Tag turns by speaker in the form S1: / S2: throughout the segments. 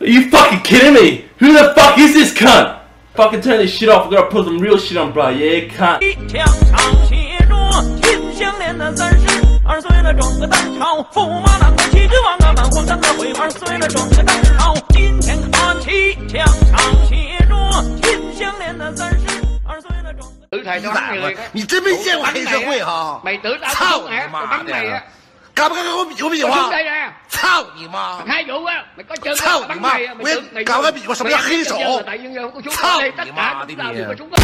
S1: Are you fucking kidding me? Who the fuck is this cunt? Fucking turn this shit off. We gotta put some real shit on, bro. Yeah, cunt.
S2: 一条长街中，金项链的三十二岁的壮个蛋超，驸马郎的齐君王啊，满皇上的会二岁的壮个蛋超，金钱卡七条长街中，金项链的三十二岁的壮个蛋
S3: tự thầy cho
S4: 咋
S3: đánh
S4: 了
S3: người？
S4: 你真没见过黑社会哈？
S3: mày tự tao
S4: 操
S3: tao
S4: 啊你
S3: hả tao
S4: 妈
S3: bắn
S4: 的
S3: mày á！
S4: 敢不敢跟我比划比
S3: tao
S4: 划
S3: đứng？đây nè
S4: 操你妈！
S3: hai vụ á mày có chân
S4: Sao
S3: tao
S4: mày
S3: bắn
S4: mà?
S3: mày á mày
S4: Nguyên,
S3: tưởng mày vô-
S4: cậu ấy bị con súng
S3: mày
S4: bắn khi
S3: dám chân
S4: sổ.
S3: là tại dân dân của chúng
S4: Sao
S3: ta đây tất
S4: mày mà
S3: cả
S4: đi
S3: chúng ta
S4: nè.
S3: đều có chúng ta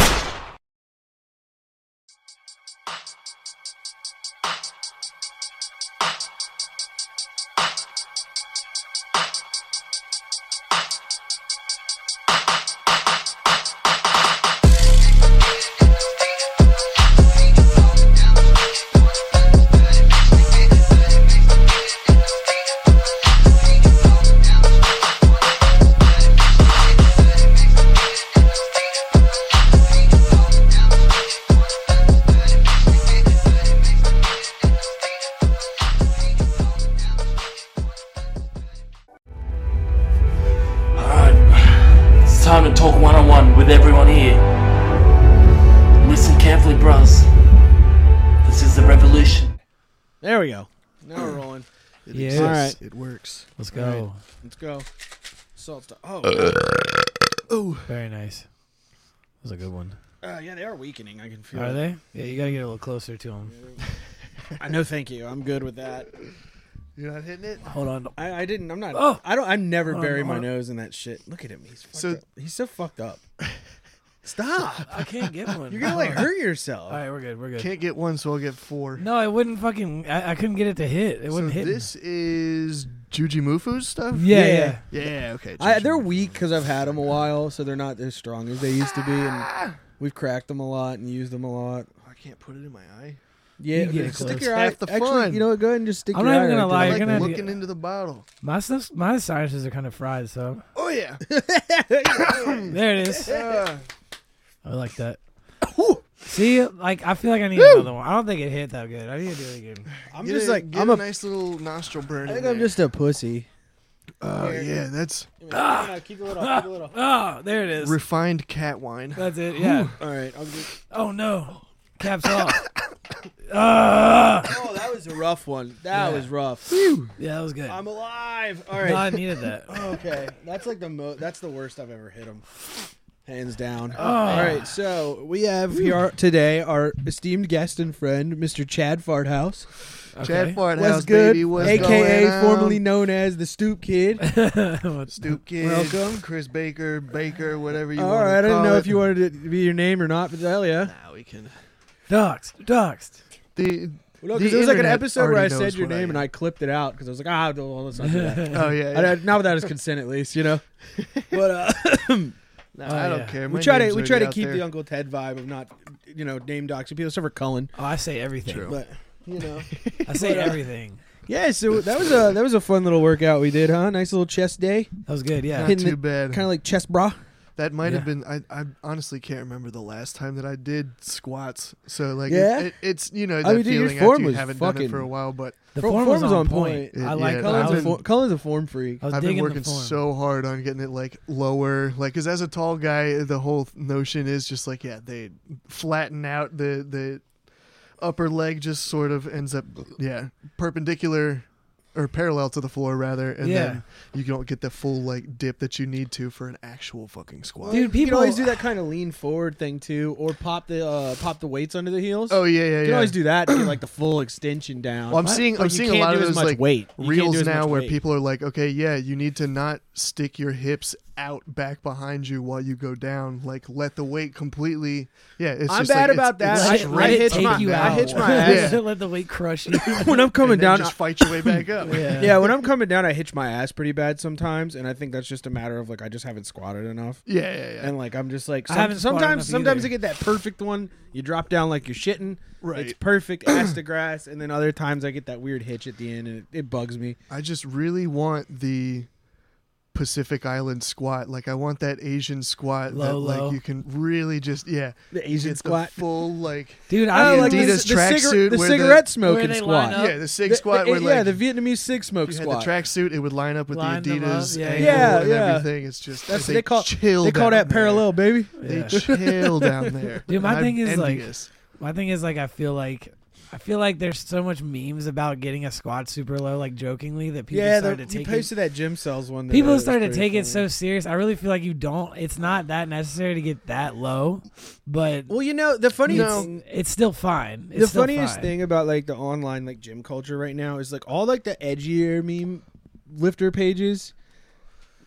S1: Alright. It's time to talk one on one with everyone here. Listen carefully, bros. This is the revolution.
S5: There we go.
S6: Now we're rolling. It
S5: Yeah.
S6: exists.
S5: Alright.
S6: It works.
S5: Let's go.
S6: Let's go. Salt. to- oh.
S5: Very nice. That was a good one.
S6: Uh, yeah, they are weakening. I can feel.
S5: Are
S6: it.
S5: they? Yeah, you gotta get a little closer to them.
S6: I know. Thank you. I'm good with that.
S4: You're not hitting it.
S5: Hold on.
S6: I, I didn't. I'm not.
S5: Oh.
S6: I don't. I never
S5: on,
S6: bury my
S5: hold on.
S6: nose in that shit. Look at him. He's fucked
S4: So-
S6: up. He's so fucked up. Stop.
S5: I can't get one.
S6: You're gonna like hurt yourself.
S5: All right, we're good. We're good.
S4: Can't get one, so I'll get four.
S5: No, I wouldn't fucking. I, I couldn't get it to hit. It
S4: so
S5: wouldn't hit. me.
S4: this is Juji Mufu's stuff.
S5: Yeah,
S6: Yeah.
S5: yeah.
S4: Yeah. Okay.
S6: I,
S4: Juji
S6: they're
S4: Mufu.
S6: weak because I've had them a while, so they're not as strong as they used to be,
S4: Ah!
S6: and we've cracked them a lot and used them a lot.
S4: I can't put it in my eye.
S6: Yeah,
S5: You get it
S6: stick
S5: close.
S6: your eye.
S4: Half the
S6: actually,
S4: fun.
S6: you know, what, go ahead and just stick
S5: I'm
S6: your
S5: not
S6: eye
S5: even gonna
S6: right
S5: lie, you're
S6: there.
S4: I like
S5: gonna have to
S4: looking
S5: get-
S4: into the bottle.
S5: My stuff, my sinuses are kind of fried, so
S4: Oh yeah.
S5: there it is.
S4: Uh,
S5: I like that. See, like I feel like I need another one. I don't think it hit that good. I need to do it again.
S6: I'm
S4: get
S6: just
S4: a-
S6: like
S4: get
S6: I'm
S4: a,
S6: a.
S4: nice little nostril burn.
S6: I
S4: in
S6: think I'm
S4: there.
S6: just a pussy.
S4: Oh yeah, that's
S6: keep it little. Keep it little.
S5: Oh, there it is.
S4: refined cat wine.
S5: That's it. Yeah.
S6: All right. I'll get,
S5: Oh no, caps off. Ah.
S6: oh, that was a rough one. That
S5: Yeah.
S6: was rough.
S5: yeah, that was good.
S6: I'm alive. All
S5: No, I
S6: right.
S5: needed that.
S6: okay. That's like the mo. That's the worst I've ever hit him. Hands down. All right. So we have here today our esteemed guest and friend, Mr. Chad Farthouse.
S4: Chad
S5: Okay.
S4: Farthouse,
S6: What's good?
S4: baby. What's
S6: AKA
S4: going on?
S6: formerly known as the Stoop Kid.
S4: Stoop Kid.
S6: Welcome.
S4: Chris Baker, Baker, whatever you
S6: All
S4: want.
S6: right. I didn't know if you wanted it to be your name or not, but hell yeah.
S4: Now we can.
S5: Doxed. Doxed.
S4: The,
S6: Well, no,
S4: the
S6: because it was like an
S4: internet
S6: episode where I
S4: already knows
S6: said your
S4: what
S6: name
S4: am.
S6: and I clipped it out because I was like, ah, well, let's not do that.
S4: Oh yeah,
S6: I, not without his consent, at least, you know. But uh,
S4: No,
S5: Oh,
S4: I don't
S5: yeah.
S4: care. My
S6: we try
S4: name's
S6: to we try
S4: already
S6: to
S4: out
S6: keep
S4: there.
S6: the Uncle Ted vibe of not, you know, name doxing people except for Cullen.
S5: Oh, I say everything.
S6: But you know,
S5: I say everything.
S6: yeah. So that was a that was a fun little workout we did, huh? Nice little chest day,
S5: That was good. Yeah.
S4: Not
S6: hitting
S4: too
S6: the-
S4: bad.
S6: kind of like chest bra.
S4: that might have
S5: Yeah.
S4: been. I, I honestly can't remember the last time that I did squats. So like,
S6: Yeah?
S4: it, it, it's you know that
S6: I mean, dude, your
S4: feeling
S6: form
S4: after you
S6: was
S4: haven't done
S6: fucking-
S4: it for a while, but
S5: The
S6: Form-
S5: form,
S6: form's
S5: was on,
S6: on
S5: point.
S4: point.
S5: I
S4: Yeah,
S5: like.
S4: yeah,
S5: I
S6: Cullen's,
S5: was,
S6: a, for, Cullen's a form freak.
S5: I was
S4: I've
S5: digging
S4: been working
S5: the form.
S4: so hard on getting it like lower, like because as a tall guy, the whole notion is just like yeah, they flatten out the the upper leg just sort of ends up yeah perpendicular or parallel to the floor rather, and
S5: Yeah.
S4: then you don't get the full like dip that you need to for an actual fucking squat.
S5: Dude,
S6: you can
S5: people-
S6: always do that kind of lean forward thing too, or pop the uh, pop the weights under the heels.
S4: Oh yeah, yeah, yeah.
S6: You can always do that to get like the full extension down.
S4: Well, I'm
S6: But-
S4: seeing
S6: but
S4: I'm
S6: you
S4: seeing a
S6: can't
S4: lot
S6: do
S4: of
S6: as
S4: those
S6: much
S4: like
S6: weight. You can't do
S4: reels
S6: as
S4: now
S6: much
S4: where
S6: weight.
S4: people are like, okay, yeah, you need to not stick your hips out back behind you while you go down. Like let the weight completely. Yeah, it's
S6: I'm
S4: just
S6: bad
S4: like,
S6: about
S4: it's,
S6: that.
S4: It's
S6: I-
S5: Let it- let
S6: hitch
S4: straight
S6: I
S5: it
S6: hitch
S5: take
S6: my-
S5: you
S6: I
S5: out.
S6: hitch my ass.
S5: Let the weight crush you.
S6: when I'm coming
S4: and then
S6: down,
S4: just fight your way back up.
S5: yeah.
S6: yeah, when I'm coming down, I hitch my ass pretty bad sometimes, and I think that's just a matter of like I just haven't squatted enough,
S4: yeah, yeah, yeah.
S6: and like I'm just like
S5: I
S6: some-
S5: haven't squatted
S6: sometimes
S5: enough
S6: sometimes
S5: either.
S6: I get that perfect one. You drop down like you're shitting,
S4: Right.
S6: It's perfect ass to grass, and then other times I get that weird hitch at the end, and it, it bugs me.
S4: I just really want the Pacific Island squat. Like I want that Asian squat that
S5: Low, low.
S4: like you can really just yeah
S6: The Asian
S4: get
S6: squat.
S4: the full like
S5: dude. I
S6: Oh,
S5: need
S6: like
S5: to
S6: the,
S5: do
S6: the,
S4: Adidas
S5: this.
S6: cigarette-
S4: tracksuit
S6: the
S4: where the-
S6: cigarette smoking
S5: they
S6: squat.
S5: line up.
S4: yeah the sig squat
S6: the,
S4: where like
S6: yeah, the Vietnamese sig smoke
S4: you had
S6: squat.
S4: the tracksuit it would line up with
S5: Lined
S4: the
S5: them up,
S4: Adidas
S5: yeah,
S4: ankle
S6: yeah.
S4: and
S6: Yeah, yeah.
S4: everything. It's just
S6: That's
S4: they,
S6: they call
S4: chill
S6: they call
S4: down
S6: that
S4: there.
S6: parallel, baby.
S4: They
S5: Yeah.
S4: chill down there.
S5: Dude, my
S4: And I'm
S5: thing is, like-
S4: envious.
S5: My thing is like I feel like I feel like there's so much memes about getting a squat super low, like jokingly that people
S6: yeah,
S5: started
S6: the, he
S5: taking.
S6: posted that gym cells one.
S5: people started to take it so serious. I really feel like you don't. It's not that necessary to get that low, but
S6: Well, you know the funny
S5: it's, it's still fine. It's
S6: the
S5: still
S6: funniest
S5: fine.
S6: thing about like the online like gym culture right now is like all like the edgier meme lifter pages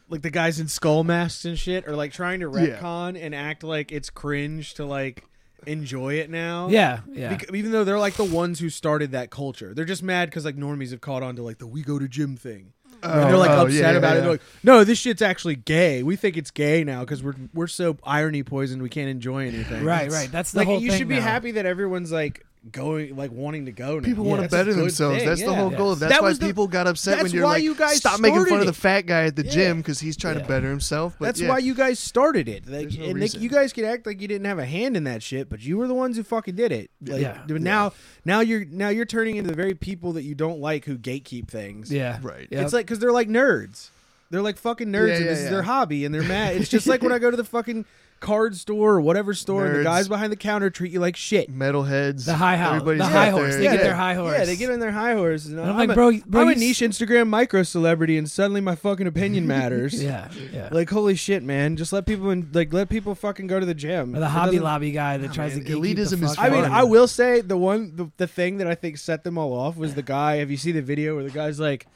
S6: like the guys in skull masks and shit are like trying to
S4: Yeah.
S6: retcon and act like it's cringe to like enjoy it now
S5: Yeah, yeah.
S6: Bec- even though they're like the ones who started that culture they're just mad because like normies have caught on to like the we go to gym thing and they're like
S4: Oh,
S6: upset
S4: yeah, yeah,
S6: about it
S4: yeah.
S6: they're like no this shit's actually gay we think it's gay now because we're we're so irony poisoned we can't enjoy anything
S5: right, right. That's the
S6: like
S5: whole
S6: you
S5: thing.
S6: should be
S5: now.
S6: happy that everyone's like going like wanting to go now.
S4: People
S5: Yeah.
S4: want to
S5: That's
S6: a
S4: better
S6: good
S4: themselves.
S6: thing,
S4: That's the
S6: yeah.
S4: whole goal.
S5: Yes.
S4: That's
S6: That
S4: why
S6: was the-
S4: people got upset when
S6: that's
S4: you're
S6: why
S4: like,
S6: you guys
S4: stop making fun
S6: started
S4: of the
S6: it."
S4: fat guy at the
S6: Yeah.
S4: gym because he's trying to better himself. But
S6: That's
S4: yeah.
S6: why you guys started it. Like,
S4: There's no
S6: and like,
S4: reason.
S6: you guys could act like you didn't have a hand in that shit, but you were the ones who fucking did it. Like,
S5: Yeah.
S6: But now, now you're now you're turning into the very people that you don't like who gatekeep things.
S5: Yeah,
S4: Right.
S5: Yep.
S6: It's like because they're like nerds. They're like fucking nerds,
S4: Yeah,
S6: and
S4: yeah,
S6: this is
S4: yeah.
S6: their hobby, and they're mad. It's just like when I go to the fucking card store or whatever store, and the
S4: Nerds.
S6: guys behind the counter treat you like shit.
S4: metalheads,
S5: The high house-
S4: everybody's
S5: the
S4: out
S5: high
S4: there.
S5: horse. They get their high horse.
S6: Yeah, they get on their high horse. And
S5: And
S6: I'm,
S5: I'm like,
S6: a,
S5: bro, you- bro,
S6: I'm a
S5: you
S6: niche Instagram micro celebrity, and suddenly my fucking opinion matters.
S5: yeah, yeah.
S6: Like holy shit, man! Just let people in, like let people fucking go to the gym.
S5: or the
S6: It
S5: Hobby
S6: doesn't- Oh,
S5: Lobby guy that tries
S4: man,
S5: to gatekeep the
S4: elitism is
S5: fuck
S6: I
S5: out
S6: mean,
S5: of
S6: I
S5: you.
S6: will say the one the, the thing that I think set them all off was the guy. Have you seen the video where the guy's like,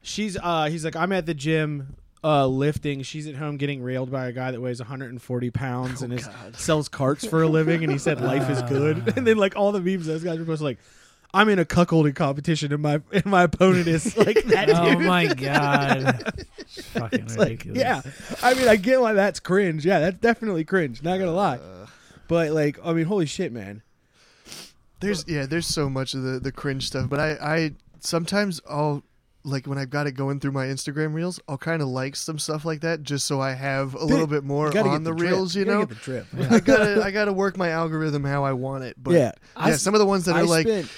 S6: she's uh he's like I'm at the gym. Uh, lifting, she's at home getting railed by a guy that weighs 140
S4: Oh,
S6: pounds and is, sells carts for a living. And he said life is good. And then like all the memes, those guys were posting like, "I'm in a cuckolding competition, and my and my opponent is like that dude."
S5: Oh my god! Fucking
S6: like
S5: ridiculous.
S6: yeah i mean i get why that's cringe yeah that's definitely cringe not gonna lie
S4: Uh.
S6: but like i mean holy shit man
S4: There's yeah, there's so much of the the cringe stuff, but I I sometimes I'll like when I've got it going through my Instagram reels, I'll kind of like some stuff like that just so I have a little bit more
S6: You gotta
S4: on
S6: get
S4: the,
S6: drip.
S4: reels, you
S6: gotta
S4: know.
S6: get the drip.
S4: I gotta I gotta work my algorithm how I want it, but
S6: Yeah.
S4: yeah,
S6: I s-
S4: some of the ones that
S6: I
S4: are like
S6: spent-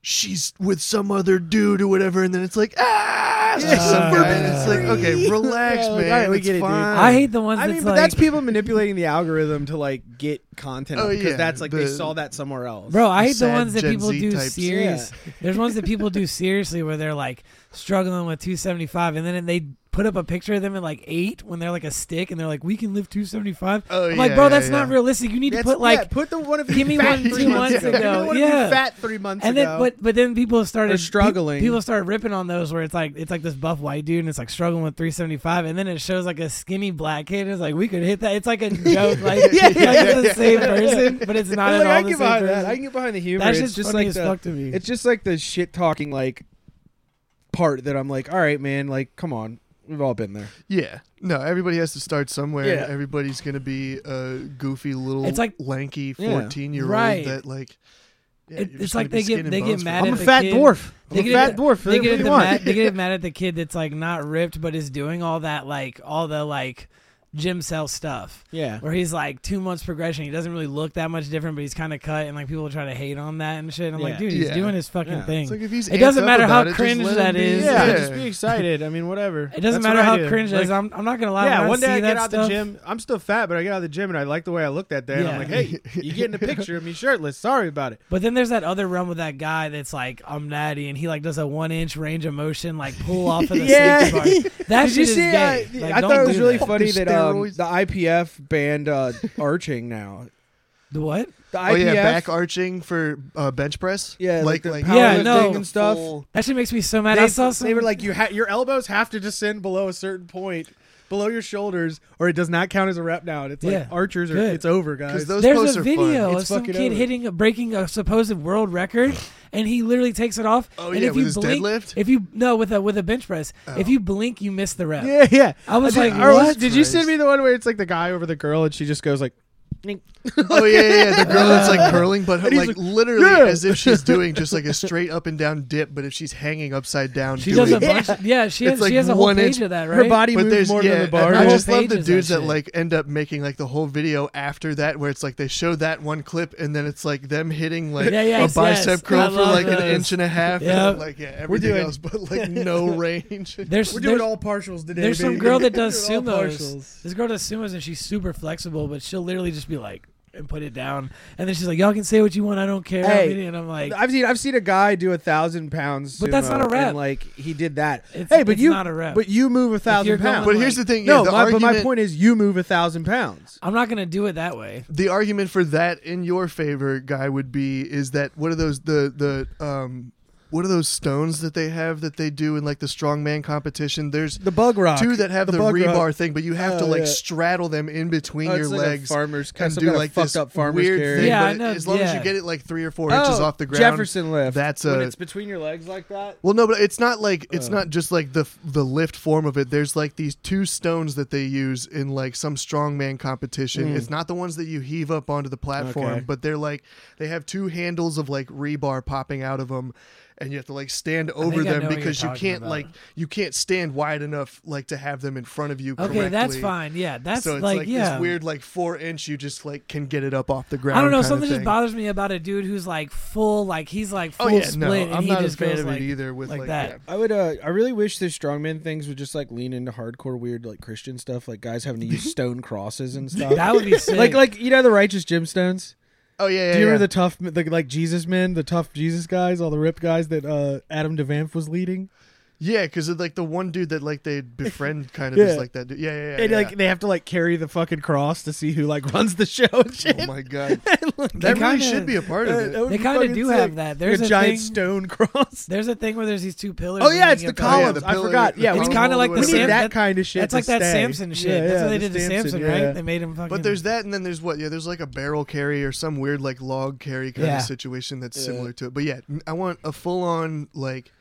S4: she's with some other dude or whatever, and then it's like ah, it's
S6: Yeah.
S4: just some guy, and
S5: Uh,
S4: it's like okay, relax,
S6: Yeah, like,
S4: man,
S6: all right, we
S4: it's
S6: get it, dude.
S4: fine.
S5: I hate the ones.
S6: i
S5: that's
S6: mean but
S5: like,
S6: that's people manipulating the algorithm to like get content
S4: Oh,
S6: because
S4: yeah,
S6: that's like they
S4: the-
S6: saw that somewhere else
S5: Bro, I hate the
S4: sad
S5: ones that
S4: Gen
S5: people
S4: Z
S5: do
S4: types.
S5: serious. There's ones that people do seriously where they're like struggling with 275, and then they put up a picture of them at like eight when they're like a stick, and they're like, "We can live 275."
S4: Oh,
S5: I'm like,
S4: yeah,
S5: bro,
S4: yeah,
S5: that's not
S4: yeah.
S5: realistic. You need
S6: That's-
S5: to put like,
S6: yeah, put the one of you
S5: give me
S6: fat
S5: one
S6: three
S5: two months
S4: ago.
S6: Give me the one of you
S5: Yeah.
S6: fat three months
S5: and
S6: ago
S5: then but but then people started
S6: Or struggling.
S5: pe- people started ripping on those where it's like it's like this buff white dude and it's like struggling with 375, and then it shows like a skinny black kid. And it's like we could hit that. It's like a joke. Like,
S6: Yeah,
S5: like,
S6: yeah,
S5: it's
S6: yeah.
S5: the same person, but it's not
S6: Like,
S5: at all
S6: I
S5: the same
S6: can get behind
S5: person.
S6: that. I can get behind the humor.
S5: That's
S6: it's
S5: just,
S6: just
S5: funny
S6: like
S5: as
S6: the,
S5: fuck to me.
S6: It's just like the shit talking like part that I'm like, all right, man, like come on, we've all been there.
S4: Yeah. No, everybody has to start somewhere. and
S6: Yeah.
S4: Everybody's going to be a goofy little
S5: It's like-
S4: lanky
S6: Yeah.
S4: 14-year-old
S5: Right.
S4: that like yeah,
S5: It-
S4: you're
S5: it's
S4: just
S5: like
S4: gonna be
S5: they get-
S4: skin and
S5: they get
S4: bones for-
S5: mad
S6: I'm
S5: at
S6: a
S5: the
S6: fat
S5: kid-
S6: dwarf. I'm
S5: They
S6: a
S5: get
S6: fat
S5: it-
S6: dwarf.
S5: They get,
S6: what do
S5: it
S6: you
S5: mad,
S6: want?
S5: they get it mad at the kid that's like not ripped, but is doing all that like all the like gym cell stuff.
S6: Yeah.
S5: Where he's like two months progression, he doesn't really look that much different, but he's kind of cut, and like people try to hate on that and shit. And I'm
S6: Yeah.
S5: like, dude, he's
S4: Yeah.
S5: doing his fucking
S6: Yeah.
S5: thing.
S4: It's like if he's
S5: It doesn't
S4: amped up
S5: matter how
S4: about it, just
S5: cringe
S4: let
S5: that
S4: him be.
S5: is.
S6: Yeah,
S4: Yeah.
S6: just be excited. I mean, whatever.
S5: it doesn't
S6: That's
S5: matter
S6: what I
S5: how
S6: do.
S5: cringe it
S6: Like,
S5: is. I'm, I'm not gonna lie.
S6: yeah,
S5: when I
S6: one day
S5: see
S6: I get
S5: that
S6: out
S5: stuff,
S6: the gym. I'm still fat, but I get out of the gym and I like the way I look that day. And I'm
S5: Yeah.
S6: like, hey, you getting a picture of me shirtless? Sorry about it.
S5: But then there's that other realm with that guy that's like I'm natty, and he like does a one inch range of motion like pull off of the
S6: Yeah.
S5: safety bar. That
S6: Did
S5: shit
S6: you
S5: is
S6: see?
S5: gay.
S6: uh,
S5: Like,
S6: I
S5: don't
S6: thought it was
S5: do
S6: really
S5: that.
S6: funny
S4: Fucking
S6: that um, the
S4: steroids.
S6: IPF banned uh, arching now.
S5: The what?
S6: The IPF,
S4: Oh yeah, back arching for uh, bench press.
S6: yeah, like, the
S5: power- Yeah,
S6: powerlifting
S5: no.
S6: and stuff.
S4: full-
S5: That shit makes me so mad.
S6: they,
S5: I saw some.
S6: they were like, you ha- your elbows have to descend below a certain point, below your shoulders, or it does not count as a rep now. And it's like
S5: Yeah.
S6: archers, are,
S5: Good.
S6: it's over, guys.
S4: 'Cause those
S5: There's
S4: posts
S5: a
S4: are
S5: video
S4: fun.
S5: of
S6: It's
S5: some
S6: fucking
S5: kid
S6: over.
S5: hitting, breaking a supposed world record, and he literally takes it off.
S4: Oh,
S5: and
S4: yeah,
S5: if
S4: with
S5: you
S4: his
S5: blink,
S4: deadlift?
S5: If you no, with a with a bench press, if you blink, you miss the rep.
S6: Oh. yeah, yeah.
S5: I was like,
S6: did, or was-
S5: what?
S6: Did you send
S4: Christ.
S6: me the one where it's like the guy over the girl, and she just goes like,
S4: Oh yeah, yeah, yeah, the girl that's like curling, but like,
S6: he's like,
S4: literally
S6: "Yeah."
S4: as if she's doing just like a straight up and down dip, but if she's hanging upside down,
S5: She
S4: doing
S5: does a
S4: it.
S5: bunch. Yeah, she
S4: It's
S5: has,
S4: like
S5: she has a whole
S4: one
S5: page
S4: inch-
S5: of that, right?
S6: Her body
S4: But
S6: moves
S4: there's
S6: more
S4: yeah,
S6: than the
S4: and
S6: bar.
S4: I
S5: Whole
S4: just love
S5: page
S4: the
S5: is
S4: dudes
S5: that
S4: that,
S5: shit.
S4: like end up making like the whole video after that, where it's like they show that one clip and then it's like them hitting like
S5: Yeah, yes,
S4: a bicep
S5: yes. I
S4: curl for
S5: love
S4: like an
S5: those.
S4: inch and a half,
S5: Yeah.
S4: and like yeah, everything
S6: doing-
S4: else, but like no range.
S5: There's
S6: We're doing
S5: there's-
S6: all partials today.
S5: There's some
S6: baby.
S5: girl that does
S6: We're doing all
S5: sumos. This girl does sumos and she's super flexible, but she'll literally just be like and put it down, and then she's like, "Y'all can say what you want, I don't care."
S6: Hey,
S5: and I'm like,
S6: I've seen I've seen a guy do a thousand pounds,
S5: But that's
S6: sumo,
S5: not a rep.
S6: and, like he did that.
S5: It's-
S6: hey, but
S5: it's
S6: you
S5: not a rep.
S6: but you move a
S5: you're
S6: thousand
S5: going
S6: pounds.
S4: But here's the thing, yeah,
S6: no,
S4: the
S6: my, but my
S4: argument-
S6: point is you move a thousand pounds.
S5: "I'm not gonna do it that way."
S4: the argument for that in your favor, guy, would be is that what are those the the um what are those stones that they have that they do in like the strongman competition? There's
S6: The bug rock,
S4: two that have the,
S6: bug rock.
S4: rebar thing, but you have to
S6: Oh,
S4: like
S6: yeah.
S4: straddle them in between
S6: Oh, it's
S4: your
S6: like a
S4: legs.
S6: farmer's-
S4: and
S6: some
S4: do
S6: kind of
S4: like
S6: fucked
S4: this
S6: up farmer's
S4: weird
S6: carry.
S4: thing.
S5: Yeah, I
S4: but
S5: know,
S4: as long as you
S5: yeah.
S4: get it like three or four
S6: Oh,
S4: inches off the ground,
S6: Jefferson lift.
S4: That's
S6: when
S4: a-
S6: it's between your legs like that.
S4: Well, no, but it's not like it's
S5: Uh.
S4: not just like the the lift form of it. There's like these two stones that they use in like some strongman
S5: Hmm.
S4: competition. It's not the ones that you heave up onto the platform,
S6: Okay.
S4: but they're like they have two handles of like rebar popping out of them, and you have to like stand
S5: think
S4: over
S5: I know
S4: them
S5: what you're
S4: because you
S5: talking
S4: can't
S5: about.
S4: like you can't stand wide enough like to have them in front of you.
S5: Okay,
S4: correctly.
S5: that's fine. Yeah, that's
S4: so it's
S5: like,
S4: like,
S5: yeah.
S4: this weird like four inch. You just like can get it up off the ground.
S5: I don't know.
S4: kinda
S5: Something just
S4: thing.
S5: bothers me about a dude who's like full, like he's like full
S4: Oh yeah, no,
S5: split, and
S4: I'm
S5: he
S4: not a
S5: just
S4: fan
S5: goes
S4: of
S5: like,
S4: it either. With
S5: like
S4: like,
S5: that.
S4: yeah.
S6: I would. Uh, I really wish the strongman things would just like lean into hardcore weird like Christian stuff, like guys having to use stone crosses and stuff.
S5: That would be sick.
S6: like like you know the righteous gemstones.
S4: Oh yeah, yeah.
S6: Do you
S4: yeah.
S6: remember the tough, the, like Jesus men, the tough Jesus guys, all the ripped guys that uh, Adam Devamp was leading?
S4: Yeah, because like the one dude that like they befriend kind of
S6: Yeah.
S4: is like that. Dude. Yeah, yeah, yeah.
S6: And
S4: yeah. Oh
S6: like they have to like carry the fucking cross to see who like runs the show and shit. uh,
S4: oh my god,
S6: Like,
S4: that really
S5: kinda-
S4: should be a part of
S6: that- that
S4: it. Oh,
S6: would
S5: They
S6: be
S5: kinda
S6: fucking
S5: do
S6: sick.
S5: have that. There's
S6: like
S5: a
S6: a giant
S5: thing-
S6: stone cross.
S5: There's a thing where there's these two pillars.
S6: Oh yeah,
S5: leaning
S6: it's the
S5: up out.
S4: yeah,
S6: columns.
S4: the
S6: I
S4: pillar-
S6: forgot. Yeah,
S4: the
S6: we
S5: It's
S6: need-
S5: kind of like
S4: We
S5: the
S6: we
S4: need
S5: Sam-
S6: need that kind of shit.
S5: That's
S6: to
S5: like that
S6: stay.
S5: Samson shit.
S6: Yeah,
S5: that's
S6: yeah,
S5: what they
S6: the
S5: did to Samson,
S6: yeah.
S5: right? They made him fucking.
S4: But there's that, and then there's what? Yeah, there's like a barrel carry or some weird like log carry kind
S5: Yeah.
S4: of situation that's similar to it. But yeah, n- I want a full on like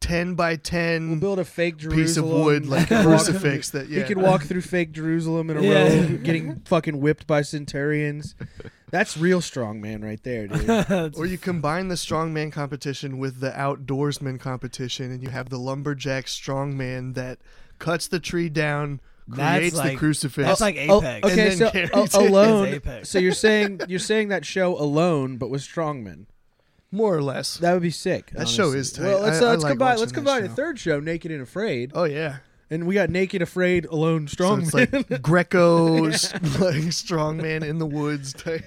S4: ten by
S6: We'll
S4: ten
S6: build a fake Jerusalem
S4: piece of wood like
S6: Walk-
S4: crucifix that yeah.
S6: He could walk through fake Jerusalem in a
S5: Yeah.
S6: row, getting fucking whipped by centurions. That's real strong man right there, dude.
S5: that.
S4: Or you combine the strongman competition with the outdoorsman competition, and you have the lumberjack strongman that cuts the tree down,
S5: That's
S4: creates the
S5: like-
S4: crucifix.
S5: that's like
S6: Oh,
S5: Apex.
S6: okay,
S4: And
S6: so
S4: then carries
S6: uh,
S4: it.
S6: alone.
S5: Apex.
S6: So you're saying you're saying that show alone, but with strongmen.
S4: more or less.
S6: That would be sick. That
S4: show is tight.
S6: Well, let's uh,
S4: I- I
S6: let's
S4: like
S6: combine
S4: watching
S6: let's
S4: that
S6: combine a
S4: show.
S6: third show, Naked and Afraid,
S4: Oh yeah.
S6: and we got Naked Afraid Alone
S4: So
S6: Strongman.
S4: it's like Greco, s- like strongman in the woods type.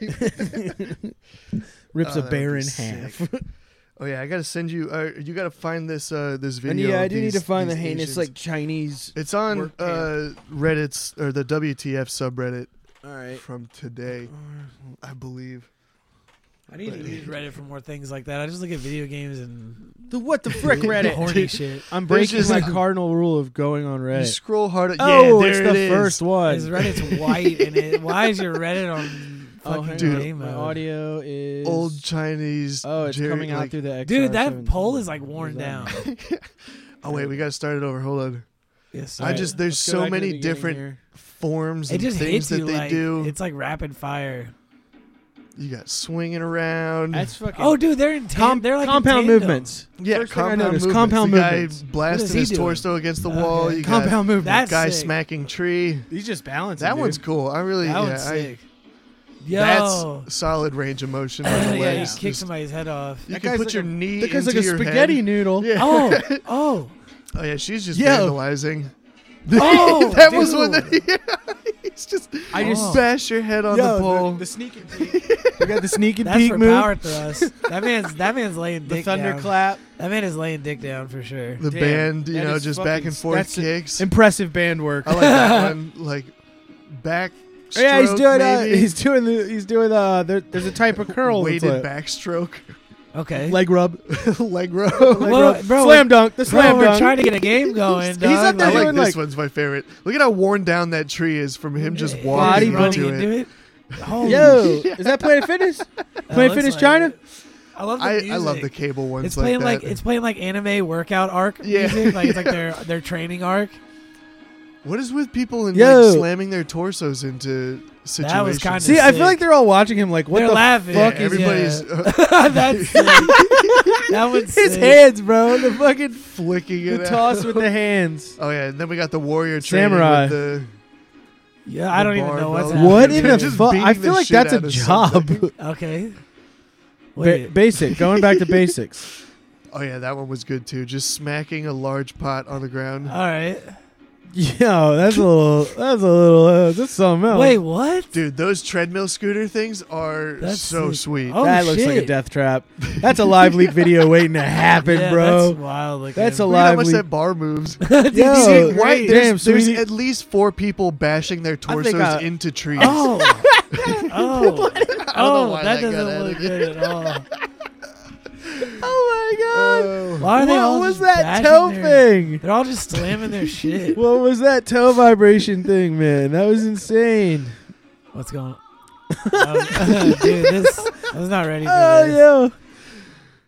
S6: Rips
S4: Oh, that
S6: a
S4: would
S6: bear
S4: be
S6: in
S4: sick.
S6: half.
S4: Oh yeah, I gotta send you. Uh, you gotta find this uh, this
S6: and
S4: video.
S6: yeah, I
S4: of
S6: do need
S4: these-
S6: to find the
S4: these
S6: heinous
S4: Asians.
S6: like Chinese.
S4: It's on
S6: work camp.
S4: uh, Reddit's or the WTF subreddit
S6: All right,
S4: from today, I believe.
S5: I need to use Reddit for more things like that. I just look at video games and
S6: the what the frick Reddit?
S5: horny shit.
S6: I'm
S4: There's
S6: breaking
S4: just-
S6: my cardinal rule of going on
S4: You
S6: Reddit.
S4: scroll hard.
S6: oh,
S4: yeah, there
S6: it's the
S4: it is.
S6: first one.
S5: Is Reddit's white and it? Why is your Reddit on
S6: oh,
S5: fucking
S4: dude.
S5: game
S6: my
S5: mode?
S6: audio is
S4: Old Chinese.
S6: Oh, it's
S4: Jerry-
S6: coming out
S4: like-
S6: through the XR
S5: Dude, that
S6: 17.
S5: poll is like worn
S6: Who's that?
S5: down.
S4: Oh wait, we gotta start it over. Hold on.
S5: yes,
S4: I
S5: sir.
S4: just there's
S6: Let's go
S4: so
S6: back to the
S4: many
S6: beginning
S4: different
S6: here.
S4: forms
S5: it
S4: and
S5: just
S4: things
S5: hits
S4: that
S5: you
S4: they
S5: like
S4: do.
S5: it's like rapid fire.
S4: you got swinging around.
S6: That's fucking.
S5: Oh, dude, they're in tan-
S6: Com-
S5: they're like in
S6: compound
S5: tandem.
S6: movements.
S4: Yeah,
S6: First thing I
S4: compound
S6: noticed,
S4: movements.
S6: compound
S4: the
S6: movements.
S4: guy
S5: What is
S4: blasting
S5: he
S4: his
S5: doing?
S4: torso against the wall. You got
S6: Oh, Compound movement.
S5: That's
S4: guy
S5: sick.
S4: smacking tree.
S6: He's just balancing.
S4: That
S6: dude.
S4: one's cool. I really,
S5: That
S4: yeah,
S5: one's
S4: I-
S5: sick. Yo,
S4: that's solid range of motion on the
S5: yeah, you
S4: legs.
S5: kick
S4: Just-
S5: somebody's head off.
S4: you
S6: That
S4: can
S6: guy's
S4: put
S6: like
S4: your
S6: a-
S4: knee
S6: That guy's like
S4: into
S6: a
S4: your
S6: spaghetti
S4: head.
S6: noodle.
S4: Yeah.
S5: Oh, oh,
S4: Oh yeah, she's just
S6: Yeah.
S4: vandalizing.
S5: Oh,
S4: that was
S5: dude.
S4: one. That, he's just.
S6: I
S4: I
S6: just-
S4: just bash your head on the pole.
S6: sneak and peek. we got the sneak and
S5: that's
S6: peek
S5: for
S6: move.
S5: power thrust. That man's that man's laying
S6: the
S5: dick down.
S6: thunderclap.
S5: That man is laying dick down for sure.
S4: The
S6: Damn,
S4: band, you
S6: that
S4: know,
S6: is
S4: just
S6: fucking-
S4: back and forth
S6: that's a-
S4: kicks. I
S6: Impressive band work.
S4: like that one. Like back.
S6: yeah, he's
S4: stroke,
S6: doing. Uh,
S4: maybe.
S6: he's doing. The, he's doing. Uh, there, there's a type of curl. that's
S4: weighted
S6: like-
S4: backstroke,
S5: Okay.
S6: Leg rub.
S4: leg row.
S6: Leg
S5: Well,
S6: rub.
S5: bro,
S6: slam dunk. The
S5: Bro,
S6: slam
S5: we're
S6: dunk.
S5: trying to get a game going.
S6: He's
S5: dog.
S6: up there
S4: I like
S6: doing,
S4: this
S6: like-
S4: one's my favorite. Look at how worn down that tree is from him just
S5: Body
S4: walking
S5: running
S4: into it.
S5: into it. Holy
S6: Yo, is that Planet Fitness? Planet
S5: looks
S6: Fitness
S5: like
S6: China?
S5: it. I love the
S4: I,
S5: music.
S4: I love the cable ones
S5: It's
S4: like
S5: playing like,
S4: that.
S5: it's playing like anime workout arc
S4: Yeah.
S5: music. Like it's like their their training arc.
S4: What is with people and
S6: Yo.
S4: like slamming their torsos into situations?
S5: That was kinda-
S6: See, I feel like
S5: Sick.
S6: they're all watching him like, what
S5: They're
S6: the
S5: laughing.
S6: fuck
S5: Yeah,
S6: is
S4: everybody's uh,
S5: That's sick. that one's
S6: his
S5: sick.
S6: hands, bro? The fucking
S4: flicking
S6: the
S4: it. out.
S6: toss with the hands.
S4: Oh yeah, and then we got the warrior training
S6: Samurai.
S4: With the,
S5: Yeah, I
S4: the
S5: don't even know what's
S4: barbell.
S5: happening.
S6: What in the
S4: Just
S6: fuck? I
S4: beating
S6: feel
S4: the
S6: like
S4: shit
S6: that's a
S4: out of
S6: job.
S4: something.
S5: Okay.
S6: Ba-
S5: Wait.
S6: basic. Going back to basics.
S4: oh yeah, that one was good too. Just smacking a large pot on the ground.
S6: Uh,
S5: all right.
S6: Yo, that's a little. That's a little. Uh, that's something else.
S5: Wait, what?
S4: Oh. Dude, those treadmill scooter things are
S5: That's
S4: so
S5: sick.
S4: sweet.
S5: Oh,
S6: that looks like a
S5: shit.
S6: death trap. That's a live leak video waiting to happen,
S5: yeah,
S6: bro.
S5: That's wild. Looking.
S6: That's a
S4: Look at how
S6: live
S4: much
S6: leak.
S4: that bar moves.
S6: Yo,
S4: See, why-
S6: great. Damn,
S4: there's, there's
S6: sweetie.
S4: at least four people bashing their torsos
S6: I-
S4: into trees.
S5: Oh. oh.
S4: know
S5: Oh,
S4: why
S5: that
S4: that got
S5: doesn't
S4: added.
S5: look good at all.
S6: Oh my god!
S5: Why are they all
S6: what was
S5: just
S6: that
S5: bashing
S6: toe
S5: their-
S6: thing?
S5: They're all just slamming their shit.
S6: What was that toe vibration thing, man? That was insane.
S5: What's going on? Um, dude, this I was not ready for
S6: Oh
S5: this.
S6: yo,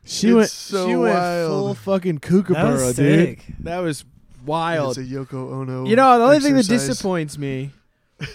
S6: she
S4: It's
S6: went.
S4: so
S6: she went
S4: wild.
S6: full fucking
S5: That was
S6: kookaburra, dude.
S5: sick.
S6: That was
S4: It's
S6: wild.
S4: a Yoko Ono.
S6: You know, the only thing that
S4: exercise.
S6: disappoints me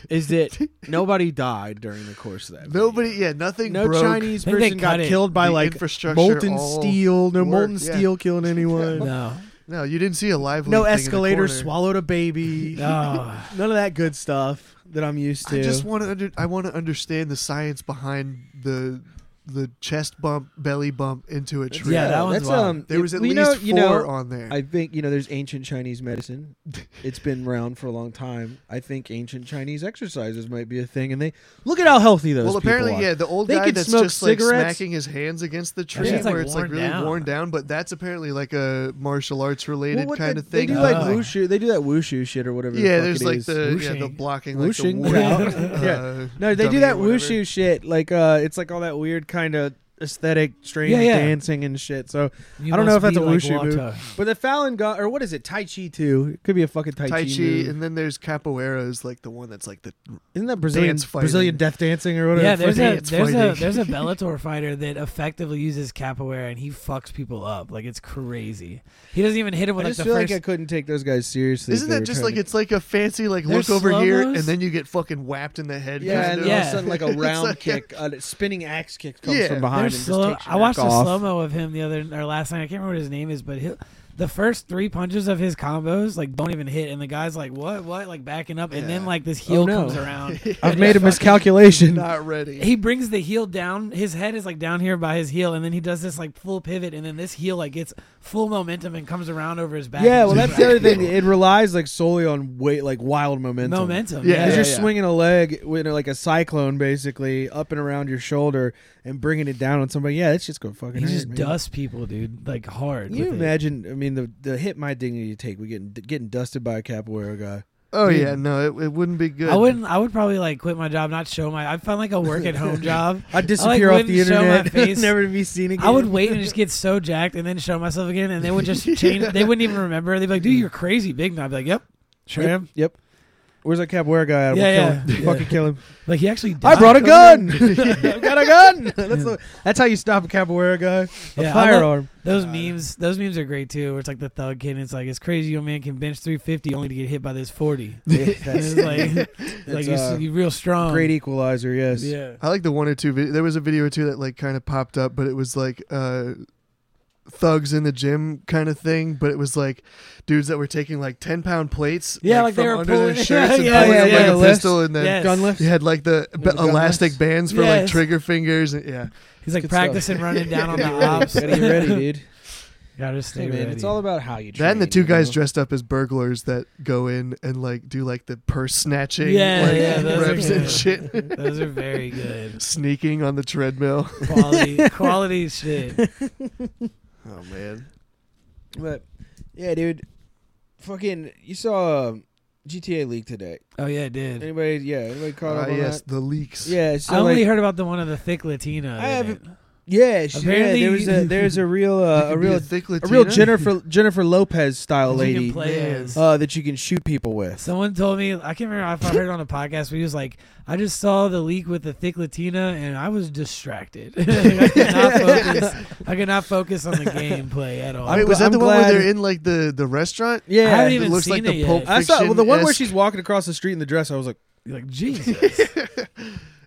S6: is that nobody died during the course of that. video.
S4: Nobody, yeah, nothing
S6: no
S4: broke.
S6: Chinese
S5: I think they
S6: person got
S5: cut it.
S6: killed by
S4: The
S6: like
S4: infrastructure
S6: molten
S4: all
S6: steel. No
S4: worked,
S6: molten
S4: yeah.
S6: steel killed anyone.
S5: No.
S4: No, you didn't see a live.
S6: No
S4: leak thing in the
S6: escalator
S4: corner.
S6: swallowed a baby.
S5: No.
S6: None of that good stuff that I'm used to.
S4: I just want to under, I want to understand the science behind the the chest bump, belly bump into a tree.
S5: Yeah, that one's
S6: that's,
S5: wild.
S6: um,
S4: there was at
S6: you
S4: least
S6: know,
S4: four
S6: you know,
S4: on there.
S6: I think you know there's ancient Chinese medicine. It's been around for a long time. I think ancient Chinese exercises might be a thing. And they look at how healthy those.
S4: well,
S6: people
S4: apparently,
S6: are.
S4: yeah, the old
S6: They
S4: guy
S6: could
S4: that's
S6: smoke
S4: just like
S6: cigarettes.
S4: smacking his hands against the
S5: shit's,
S4: tree,
S5: like,
S4: where it's like
S5: worn
S4: really
S5: down.
S4: worn down. But that's apparently like a martial arts
S6: Well,
S4: related
S6: what
S4: kind
S6: the-
S4: of thing.
S6: They do
S5: Oh.
S6: like
S4: Uh,
S6: wushu. They do that wushu shit or whatever. the
S4: yeah,
S6: fuck
S4: there's
S6: it
S4: like
S6: is.
S4: the yeah, the
S5: Whooshing.
S4: blocking like the
S6: Whooshing.
S4: wood
S6: Yeah.
S4: out,
S6: Yeah.
S4: uh,
S6: No, they
S4: dummy,
S6: do that
S4: whatever.
S6: wushu shit. Like, uh, it's like all that weird kind of aesthetic, strange
S5: Yeah, yeah.
S6: dancing and shit. So,
S5: You
S6: I don't know if
S5: must
S6: that's a
S5: be like
S6: wushu move.
S5: Wata.
S6: but the Fallon Gong, or what is it? Tai Chi too. It could be a fucking Tai,
S4: Tai Chi,
S6: move.
S4: and then there's capoeira is like the one that's like the
S6: Isn't that Brazilian
S4: Dance fighting.
S6: Brazilian death dancing or whatever?
S5: Yeah,
S6: the
S5: there's
S6: fuck it
S5: a
S6: is?
S4: it's
S5: there's a
S4: fighting.
S5: there's a Bellator fighter that effectively uses capoeira and he fucks people up. Like it's crazy. He doesn't even hit him
S6: I
S5: with like
S6: just
S5: the
S6: feel
S5: first
S6: like I couldn't take those guys seriously. if
S4: Isn't
S6: they
S4: that
S6: were
S4: just
S6: trying
S4: like
S6: to-
S4: it's like a fancy like
S5: There's
S4: look over here
S5: slow-mos?
S4: and then you get fucking whapped in the head?
S6: Yeah,
S4: kind
S6: and
S4: of?
S6: all of
S5: Yeah.
S6: a sudden, like a
S4: It's
S6: round
S4: like-
S6: kick, a spinning axe kick comes
S4: Yeah.
S6: from behind
S5: There's
S6: and
S5: slow-
S6: just takes your
S5: I watched
S6: neck
S5: a
S6: off.
S5: slow mo of him the other or last night. I can't remember what his name is, but he, the first three punches of his combos like don't even hit, and the guy's like, "What? What?" Like backing up, and then
S4: Yeah.
S5: like this heel
S6: Oh, no.
S5: comes around.
S6: I've made a miscalculation.
S4: not ready.
S5: he brings the heel down. His head is like down here by his heel, and then he does this like full pivot, and then this heel like gets full momentum and comes around over his back.
S6: Yeah,
S5: and
S6: well,
S5: just
S6: that's the other
S5: back-
S6: thing. It relies like solely on weight, like wild momentum.
S5: Momentum.
S4: Yeah,
S5: Yeah,
S6: Because
S5: yeah,
S6: you're
S4: yeah.
S6: swinging a leg with like a cyclone, basically up and around your shoulder and bringing it down on somebody. Yeah, it's just going fucking.
S5: he
S6: hurt,
S5: just
S6: man.
S5: dusts people, dude, like hard.
S6: Can you
S5: with it.
S6: imagine? I mean, the the hit my dignity take. We getting getting dusted by a capoeira guy.
S4: Oh yeah, no, it, it wouldn't be good.
S5: I wouldn't. I would probably like quit my job, not show my. I'd find like a work at home job.
S6: I disappear off the
S5: wouldn't show my
S6: internet,
S5: face.
S6: never to be seen again.
S5: I would wait and just get so jacked and then show myself again, and they would just change. They wouldn't even remember. They'd be like, "Dude, you're crazy, big." And I'd be like, "Yep, sure
S6: Yep.
S5: am."
S6: yep. Where's that capoeira guy? at? We'll
S5: Yeah,
S6: kill
S5: yeah.
S6: him.
S5: Yeah.
S6: Fucking kill him.
S5: Like he actually. Died.
S6: I brought a gun. I've got a gun. That's, the- that's how you stop a capoeira guy.
S5: Yeah, I
S6: A
S5: love-
S6: firearm.
S5: Those memes. Those memes are great too. Where it's like the thug kid. and It's like it's crazy. Your man can bench 350 only to get hit by this 40. It's like, like
S6: It's,
S5: you,
S6: uh,
S5: you real strong.
S6: Great equalizer. Yes.
S5: Yeah.
S4: I like the one or two. Vid- there was a video or two that like kind of popped up, but it was like uh, thugs in the gym kind of thing. But it was like dudes that were taking like ten pound plates,
S5: Yeah, like they
S4: from
S5: were
S4: under their
S5: pulling-
S4: shirts and
S5: yeah,
S4: pulling
S5: yeah,
S4: up
S5: yeah,
S4: like a
S6: yeah.
S4: pistol, and then
S5: Yes.
S6: Gun lift.
S4: you had like the
S6: the
S4: b-
S6: gun
S4: elastic
S6: lifts.
S4: bands for like
S5: Yes.
S4: trigger fingers. And, yeah,
S5: He's like
S6: Good stuff.
S5: practicing running down on the ops.
S6: Gotta get ready, dude.
S5: Gotta
S6: Hey,
S5: stay
S6: man,
S5: ready.
S6: it's all about how you. Train,
S4: that and the two
S6: you
S4: guys
S6: know?
S4: dressed up as burglars that go in and like do like the purse snatching,
S5: Yeah,
S4: like,
S5: yeah, those are
S4: reps and
S5: good.
S4: shit.
S5: Those are very good
S4: sneaking on the treadmill.
S5: quality quality shit.
S4: Oh man.
S6: But yeah, dude. Fucking, you saw um, GTA leak today.
S5: Oh yeah, it did.
S6: Anybody? Yeah. Anybody caught
S4: Ah
S6: up on
S4: yes,
S6: that?
S4: the leaks.
S6: Yeah. So
S5: Uh, I only
S6: like,
S5: heard about the one of the thick Latina.
S6: I
S5: in
S6: haven't-
S5: it.
S6: Yeah, she, yeah,
S5: Apparently-
S6: there was a there's a real uh, a
S4: be
S6: real
S4: a thick
S6: a real
S4: Latina.
S6: Jennifer Jennifer Lopez style
S5: That you can
S6: lady
S5: play as.
S6: uh, that you can shoot people with.
S5: Someone told me I can't remember if I heard it on a podcast, but he was like, "I just saw the leak with the thick Latina, and I was distracted. I could not focus. I could not focus on the gameplay at all.
S6: I'm
S4: Wait, was
S6: gl-
S4: that
S6: I'm
S4: the one where
S6: glad-
S4: they're in like the the restaurant?
S6: Yeah,
S5: I haven't
S4: it
S5: even
S4: looks
S5: seen
S4: like
S5: it
S4: the
S5: yet.
S4: Pulp
S6: I saw well, the one where
S4: Fiction-esque-
S6: she's walking across the street in the dress. I was like,
S5: You're like Jesus,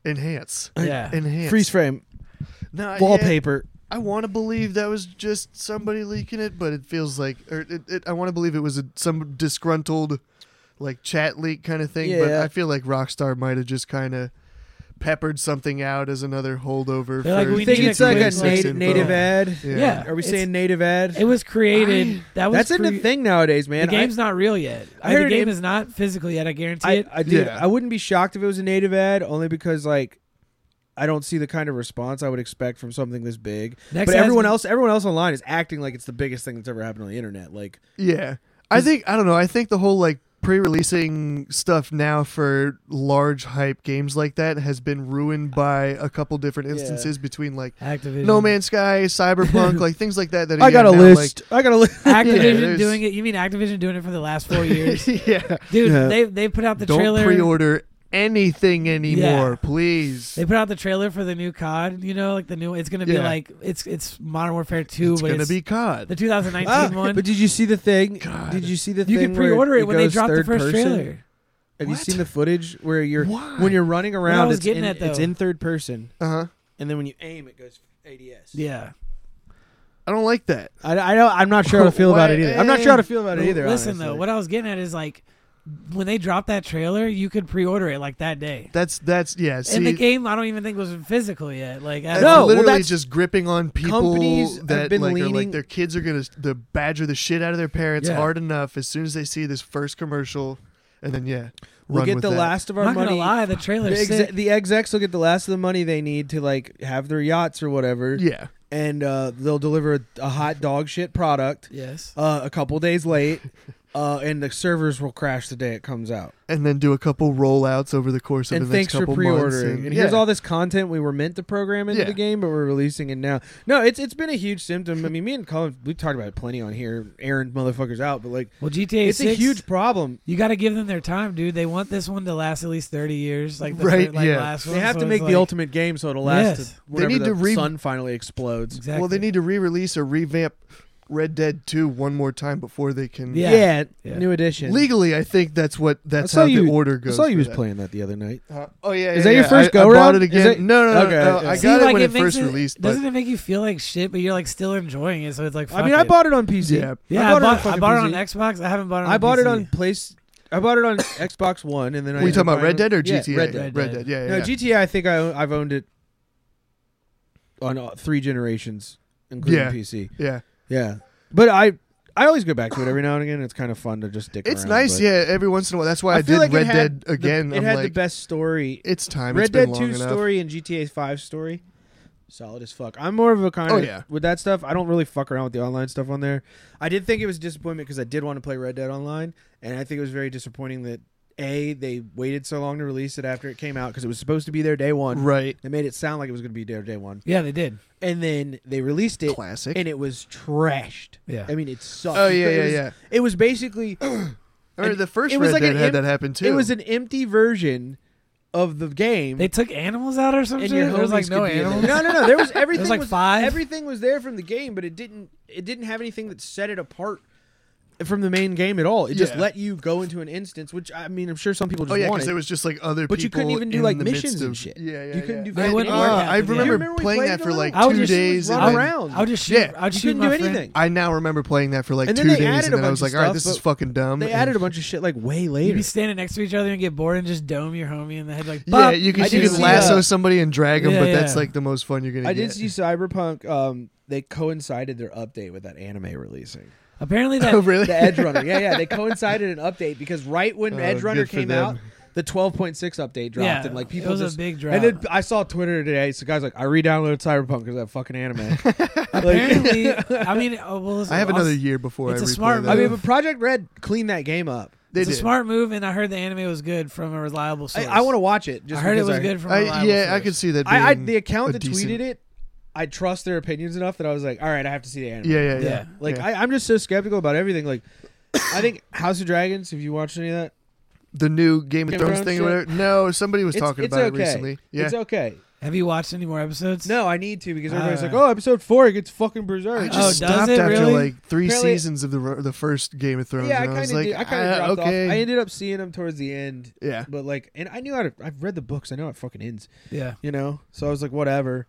S4: enhance,
S5: yeah.
S4: enhance,
S6: freeze frame,
S4: no, I-
S6: wallpaper.
S4: Uh, yeah, I want to believe that was just somebody leaking it, but it feels like, or it, it, I want to believe it was a, some disgruntled, like chat leak kind of thing. But
S6: Yeah.
S4: I feel like Rockstar might have just kind of peppered something out as another holdover.
S5: They're like,
S4: for
S5: we
S6: I think
S5: need
S6: it's like a
S5: quick sex
S6: native,
S5: info.
S6: native ad.
S4: Yeah.
S5: yeah.
S6: Are we
S5: It's-
S6: saying native ad?
S5: it was created? That was
S6: That's in the
S5: cre-
S6: thing nowadays,
S5: The
S6: man. I-
S5: game's not real yet. I
S6: I
S5: heard
S6: heard
S5: the game
S6: it-
S5: is not physical yet. I guarantee
S6: I,
S5: it.
S6: I dude,
S4: Yeah.
S6: I wouldn't be shocked if it was a native ad, only because like I don't see the kind of response I would expect from something this big.
S5: Next has
S6: but everyone
S5: been-
S6: else, everyone else online is acting like it's the biggest thing that's ever happened on the internet. Like,
S4: Yeah. I think I don't know. I think the whole like pre-releasing stuff now for large hype games like that has been ruined by a couple different instances between like
S5: Activision.
S4: No Man's Sky, Cyberpunk, like things like that that
S6: I
S4: yeah,
S6: got a
S4: now,
S6: list. I got a list.
S5: Activision
S4: there's-
S5: doing it. You mean Activision doing it for the last four years,
S4: Like, yeah.
S5: dude?
S6: Yeah.
S5: They they put out the
S4: Don't
S5: trailer.
S4: pre-order anything anymore, please.
S5: They put out the trailer for the new COD. You know, like the new. It's gonna be
S4: Yeah.
S5: like it's it's Modern Warfare Two,
S4: it's
S5: but
S4: going to
S5: it's
S4: be COD.
S5: the 2019
S6: Ah,
S5: one.
S6: but did you see the thing? Did you see the
S5: you
S6: thing?
S5: can
S6: where
S5: pre-order it when they
S6: goes
S5: drop the
S6: third
S5: first
S6: person?
S5: trailer.
S6: Have you
S4: What?
S6: seen the footage where you're
S4: Why?
S6: when you're running around?
S5: was
S6: It's
S5: getting
S6: in,
S5: at,
S6: it's
S5: though.
S6: in third person,
S4: uh-huh.
S6: and then when you aim, it goes ADS.
S5: Yeah.
S4: I don't like that.
S6: I, I don't, I'm not sure how to feel about it either. I'm not sure how to feel about it either.
S5: Listen
S6: honestly.
S5: though, what I was getting at is like when they dropped that trailer, you could pre-order it like that day.
S4: That's that's yeah, see
S5: and the game, I don't even think was physical yet. Like at
S4: that's
S6: No, well,
S5: all.
S4: literally
S6: that's-
S4: just gripping on people
S6: companies have
S4: that
S6: been
S4: like are
S6: leaning-
S4: like their kids are gonna the badger the shit out of their parents
S5: Yeah.
S4: hard enough as soon as they see this first commercial, and then yeah,
S6: We'll
S4: run
S6: get
S4: with
S6: the
S4: that.
S6: last of
S5: I'm
S6: our
S5: not
S6: money.
S5: gonna lie, the trailer
S6: the,
S5: sick.
S6: exe- the execs will get the last of the money they need to like have their yachts or whatever,
S4: Yeah,
S6: and uh, they'll deliver a, a hot dog shit product
S5: Yes.
S6: uh, a couple days late, uh, and the servers will crash the day it comes out.
S4: and then do a couple rollouts over the course of
S6: and
S4: the
S6: thanks
S4: next
S6: for
S4: couple months.
S6: pre-ordering. And,
S4: yeah.
S6: here's all this content we were meant to program into
S4: Yeah.
S6: the game, but we're releasing it now. No, it's it's been a huge symptom. I mean, me and Colin, we talked about it plenty on here, Aaron motherfuckers out, but like
S5: Well, GTA
S6: it's a
S5: 6,
S6: huge problem.
S5: You got to give them their time, dude. They want this one to last at least 30 years, like the
S4: Right,
S5: fir- like
S4: yeah.
S5: last one.
S6: They have
S5: so
S6: to
S5: it's
S6: make
S5: like-
S6: the ultimate game so it'll last.
S5: Yes.
S6: To whenever
S4: need
S6: the
S4: to re-
S6: sun finally explodes.
S5: Exactly.
S4: Well, they need to re-release or revamp Red Dead Two one more time before they can.
S5: Yeah.
S6: Yeah,
S5: Yeah.
S6: new edition.
S4: Legally, I think that's what that's
S6: I saw
S4: how
S6: you,
S4: the order
S6: I
S4: goes.
S6: saw you
S4: for
S6: was
S4: that.
S6: playing that the other night.
S4: Uh, oh yeah,
S6: Is
S4: yeah,
S6: that your
S4: yeah.
S6: first
S4: I-
S6: go
S4: I bought
S6: around?
S4: it
S6: Is
S4: again.
S6: that-
S4: no, no, no,
S6: Okay,
S4: no,
S6: okay.
S4: I
S6: See,
S5: See,
S4: got
S5: like,
S4: it when it
S5: makes
S4: first
S5: it-
S4: released, but
S5: Doesn't it make you feel like shit? But you're like still enjoying it, so it's like.
S6: I mean,
S5: fuck
S6: I
S5: it.
S6: bought it on PC.
S4: Yeah.
S5: Yeah, I bought,
S6: fucking
S5: I bought it
S6: PC.
S5: on Xbox. I haven't bought it. on
S6: I bought it
S5: PC.
S6: on place. I bought it on Xbox One, and then I
S4: we
S6: ended
S4: talking
S6: up
S4: about Red
S6: buying
S4: Dead or
S6: it- Yeah,
S4: GTA?
S6: Red Dead.
S5: Red Dead.
S4: Yeah, yeah.
S6: No,
S4: yeah.
S6: GTA. I think I I've owned it on all, three generations, including
S4: Yeah.
S6: PC.
S4: yeah.
S6: Yeah, but I I always go back to it every now and again. It's kind of fun to just dick.
S4: It's
S6: around,
S4: nice,
S6: but-
S4: yeah. Every once in a while, that's why I,
S6: I
S4: did
S6: feel like
S4: Red
S6: it had
S4: Dead
S6: the-
S4: again.
S6: It
S4: I'm
S6: had
S4: like,
S6: the best story.
S4: It's time.
S6: Red
S4: it's been
S6: Dead
S4: long
S6: Two
S4: enough.
S6: story and GTA Five story. Solid as fuck. I'm more of a kind
S4: Oh,
S6: of
S4: yeah.
S6: with that stuff. I don't really fuck around with the online stuff on there. I did think it was a disappointment because I did want to play Red Dead Online, and I think it was very disappointing that a they waited so long to release it after it came out because it was supposed to be their day one.
S4: Right.
S6: They made it sound like it was going to be their day one,
S5: Yeah, they did.
S6: and then they released it,
S4: Classic.
S6: and it was trashed.
S5: Yeah.
S6: I mean it sucked.
S4: Oh, yeah,
S6: It
S4: yeah,
S6: was-
S4: yeah.
S6: It was basically
S4: I remember
S6: And
S4: the first
S6: it was
S4: Red
S6: like
S4: Dead
S6: an
S4: had
S6: imp-
S4: that happen too.
S6: it was an empty version of the game.
S5: They took animals out or something.
S6: and your
S5: There was
S6: homies
S5: like no
S6: could be in
S5: animals.
S6: there. No, no, no. There was everything.
S5: like, five.
S6: Everything was there from the game, but it didn't. It didn't have anything that set it apart from the main game at all. It just
S4: Yeah.
S6: let you go into an instance, which I mean, I'm sure some people just
S4: oh yeah,
S6: wanted.
S4: because there was just like other.
S6: But you
S4: people
S6: couldn't even do,
S4: in
S6: like,
S4: the
S6: missions
S4: midst
S6: and
S4: of-
S6: shit.
S4: Yeah, yeah.
S6: You couldn't
S4: yeah.
S6: do fucking
S5: wouldn't
S6: anything.
S5: work
S4: Ah,
S5: out.
S4: I
S5: Yeah.
S4: remember,
S5: You
S6: remember we
S4: playing
S6: played
S4: that
S6: it
S4: for
S6: a
S4: like
S6: little? I
S4: two
S6: was just-
S4: days.
S6: I
S4: and then-
S6: ran around.
S5: I would just shoot.
S4: Yeah.
S5: I would
S6: You
S5: shoot
S6: couldn't
S5: my
S6: do
S5: friend.
S6: anything.
S4: I now remember playing that for like
S6: And then
S4: two
S6: they added
S4: days, and
S6: a
S4: then I was
S6: bunch
S4: like,
S6: of
S4: all right,
S6: stuff,
S4: this is
S6: but
S4: fucking dumb.
S6: They
S4: and-
S6: added a bunch of shit like way
S5: You'd
S6: later.
S5: be standing next to each other and get bored and just dome your homie in the head like.
S4: Yeah,
S5: "Bop."
S4: you can
S6: I
S4: you
S6: did
S4: can
S6: see,
S4: lasso
S6: uh,
S4: somebody and drag them,
S5: Yeah,
S4: but that's
S5: yeah.
S4: like the most fun you're gonna
S6: I
S4: get.
S6: did see Cyberpunk. Um, they coincided their update with that anime releasing.
S5: Apparently
S4: Oh
S5: that
S4: really?
S6: The Edge Runner. Yeah, yeah. They coincided an update because right when
S4: Oh,
S6: Edge Runner
S4: good for
S6: came
S4: them.
S6: out, the 12.6 update dropped,
S5: Yeah,
S6: and like
S5: it
S6: people
S5: was a
S6: just
S5: big
S6: And then
S5: drop.
S6: I saw Twitter today. So guys, like I re-downloaded Cyberpunk because that fucking anime. like,
S5: apparently. I mean, oh, well, listen,
S4: I have
S5: I'll-
S4: another year before
S5: it's
S4: I
S5: a
S4: replay
S5: smart
S4: that.
S6: I mean, but Project Red cleaned that game up.
S4: they
S5: It's a
S4: did.
S5: smart move, and I heard the anime was good from a reliable
S6: I,
S5: source.
S6: I want to watch it.
S5: I
S6: Just
S5: heard it
S6: because
S5: was good from a
S4: I,
S5: reliable
S4: yeah, I
S5: source.
S4: could see that.
S6: I, I
S4: being
S6: the account
S4: a
S6: that
S4: decent-
S6: tweeted it. I trust their opinions enough that I was like, all right, I have to see the anime.
S4: Yeah, yeah, yeah.
S5: Yeah.
S6: Like
S4: yeah.
S6: I, I'm just so skeptical about everything. Like I think House of Dragons. Have you watched any of that?
S4: the new Game of
S6: Game of
S4: Thrones
S6: Thrones
S4: thing or
S6: shit?
S4: whatever. No, somebody was
S6: It's-
S4: talking
S6: it's
S4: about
S6: okay.
S4: it recently. Yeah,
S6: It's okay.
S5: Have you watched any more episodes?
S6: No, I need to because everybody's
S5: Uh,
S6: like, oh, episode four, it gets fucking berserk.
S4: Ah. I
S5: Oh, does
S4: just stopped
S5: it
S4: after
S5: really?
S4: like three
S6: Apparently-
S4: seasons of the ro- the first Game of Thrones.
S6: Oh. yeah, I
S4: and I,
S6: kind of
S4: was like,
S6: I kind
S4: "Ah,
S6: of dropped
S4: okay.
S6: off. I ended up seeing him towards the end,
S4: yeah,
S6: but like, and I knew how to. I've read the books. I know how it fucking ends.
S5: Yeah.
S6: you know. So I was like, whatever.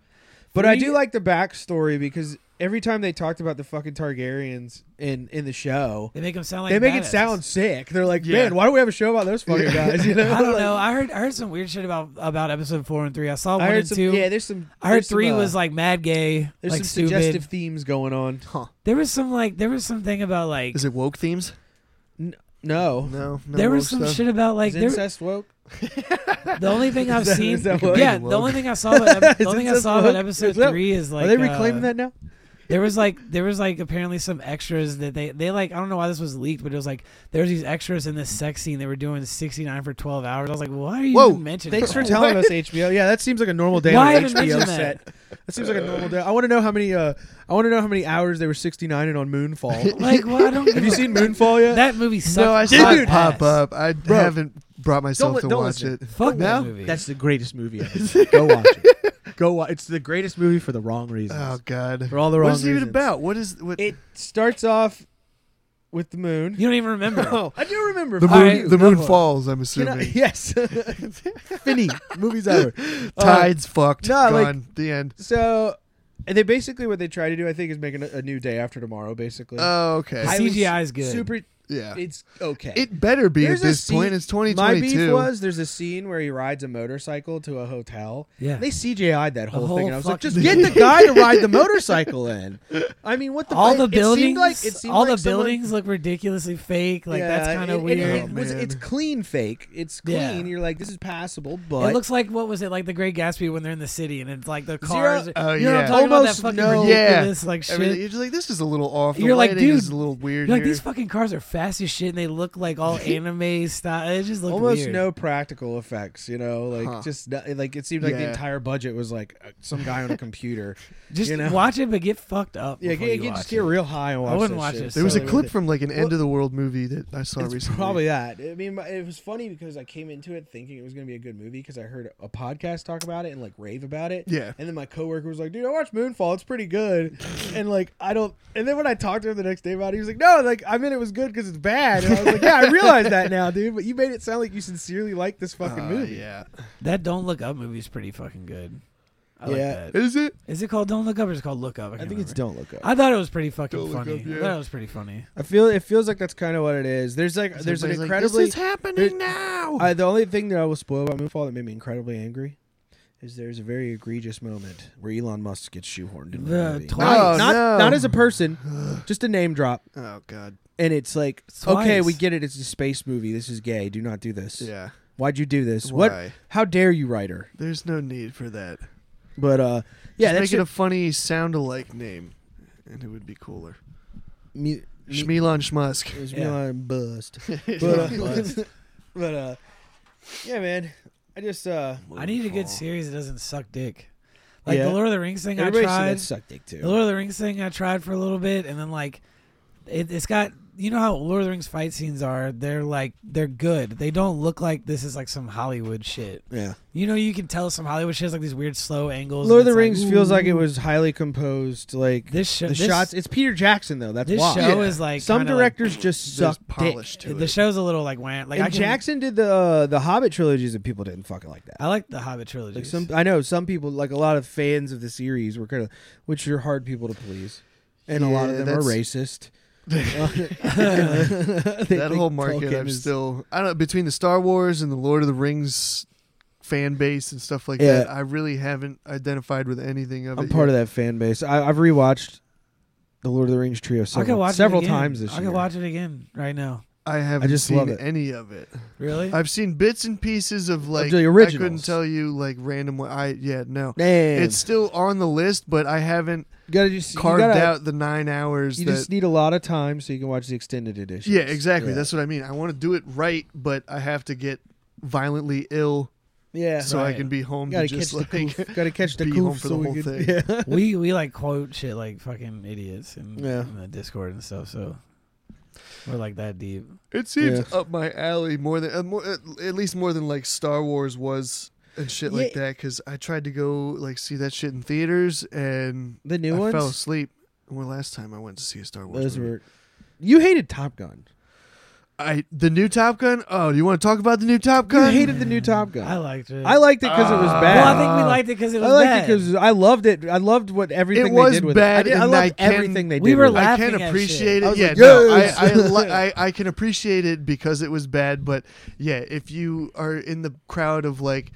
S6: But
S5: For
S6: I
S5: me-
S6: do like the backstory because every time they talked about the fucking Targaryens in in the show,
S5: They make them sound like
S6: they make it
S5: badasses.
S6: sound sick. They're like,
S4: Yeah.
S6: man, why do we have a show about those fucking guys? You know,
S5: I don't
S6: Like,
S5: know. I heard I heard some weird shit about about episode four and three. I saw
S6: I
S5: one
S6: heard
S5: and
S6: some.
S5: two.
S6: Yeah, there's some.
S5: I heard
S6: there's some,
S5: three
S6: uh,
S5: was like mad gay,
S6: There's
S5: like
S6: some
S5: stupid.
S6: suggestive themes going on.
S5: there was some like there was something about like
S4: is it woke themes?
S6: No,
S4: No, no
S5: there
S4: woke
S5: was some
S4: stuff?
S5: shit about like
S6: is
S5: there,
S6: incest woke?
S5: the only thing I've
S6: that-
S5: seen.
S6: is that what-
S5: yeah,
S4: Woke.
S5: the only thing I saw about ep-
S6: Is
S5: the only thing I
S6: incest
S5: saw about
S6: woke?
S5: episode
S6: Is that-
S5: three is like
S6: Are they reclaiming
S5: uh,
S6: that now?
S5: There was like there was like apparently some extras that they they like I don't know why this was leaked, but it was like there was these extras in this sex scene they were doing sixty nine for twelve hours. I was like, why are you
S4: Whoa,
S5: even mentioning?
S6: Thanks for
S5: that?
S6: telling us HBO. Yeah, that seems like a normal day
S5: Why
S6: on an
S5: even mention
S6: HBO
S5: that?
S6: set. That seems like a normal day. I want to know how many. Uh, I want to know how many hours they were 69 in on Moonfall.
S5: Like, well, I don't.
S6: Have you seen Moonfall yet?
S5: that movie? Sucked
S4: No, I
S5: my
S4: saw it
S5: ass.
S4: pop up. I haven't brought myself
S6: li-
S4: to
S6: don't
S4: watch
S6: listen.
S4: it.
S5: Fuck that
S4: No?
S5: movie.
S6: That's the greatest movie ever. Go watch it. Go watch. It's the greatest movie for the wrong reasons.
S4: Oh God,
S6: For all the
S4: what
S6: wrong
S4: is it even
S6: reasons.
S4: about? What is what?
S6: It starts off with the moon. Oh,
S5: you don't even remember.
S6: I do remember.
S4: the
S5: All
S4: moon,
S5: right,
S4: the
S5: go
S4: moon
S5: for it.
S4: falls. I'm
S6: Can I-
S4: assuming
S6: yes. Finny. Movie's over. Uh,
S4: tides fucked.
S6: no, like-
S4: gone. the end.
S6: so, and they basically what they try to do, I think, is make an, a new day after tomorrow. Basically,
S4: Oh, okay.
S5: I-
S6: I was
S5: CGI is good.
S6: Super.
S4: yeah,
S6: It's okay.
S4: it better be
S6: There's
S4: at
S6: a
S4: this
S6: scene-
S4: point. It's
S6: My beef
S4: 2022.
S6: was there's a scene where he rides a motorcycle to a hotel.
S5: Yeah.
S6: They CGI'd that whole,
S5: whole
S6: thing. And I was like,
S5: fucking
S6: just
S5: thing.
S6: get the guy to ride the motorcycle in. I mean, what the
S5: all
S6: it-
S5: the
S6: it seemed
S5: buildings,
S6: like, it seemed
S5: all
S6: like
S5: the
S6: someone-
S5: buildings look ridiculously fake. Like
S6: Yeah,
S5: that's kind
S6: it-
S5: of
S6: it-
S5: weird.
S6: It,
S5: It,
S6: was,
S4: Oh, man.
S6: it's clean fake. It's clean.
S5: Yeah.
S6: You're like, this is passable, but
S5: looks like what was it like the Great Gatsby when they're in the city and it's like the
S6: Zero-
S5: cars.
S4: Oh,
S5: you know what
S4: yeah.
S5: I'm talking
S6: Almost
S5: about? That
S6: no-
S5: fucking ridiculous like shit.
S4: Everything, you're just like, this is a little off. The
S5: You're like,
S4: lighting is
S5: dude,
S4: a little weird.
S5: You're like
S4: here.
S5: these fucking cars are fast as shit and they look like all anime style. It just looks
S6: almost
S5: weird.
S6: no practical effects. You know, like
S4: Huh.
S6: just no- like it seemed like the
S4: Yeah.
S6: entire budget was like uh, some guy on a computer.
S5: Just
S6: you know?
S5: watch it, but get fucked up.
S6: yeah,
S5: before
S6: get,
S5: you
S6: get-
S5: watch
S6: just get
S5: it.
S6: real high and watch.
S5: wouldn't
S6: that
S5: watch
S6: shit.
S5: it.
S4: There was a
S5: So-
S4: clip from like an end of the world movie that I saw
S6: it's
S4: recently.
S6: probably that. I mean, my- it was funny because I came into it thinking it was going to be a good movie because I heard a podcast talk about it and like rave about it.
S4: Yeah.
S6: And then my coworker was like, "Dude, I watched Moonfall. It's pretty good." and like, I don't. And then when I talked to him the next day about it, he was like, "No, like I meant it was good because it's bad." And I was like, "Yeah, I realize that now, dude. But you made it sound like you sincerely like this fucking
S4: Uh,
S6: movie."
S4: yeah.
S5: that. Don't look up movie's pretty fucking good. I
S6: Yeah.
S5: like that.
S4: Is it?
S5: Is it called Don't Look Up or is it called Look Up? I, can't remember.
S6: Don't Look
S5: I thought it was pretty fucking
S4: Don't Look
S5: funny.
S4: Up, yeah.
S5: I thought it was pretty funny.
S6: I feel it feels like that's kind of what it is. There's like there's an
S4: Everybody's like,
S6: incredibly
S4: this is happening now.
S6: I, the only thing that I will spoil about Moonfall that made me incredibly angry is there's a very egregious moment where Elon Musk gets shoehorned into
S5: The
S6: the movie.
S5: twice.
S6: Not,
S4: Oh,
S6: not,
S4: no.
S6: not as a person, just a name drop.
S4: oh God.
S6: And it's like,
S5: Twice.
S6: okay, we get it. It's a space movie. This is gay. Do not do this.
S4: Yeah.
S6: Why'd you do this? What?
S4: Why?
S6: How dare you, writer?
S4: There's no need for that.
S6: But uh, yeah,
S4: Just
S6: that's
S4: make it a funny sound-alike name, and it would be cooler.
S6: me, me,
S4: Shmilon Schmusk.
S6: it was
S5: Yeah.
S6: Elon bust.
S4: But,
S6: But, uh, but uh, yeah, man. I just uh,
S5: I need a good series that doesn't suck dick. Like
S6: Yeah.
S5: the Lord of the Rings thing,
S6: everybody
S5: I
S6: should
S5: tried.
S6: that suck dick too.
S5: The Lord of the Rings thing I tried for a little bit, and then like it, it's got you know how Lord of the Rings fight scenes are. They're like they're good. They don't look like this is like some Hollywood shit.
S6: yeah.
S5: You know, you can tell some Hollywood shit has like these weird slow angles.
S6: Lord of
S5: and
S6: the
S5: it's
S6: Rings
S5: like,
S6: feels like
S5: ooh.
S6: it was highly composed. Like
S5: This show,
S6: the
S5: this,
S6: shots, it's Peter Jackson though. That's
S5: This
S6: why.
S5: show is like
S6: Some
S5: kinda,
S6: directors just
S4: There's
S6: suck
S4: polish
S5: Like,
S4: to
S5: the
S4: it.
S5: show's a little like wham. Like
S6: Like and
S5: I can,
S6: Jackson did the uh, the Hobbit trilogies, and people didn't fucking like that.
S5: I like the Hobbit trilogy.
S6: Like some, I know some people, like a lot of fans of the series, were kind of, which are hard people to please, and a lot of
S4: Yeah,
S6: them are
S4: that's-
S6: racist. that
S4: that whole market, I'm still. I don't. Between the Star Wars and the Lord of the Rings fan base and stuff like
S6: Yeah.
S4: that, I really haven't identified with anything of it.
S6: I'm part of that fan base. I, I've rewatched the Lord of the Rings trio
S5: I
S6: several,
S5: could watch
S6: several
S5: it again.
S6: times this
S5: I
S6: year.
S5: could watch it again right now.
S4: I haven't
S6: just
S4: seen
S6: love it.
S4: any of it.
S5: Really?
S4: I've seen bits and pieces of like
S6: the
S4: I couldn't
S6: originals.
S4: tell you like random. I yeah no.
S6: Damn,
S4: It's still on the list, but I haven't
S6: you gotta just you
S4: carved
S6: gotta-
S4: out the nine hours.
S6: You
S4: that,
S6: just need a lot of time so you can watch the extended edition.
S4: yeah, exactly. That's what I mean. I want to do it right, but I have to get violently ill
S6: Yeah.
S4: so I
S5: Right.
S4: can be home to
S6: Gotta
S4: just
S6: catch
S4: like
S6: the goof. Gotta catch the
S4: be
S6: goof
S4: home for
S6: so
S4: the
S6: we
S4: whole
S6: could-
S4: thing.
S6: Yeah.
S5: we we like quote shit like fucking idiots in,
S6: Yeah.
S5: in the Discord and stuff. So we're like that deep.
S4: It seems
S6: Yeah.
S4: up my alley more than uh, more, at, at least more than like Star Wars was and shit like
S6: Yeah.
S4: that. Because I tried to go like see that shit in theaters and
S6: The new
S4: I
S6: ones.
S4: fell asleep. When last time I went to see a Star Wars
S6: Those
S4: movie.
S6: were. You hated Top Gun.
S4: I the new Top Gun. Oh, do you want to talk about the new Top
S6: You
S4: Gun? Ah.
S6: hated the new Top Gun.
S5: I liked it.
S6: I liked it because it was bad.
S5: Well, I think we liked it because it
S6: I
S5: was
S6: liked
S5: bad.
S6: it because I loved it. I loved what everything
S4: was
S6: they did with
S4: bad
S6: it. I, did, I
S4: and
S6: loved
S4: I can-
S6: everything they did.
S5: We were
S6: with it.
S4: I
S5: laughing
S4: can
S5: at
S4: appreciate
S5: shit.
S4: it.
S6: I was
S4: Yeah,
S6: like,
S4: no,
S6: yes!
S4: I, I, li- I I can appreciate it because it was bad. But yeah, if you are in the crowd of like,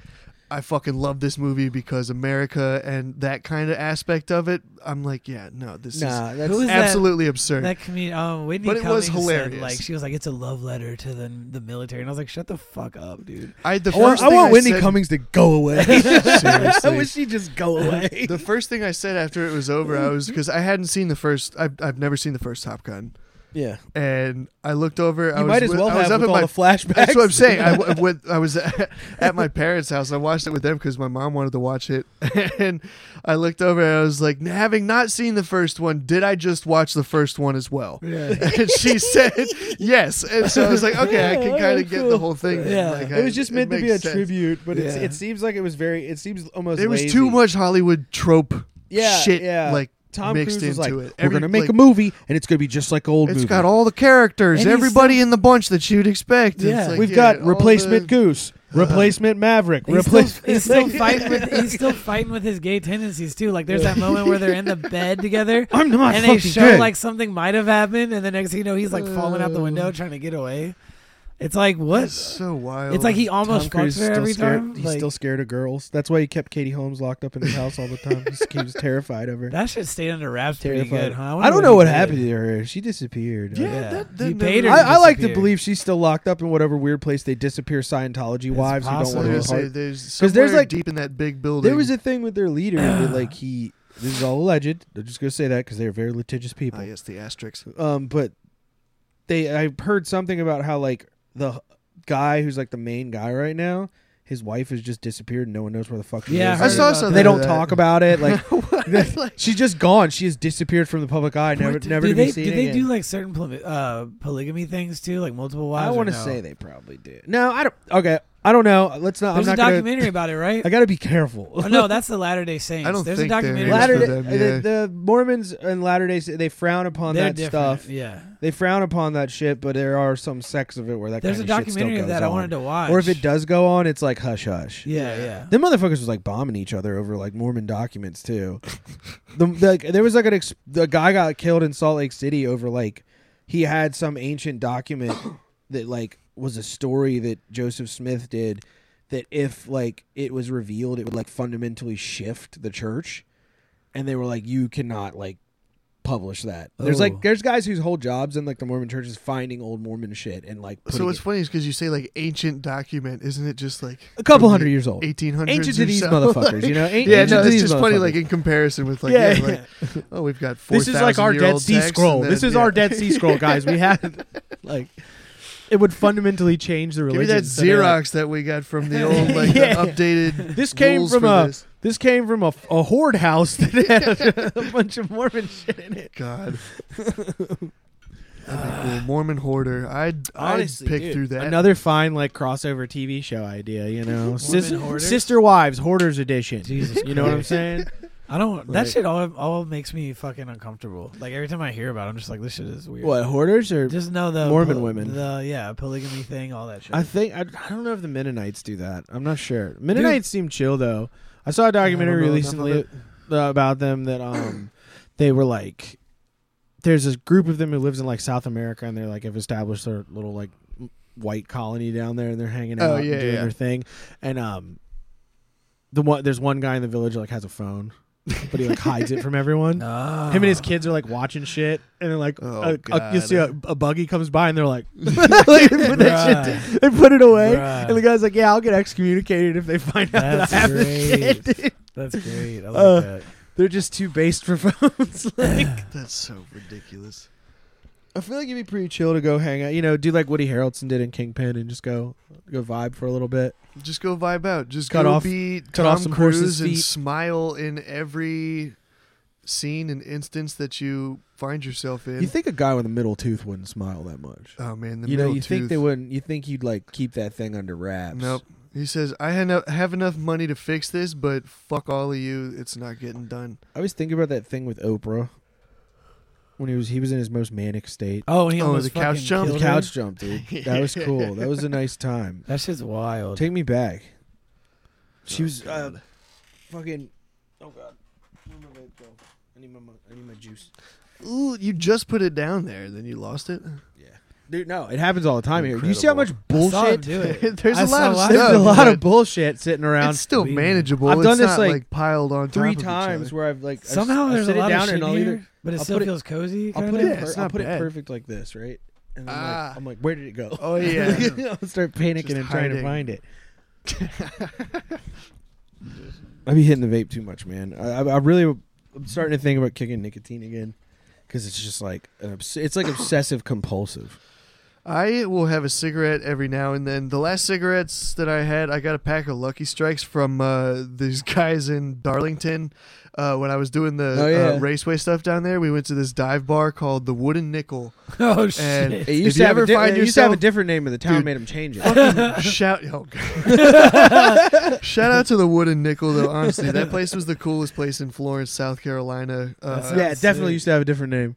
S4: I fucking love this movie because America and that kind of aspect of it, I'm like, yeah, no, this
S6: Nah,
S4: is
S6: that's
S5: Who was that-
S4: absolutely absurd.
S5: That comedian, um, Whitney
S4: But it was
S5: Cummings
S4: hilarious.
S5: Said, like she was like, "It's a love letter to the the military," and I was like, "Shut the fuck up, dude."
S4: I the
S6: I want,
S4: first
S6: I
S4: thing
S6: want Whitney
S4: said-
S6: Cummings to go away. I
S4: Seriously.
S6: wish she'd just go away.
S4: The first thing I said after it was over, I was because I hadn't seen the first. I've, I've never seen the first Top Gun,
S6: yeah,
S4: and I looked over. I
S6: you
S4: was
S6: might as
S4: with-
S6: well
S4: I was
S6: have
S4: up
S6: with
S4: at
S6: all
S4: my
S6: the flashbacks.
S4: That's what I'm saying. I, w- with, I was at my parents' house. I watched it with them because my mom wanted to watch it, and I looked over and I was like, "N- having not seen the first one, did I just watch the first one as well? and she said yes, and so I was like, okay, I can
S6: Yeah,
S4: kind
S6: okay,
S4: of get
S6: cool.
S4: the whole thing.
S5: Yeah.
S4: Like,
S6: It
S4: I-
S6: was just meant to
S4: makes
S6: be a
S4: sense.
S6: tribute, but it's,
S5: Yeah.
S6: it seems like it was very. It seems almost.
S4: There was
S6: lazy.
S4: too much Hollywood trope
S6: Yeah,
S4: shit
S6: yeah.
S4: like
S6: Tom
S4: mixed
S6: Cruise was
S4: into
S6: like,
S4: it.
S6: "We're
S4: Every-
S6: gonna make
S4: like,
S6: a movie, and it's gonna be just like old
S4: It's
S6: movie.
S4: got all the characters,
S5: And he's
S4: everybody in the bunch that you'd expect. It's
S5: Yeah.
S4: like,
S6: We've
S4: yeah,
S6: got
S4: all
S6: replacement
S4: the-
S6: Goose, replacement Maverick,
S5: He's still,
S6: replacement.
S5: he's still fighting with he's still fighting with his gay tendencies too. Like there's that moment where they're in the bed together
S6: I'm not
S5: and they
S6: fucking
S5: show
S6: gay.
S5: like something might have happened, and the next thing you know, he's like falling out the window
S6: Uh.
S5: trying to get away. It's like what?
S4: It's so wild.
S5: It's like he almost
S6: Tom Cruise
S5: fucks
S6: is
S5: her
S6: still
S5: every
S6: scared.
S5: time.
S6: He's
S5: Like,
S6: still scared of girls. That's why he kept Katie Holmes locked up in his house all the time. He's- he was terrified of her.
S5: that shit stayed under wraps
S6: terrified.
S5: pretty good, huh?
S6: I,
S5: wonder
S6: don't know
S5: he
S6: what
S5: did.
S6: happened to her. She disappeared.
S4: Yeah,
S5: Yeah.
S4: That, that
S5: He
S4: never-
S5: paid her.
S6: I, I like to
S5: disappeared.
S6: believe she's still locked up in whatever weird place they disappear Scientology wives who don't
S5: possible.
S6: want
S5: Yeah,
S6: to
S5: so
S6: be
S4: Because
S6: part.
S4: there's
S6: 'Cause there's,
S4: somewhere
S6: like-
S4: deep in that big building.
S6: There was a thing with their leader that like he. This is all alleged. I'm just gonna say that because they're very litigious people.
S4: Ah, yes, the asterisks.
S6: Um, but they I heard something about how like the h- guy who's like the main guy right now, his wife has just disappeared. and No one knows where the fuck she
S5: Yeah,
S6: is.
S5: I I saw heard about
S6: They
S5: something
S6: don't
S4: of that.
S6: talk about it. Like
S4: Like-
S6: she's just gone. She has disappeared from the public eye. Never,
S5: What-
S6: never
S5: do
S6: to
S5: they
S6: be seen
S5: do they
S6: again.
S5: do like certain poly- uh, polygamy things too, like multiple wives?
S6: I
S5: want to
S6: say they probably do. No, I don't. Okay, I don't know. Let's not.
S5: There's
S6: I'm
S5: a
S6: not gonna-
S5: documentary about it, right?
S6: I gotta be careful.
S5: oh, no, that's the Latter Day Saints.
S4: I don't
S5: There's
S4: think
S5: a
S4: there
S5: documentary.
S4: is.
S5: about
S6: Latter
S4: for
S5: it.
S4: them,
S6: the,
S4: yeah.
S6: the Mormons and Latter Day they frown upon
S5: They're
S6: that
S5: different,
S6: stuff.
S5: Yeah,
S6: They frown upon that shit, but there are some sects of it where that
S5: there's a
S6: kind of shit still
S5: documentary of
S6: goes
S5: that I
S6: on.
S5: wanted to watch.
S6: Or if it does go on, it's like hush hush.
S5: yeah, yeah.
S6: Them motherfuckers was like bombing each other over like Mormon documents too. the, the, there was like an ex- the guy got killed in Salt Lake City over like he had some ancient document that like was a story that Joseph Smith did that if like it was revealed it would like fundamentally shift the church and they were like you cannot like publish that. There's
S5: Oh.
S6: like there's guys whose whole jobs in like the Mormon church is finding old Mormon shit and like
S4: So
S6: putting
S4: what's
S6: it-
S4: funny is because you say like ancient document, isn't it just like
S6: a couple hundred years old.
S4: eighteen hundreds?
S6: Ancient to these
S4: so?
S6: motherfuckers, you know. An-
S4: yeah,
S6: ancient
S4: no,
S6: to
S4: it's
S6: these
S4: just funny.
S6: motherfuckers.
S4: Like in comparison with like,
S6: Yeah,
S4: yeah, like oh, we've got four
S7: This is like our Dead Sea Scroll. This is our Dead Sea Scroll, guys. We had like it would fundamentally change the
S4: Give me
S7: religion.
S4: that
S7: So they're like,
S4: Xerox that we got from the old like
S7: Yeah.
S4: the updated.
S7: This came
S4: rules
S7: from
S4: for
S7: a
S4: this.
S7: this. came from a, a hoard house that had a bunch of Mormon shit in it.
S4: God. That'd be cool. Mormon hoarder. I'd
S6: Honestly,
S4: I'd pick
S6: dude,
S4: through that.
S7: Another fine like crossover TV show idea, you know, Sis-
S5: hoarders?
S7: sister wives hoarders edition.
S5: Jesus
S7: you know what I'm
S5: Christ.
S7: saying?
S5: I don't. That
S6: Like-
S5: shit all all makes me fucking uncomfortable. Like every time I hear about, it, I'm just like, this shit is weird.
S6: What hoarders or
S5: Just know the
S6: Mormon women.
S5: The yeah, polygamy thing, all that shit.
S6: I think I, I don't know if the Mennonites do that. I'm not sure.
S5: Mennonites
S6: Mennonites seem chill though. I saw a documentary
S4: know
S6: recently
S4: enough
S6: uh, about them that um they were like there's this group of them who lives in like South America and they're like have established their little like m- white colony down there and they're hanging out
S4: Oh,
S6: and
S4: yeah,
S6: doing
S4: yeah.
S6: their thing and um the one there's one guy in the village that, like has a phone but he like hides it from everyone.
S5: Ah.
S7: Him and his kids are like watching shit, and they're like,
S4: Oh,
S7: a- a, you
S4: God.
S7: see a, a buggy comes by, and they're like, like, they, put that shit
S5: Bruh.
S7: down. they put it away,
S5: Bruh.
S7: and the guy's like, yeah, I'll get excommunicated if they find out
S5: That's
S7: that I have this
S5: great.
S7: shit.
S5: That's great. I like
S7: Uh,
S5: that.
S7: they're just too based for phones. like,
S4: That's so ridiculous.
S6: I feel like it'd be pretty chill to go hang out, you know, do like Woody Harrelson did in Kingpin and just go go vibe for a little bit.
S4: Just go vibe out. Just
S6: Cut
S4: go
S6: off-
S4: be
S6: cut
S4: Tom
S6: off some horses'
S4: Cruise and
S6: feet.
S4: smile in every scene and instance that you find yourself in.
S6: You think a guy with a middle tooth wouldn't smile that much?
S4: oh man, the
S6: You know,
S4: middle
S6: you think
S4: tooth.
S6: they wouldn't. You think you'd like keep that thing under wraps?
S4: Nope. He says, "I had no- have enough money to fix this, but fuck all of you. It's not getting done."
S6: I always think about that thing with Oprah when he was he was in his most manic state.
S5: Oh, and he
S4: Oh,
S5: almost
S4: the couch
S5: fucking
S4: jump?
S5: killed
S6: The
S5: her?
S6: couch jump, dude. That was cool. That was a nice time.
S5: That shit's wild.
S6: Take me back. She was uh, fucking. Oh god. Where my vape go? I need my mo- I need my juice.
S4: Ooh, you just put it down there, then you lost it.
S6: Dude, no, it happens all the time here. Do you see how much bullshit?
S5: I saw him do it.
S4: There's
S5: I
S4: a
S5: saw
S4: lot of
S5: a
S4: stuff.
S5: lot-
S6: There's a lot
S4: but
S6: of bullshit sitting around.
S4: It's still
S5: Believe me.
S4: manageable.
S6: I've
S4: it's
S6: done this,
S4: not
S6: like,
S4: like, piled on top
S6: three
S4: of each
S6: times
S4: other.
S6: where I've like
S5: Somehow
S6: I'll
S5: there's a
S6: sit it
S5: lot
S6: down
S5: of shit
S6: and I'll
S5: here,
S6: either
S5: but it
S6: I'll
S5: still
S6: put it-
S5: feels cozy.
S6: I'll
S5: kinda.
S6: put it
S4: Yeah,
S6: per-
S4: it's
S6: I'll
S4: not
S6: put it
S4: bad.
S6: perfect like this, right? And I'm,
S4: Ah.
S6: like, I'm like, where did it go?
S4: Oh, yeah.
S6: I'll start panicking
S4: Just
S6: and trying to
S4: hiding.
S6: find it. I be hitting the vape too much, man. I, I, I really, I'm starting to think about kicking nicotine again because it's just like an obs- it's like obsessive compulsive.
S4: I will have a cigarette every now and then. The last cigarettes that I had, I got a pack of Lucky Strikes from uh, these guys in Darlington. Uh, when I was doing the
S6: Oh, yeah.
S4: uh, raceway stuff down there, we went to this dive bar called the Wooden Nickel.
S5: Oh shit!
S4: And
S6: It
S4: if
S6: used,
S4: you
S6: to have,
S4: ever
S6: a di-
S4: find
S6: it used to have a
S4: yourself-
S6: different name, but the town
S4: Dude.
S6: made them change it.
S4: fucking shout oh, God. shout out to the wooden nickel though honestly that place was the coolest place in florence south carolina uh,
S6: yeah, it definitely used to have a different name.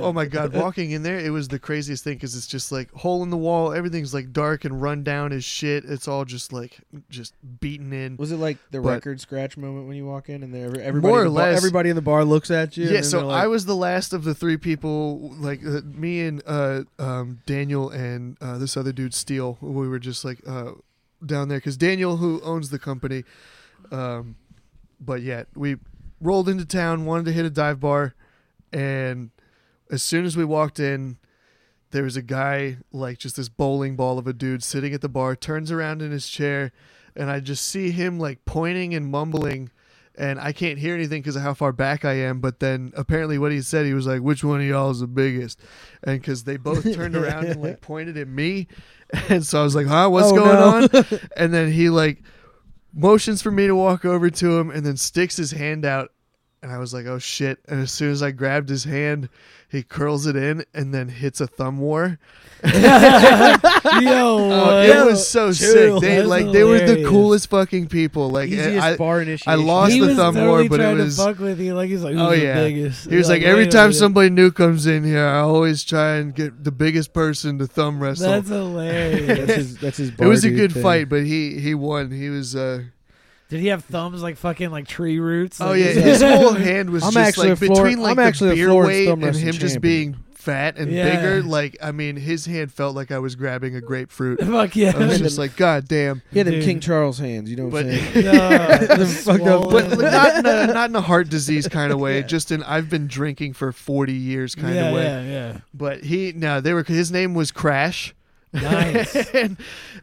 S4: oh my god walking in there it was the craziest thing because it's just like hole in the wall everything's like dark and run down as shit it's all just like just beaten in
S6: Was it like the
S4: But-
S6: record scratch moment when you walk in and there everybody in
S4: More
S6: the
S4: or
S6: bar-
S4: less.
S6: everybody in the bar looks at you?
S4: yeah
S6: and
S4: so
S6: they're like,
S4: i was the last of the three people like uh, me and uh, um, daniel and uh, this other dude steele we were just like uh, down there because daniel who owns the company um, but yeah we rolled into town wanted to hit a dive bar and as soon as we walked in there was a guy like just this bowling ball of a dude sitting at the bar turns around in his chair and i just see him like pointing and mumbling and i can't hear anything because of how far back i am but then apparently what he said he was like which one of y'all is the biggest and because they both turned around and like pointed at me and so i was like huh what's
S6: Oh,
S4: going on and then he like motions for me to walk over to him and then sticks his hand out and I was like, "Oh shit!" And as soon as I grabbed his hand, he curls it in and then hits a thumb war.
S5: Yo,
S4: Oh,
S5: what?
S4: it was so sick. They
S5: That's
S4: like they were the
S5: hilarious.
S4: coolest fucking people. Like and I,
S6: bar initiation.
S4: I lost
S5: he
S4: the
S5: was
S4: thumb
S5: totally
S4: war, but it
S5: trying
S4: was-
S5: to fuck with you. Like he's like,
S4: oh
S5: who's the
S4: yeah,
S5: biggest?
S4: he was
S5: You're
S4: like, every
S5: wait a
S4: time
S5: minute.
S4: somebody new comes in here, I always try and get the biggest person to thumb wrestle.
S5: That's hilarious.
S6: That's his, that's his
S4: it was a
S6: bar
S4: good
S6: dude
S4: fight, but he he won. He was. uh
S5: Did he have thumbs like fucking like tree roots?
S4: Oh
S5: Like,
S4: yeah,
S5: he's
S4: his
S5: like-
S4: whole hand was
S6: I'm
S4: just
S6: actually a
S4: like
S6: Flor-
S4: between like
S6: I'm
S4: the
S6: actually a
S4: beer
S6: Florence
S4: weight
S6: thumb
S4: and him
S6: wrestling
S4: just
S6: champion.
S4: being fat and
S5: Yeah.
S4: bigger. Like I mean, his hand felt like I was grabbing a grapefruit.
S5: Fuck yeah.
S4: I was just like, God damn!
S6: Thing. He had them
S5: Dude.
S6: King Charles hands, you know what I'm
S4: But-
S6: saying?
S5: No,
S6: The fucked up-
S5: swollen.
S4: But not in a not in a heart disease kind of way. Just in I've been drinking for forty years kind
S5: yeah,
S4: of way.
S5: yeah,
S4: But he no, they were his name was Crash.
S5: yeah. Nice.
S4: and,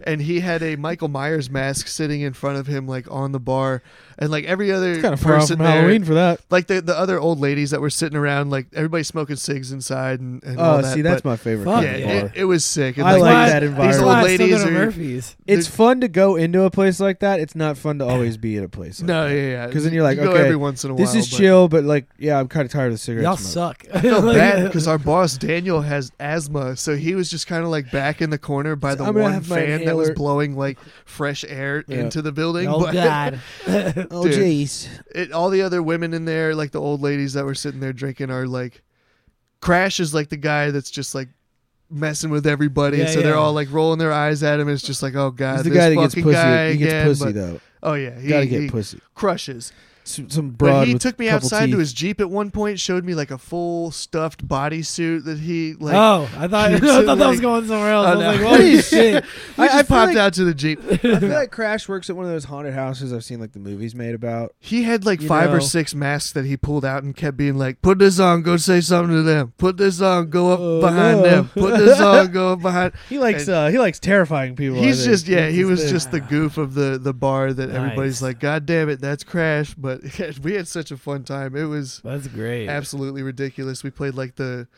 S4: and he had a Michael Myers mask sitting in front of him, like on the bar, and like every other
S6: Kind of far off
S4: person
S6: from
S4: there,
S6: Halloween for that.
S4: like the the other old ladies that were sitting around, like everybody smoking cigs inside and, and all
S6: Oh,
S4: that.
S6: see, that's
S4: but,
S6: my favorite.
S5: Fuck
S6: kind
S4: yeah,
S6: of
S5: yeah.
S6: bar.
S4: It, it was sick. And,
S6: I like
S5: Why-
S6: that
S5: These
S6: environment.
S5: old
S4: old
S5: ladies
S4: ladies
S5: are
S4: are-
S5: Murphy's.
S6: it's fun to go into a place like that. It's not fun to always be at a place. Like
S4: no,
S6: that.
S4: yeah, yeah.
S6: 'Cause then you're like,
S4: You go
S6: okay,
S4: every once in a while.
S6: this is
S4: but-
S6: chill, but like, yeah, I'm kind of tired of the cigarette
S5: Y'all
S6: smoke.
S5: suck.
S4: I felt
S5: Like,
S4: bad because our boss Daniel has asthma, so he was just kind of like back in the corner by the
S6: I'm gonna
S4: one
S6: have my
S4: fan that was
S6: inhaler.
S4: blowing like fresh air
S6: Yeah.
S4: into the building.
S5: oh
S4: but
S5: god.
S6: Oh
S4: Dude.
S6: jeez,
S4: it, all the other women in there, like the old ladies that were sitting there drinking, are like, Crash is like the guy that's just like messing with everybody, and
S5: Yeah,
S4: so they're
S5: yeah.
S4: all like rolling their eyes at him. It's just like, oh god,
S6: he's the
S4: this
S6: guy that gets
S4: fucking
S6: pussy.
S4: guy
S6: he gets
S4: again,
S6: pussy
S4: but-
S6: though.
S4: Oh yeah, he,
S6: Gotta get
S4: he
S6: pussy.
S4: crushes.
S6: Some, some broad
S4: But he
S6: with
S4: took me
S6: couple
S4: outside
S6: teeth.
S4: to his jeep at one point, showed me like a full stuffed bodysuit that he like.
S5: oh, I thought I
S4: keeps
S5: thought
S4: it,
S5: that was
S4: like-
S5: going somewhere else.
S4: Oh,
S5: I was
S4: no.
S5: like, holy shit.
S4: We
S6: I-
S4: just
S6: I feel
S4: popped
S6: like-
S4: out to the jeep.
S6: I feel like Crash works at one of those haunted houses I've seen like the movies made about.
S4: He had like
S6: You
S4: five or
S6: know.
S4: six masks that he pulled out and kept being like, "Put this on, go say something to them. Put this on, go up
S6: Oh,
S4: behind
S6: no.
S4: them. Put this on, go up behind."
S6: He likes
S4: And-
S6: uh, he likes terrifying people. I
S4: He's
S6: think.
S4: just yeah, he
S6: That's
S4: was
S6: his
S4: just the goof of the the bar that everybody's
S5: Nice.
S4: like, "God damn it, that's Crash!" But we had such a fun time. It was
S5: That's great.
S4: absolutely ridiculous. We played like the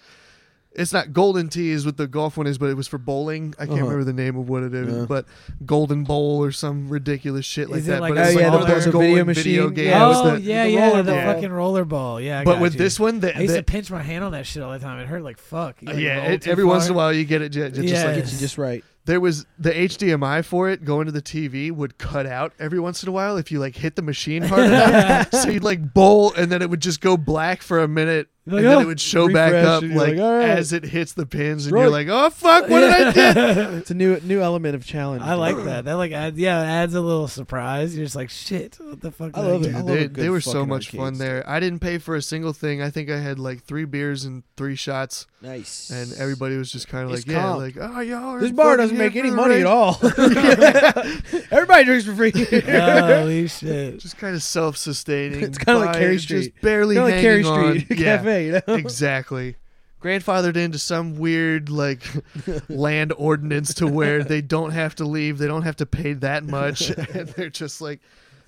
S4: it's not golden tee is what the golf one is, but it was for bowling. I can't
S6: Uh-huh.
S4: remember the name of what it is,
S6: Yeah.
S4: but golden bowl or some ridiculous shit like
S5: Is it
S4: that.
S5: like
S4: but
S5: a
S4: it's
S5: Oh, yeah,
S4: one of
S5: that was
S4: those
S5: a
S4: golden
S6: video
S4: video
S6: machine?
S4: games.
S6: Yeah, it was
S5: oh
S4: that-
S5: yeah,
S6: the
S5: yeah, the
S6: rollerball.
S5: fucking rollerball. Yeah, I
S4: but
S5: got
S4: with
S5: you.
S4: this one, that,
S5: I used to
S4: that-
S5: pinch my hand on that shit all the time. It hurt like fuck. You, like,
S4: yeah,
S5: roll
S4: it-
S5: too
S4: every once in a
S5: far.
S4: while you get it ju- just, like
S5: Yes.
S6: It's just right.
S4: there was the HDMI for it going to the TV would cut out every once in a while if you like hit the machine hard enough. So you'd like bowl and then it would just go black for a minute
S5: You're like,
S4: and then
S5: "Oh."
S4: it would show back
S6: Refresh,
S4: up
S6: and you're
S4: like,
S6: like, "All right."
S4: as it hits the pins and
S6: Right.
S4: you're like, oh fuck, what did I do?
S6: It's a new new element of challenge.
S5: I like that. That like adds, yeah, it adds a little surprise. You're just like shit. What the fuck?
S6: I
S5: did
S6: love it.
S5: do?
S6: I
S4: Dude,
S6: love
S4: they,
S6: a good
S4: they were so
S6: fucking
S4: much
S6: arcade
S4: fun there. I didn't pay for a single thing. I think I had like three beers and three shots,
S6: Nice.
S4: and everybody was just kind of
S6: It's
S4: like, "Yeah,
S6: comp.
S4: like oh y'all." Are
S6: This bar
S4: fucking
S6: doesn't
S4: here
S6: make
S4: for
S6: any
S4: the
S6: money at
S4: race."
S6: all. Everybody drinks for free.
S5: Holy shit!
S4: Just kind of self-sustaining.
S6: It's kinda like
S4: by
S6: Carey Street.
S4: Just barely
S6: Kinda like Carey
S4: hanging on.
S6: Street
S4: yeah,
S6: Cafe, you know?
S4: exactly. Grandfathered into some weird like land ordinance to where they don't have to leave. They don't have to pay that much, and they're just like,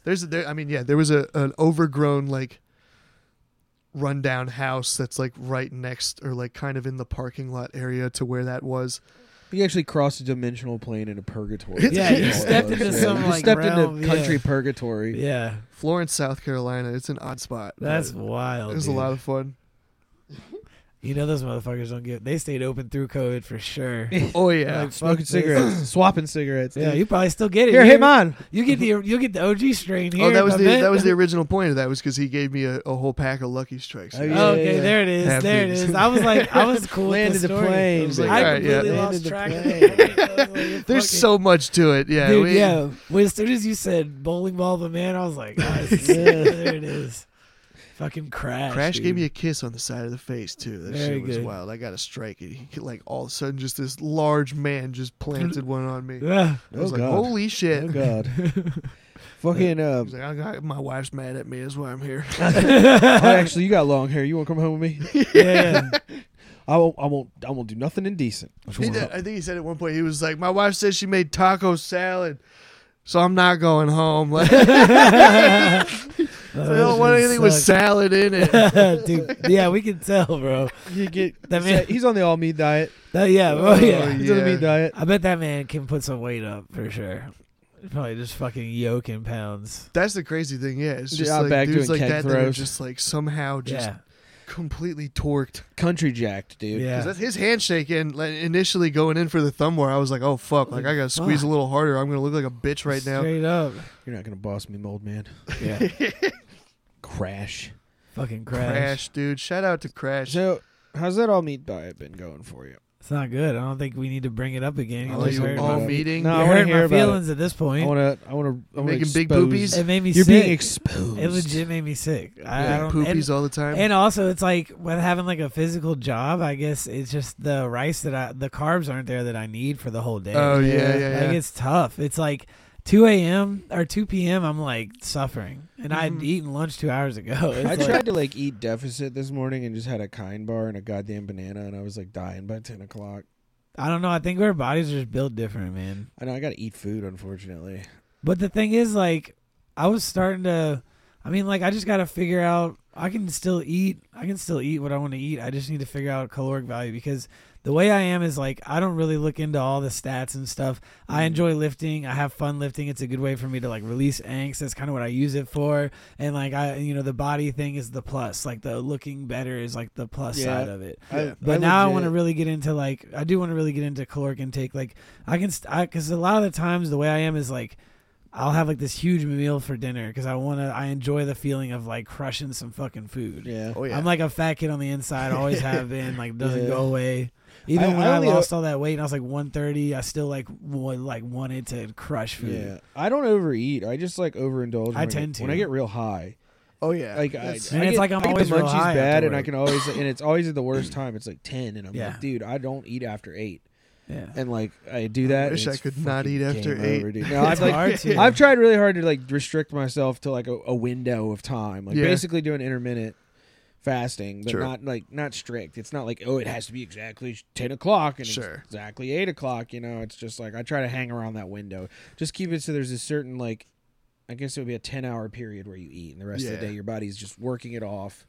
S4: there's there. I mean, yeah, there was a an overgrown like rundown house that's like right next or like kind of in the parking lot area to where that was.
S6: You actually crossed a dimensional plane into purgatory.
S5: Yeah, you stepped into
S6: Yeah.
S5: some,
S6: You
S5: like,
S6: stepped
S5: realm,
S6: into country
S5: yeah.
S6: purgatory.
S5: Yeah,
S4: Florence, South Carolina. It's an odd spot. but
S5: that's
S4: it
S5: wild.
S4: was
S5: dude.
S4: a lot of fun.
S5: You know those motherfuckers don't get. They stayed open through COVID for sure.
S4: Oh yeah,
S5: Like, fuck
S6: Smoking
S5: this.
S6: cigarettes, swapping cigarettes.
S5: Yeah,
S6: dude.
S5: you probably still get it.
S6: here,
S5: You're-
S6: hit mine.
S5: You get the you get the OG strain here.
S4: oh, that was
S5: my
S4: the
S5: man.
S4: that was the original point of that was because he gave me a, a whole pack of Lucky Strikes.
S6: Oh, yeah.
S5: Oh, okay, there it is.
S4: Have
S5: There it
S4: these.
S5: is. I was like, I was cool. with
S6: Landed
S5: the
S6: the
S5: story.
S6: plane.
S4: I was like,
S5: I
S4: all right, yeah.
S5: completely
S6: Landed
S5: lost
S6: the
S5: track. Of
S6: plane.
S5: it. I was like, you're
S4: There's
S5: fucking-
S4: so much to it. Yeah,
S5: Dude,
S4: we-
S5: yeah. When, as soon as you said bowling ball the man, I was like, oh, it's- there it is. Fucking crash.
S4: Crash gave
S5: dude.
S4: me a kiss on the side of the face too. That
S5: Very
S4: shit was
S5: good.
S4: wild. I got a strike. And he, like all of a sudden, just this large man just planted one on me.
S5: Yeah.
S4: I was
S6: Oh,
S4: like,
S6: God.
S4: holy shit.
S6: Oh god. Fucking uh,
S4: I was like, I got, my wife's mad at me. That's why I'm here.
S6: oh, actually, you got long hair. You want to come home with me?
S5: yeah.
S6: I won't. I won't. I won't do nothing indecent.
S4: He did- I think he said at one point he was like, my wife said she made taco salad, so I'm not going home. Like, I don't want anything with salad in it.
S5: Dude, yeah, we can tell, bro.
S6: You get
S5: That man-
S6: He's on the all meat diet.
S5: That, yeah, oh, yeah.
S6: He's on the
S4: yeah.
S6: meat diet.
S5: I bet that man can put some weight up for sure. Probably just fucking yoking pounds.
S4: That's the crazy thing. Yeah, it's
S6: Dude,
S4: just
S6: out
S4: like
S6: back
S4: dudes
S6: doing
S4: like
S6: keg
S4: that that are
S6: throws.
S4: just like somehow just
S5: yeah.
S4: completely torqued.
S6: Country jacked, dude.
S5: Yeah.
S4: 'Cause that's his handshake and like, initially going in for the thumb war, I was like, oh fuck, like I gotta squeeze a little harder. I'm gonna look like a bitch right now.
S5: Straight up.
S6: You're not gonna boss me, old man.
S5: Yeah.
S6: Crash.
S5: fucking crash.
S4: Crash, dude. Shout out to Crash.
S6: So, how's that all meat diet been going for you?
S5: It's not good. I don't think we need to bring it up again.
S4: Are
S5: like,
S4: you
S5: hurt
S4: all
S5: my-
S4: meeting?
S6: No,
S5: you
S6: I wanna
S5: hurt
S6: hear
S5: my
S6: about it.
S5: feelings at this
S6: I
S5: point.
S6: want to. I want to.
S4: Making big boobies?
S5: It made me
S6: You're
S5: sick.
S6: being exposed.
S5: It legit made me sick. I, I
S4: Big
S5: don't,
S4: poopies
S5: and,
S4: all the time.
S5: and also, it's like with having like a physical job, I guess it's just the rice that I, the carbs aren't there that I need for the whole day.
S4: oh yeah, yeah,
S5: like
S4: yeah.
S5: it's tough. It's like 2 a.m. or 2 p.m. I'm like suffering, and I'd
S6: Mm-hmm.
S5: eaten lunch two hours ago. It's
S6: I
S5: like-
S6: tried to like eat deficit this morning and just had a kind bar and a goddamn banana and I was like dying by ten o'clock.
S5: I don't know. I think our bodies are just built different, man.
S6: I know I gotta eat food, unfortunately.
S5: But the thing is, like, I was starting to. I mean, like, I just got to figure out. I can still eat. I can still eat what I want to eat. I just need to figure out caloric value because the way I am is like I don't really look into all the stats and stuff.
S6: Mm-hmm.
S5: I enjoy lifting. I have fun lifting. It's a good way for me to like release angst. That's kind of what I use it for. And like I, you know, the body thing is the plus. Like the looking better is like the plus
S6: Yeah.
S5: side of it.
S6: I-
S5: But now I
S6: legit-
S5: want to really get into like I do want to really get into caloric intake. Like I can, st- I because a lot of the times the way I am is like I'll have like this huge meal for dinner because I want to. I enjoy the feeling of like crushing some fucking food.
S6: Yeah.
S4: oh yeah.
S5: I'm like a fat kid on the inside. Always have been. Like doesn't
S6: Yeah.
S5: go away. Even
S6: I
S5: when I,
S6: only-
S5: lost all that weight and I was like 130, I still like wa- like wanted to crush food.
S6: Yeah. I don't overeat. I just like overindulge. when
S5: I
S6: get-
S5: tend to.
S6: when I get real high.
S4: oh yeah.
S6: Like I,
S4: That's-
S5: And
S6: I
S5: it's
S6: get-
S5: like I'm
S6: I get
S5: always
S6: the
S5: real
S6: munchies
S5: high
S6: bad, and I
S5: afterward.
S6: can always and it's always at the worst time. It's like ten, and I'm
S5: Yeah.
S6: like, dude, I don't eat after eight.
S5: Yeah.
S6: and like I do that. and
S4: wish I
S6: it's
S4: could not
S6: fucking
S4: eat after
S6: game
S4: eight.
S6: over, dude. No, I've,
S5: It's
S6: like,
S5: hard to.
S6: I've tried really hard to like restrict myself to like a, a window of time, like
S4: Yeah.
S6: basically doing intermittent fasting, but
S4: Sure.
S6: not like not strict. It's not like oh, it has to be exactly ten o'clock and
S4: Sure.
S6: exactly eight o'clock. You know, it's just like I try to hang around that window. Just keep it so there's a certain like, I guess it would be a ten hour period where you eat, and the rest of
S4: Yeah.
S6: the day your body's just working it off.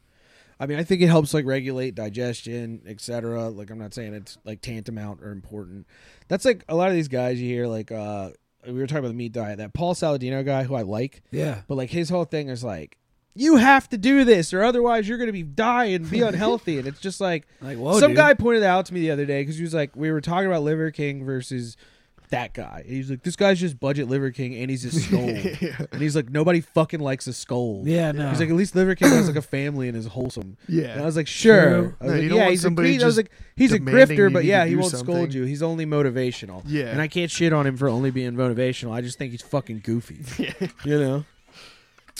S6: I mean, I think it helps like regulate digestion, etc. Like I'm not saying it's like tantamount or important. That's like a lot of these guys you hear like uh we were talking about the meat diet. That Paul Saladino guy who I like,
S5: Yeah.
S6: but like his whole thing is like you have to do this or otherwise you're going to be die and be unhealthy and it's just like
S5: Like, whoa,
S6: some
S5: dude.
S6: guy pointed that out to me the other day because he was like we were talking about liver king versus that guy and he's like this guy's just budget liver king and he's a skull and he's like nobody fucking likes a skull
S5: Yeah, no.
S6: he's like at least liver king has like a family and is wholesome
S4: Yeah.
S6: and i was like sure
S5: True.
S6: I was
S4: No,
S6: like,
S4: you don't
S6: yeah
S4: want
S6: he's a
S4: somebody
S6: greed. I was
S4: just
S6: like he's a
S4: demanding
S6: grifter
S4: you
S6: but
S4: to
S6: yeah he
S4: do
S6: won't scold
S4: something.
S6: you he's only motivational
S4: Yeah.
S6: and i can't shit on him for only being motivational i just think he's fucking goofy you know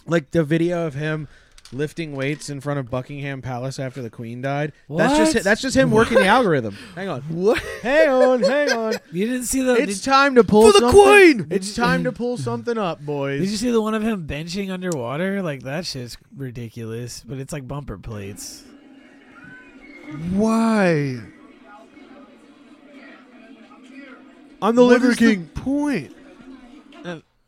S6: like the video of him lifting weights in front of Buckingham Palace after the Queen died. That's
S5: What?
S6: just that's just him working the algorithm. Hang on. What? Hang on. Hang on.
S5: You didn't see the.
S6: It's
S5: did,
S6: time to pull
S4: For the
S6: something-
S4: Queen!
S6: It's time to pull something up,
S5: did you
S6: boys.
S5: see the one of him benching underwater? Like that shit's ridiculous, but it's like bumper plates.
S4: Why?
S6: I'm the
S4: What
S6: Liver
S4: is the
S6: King.
S4: point.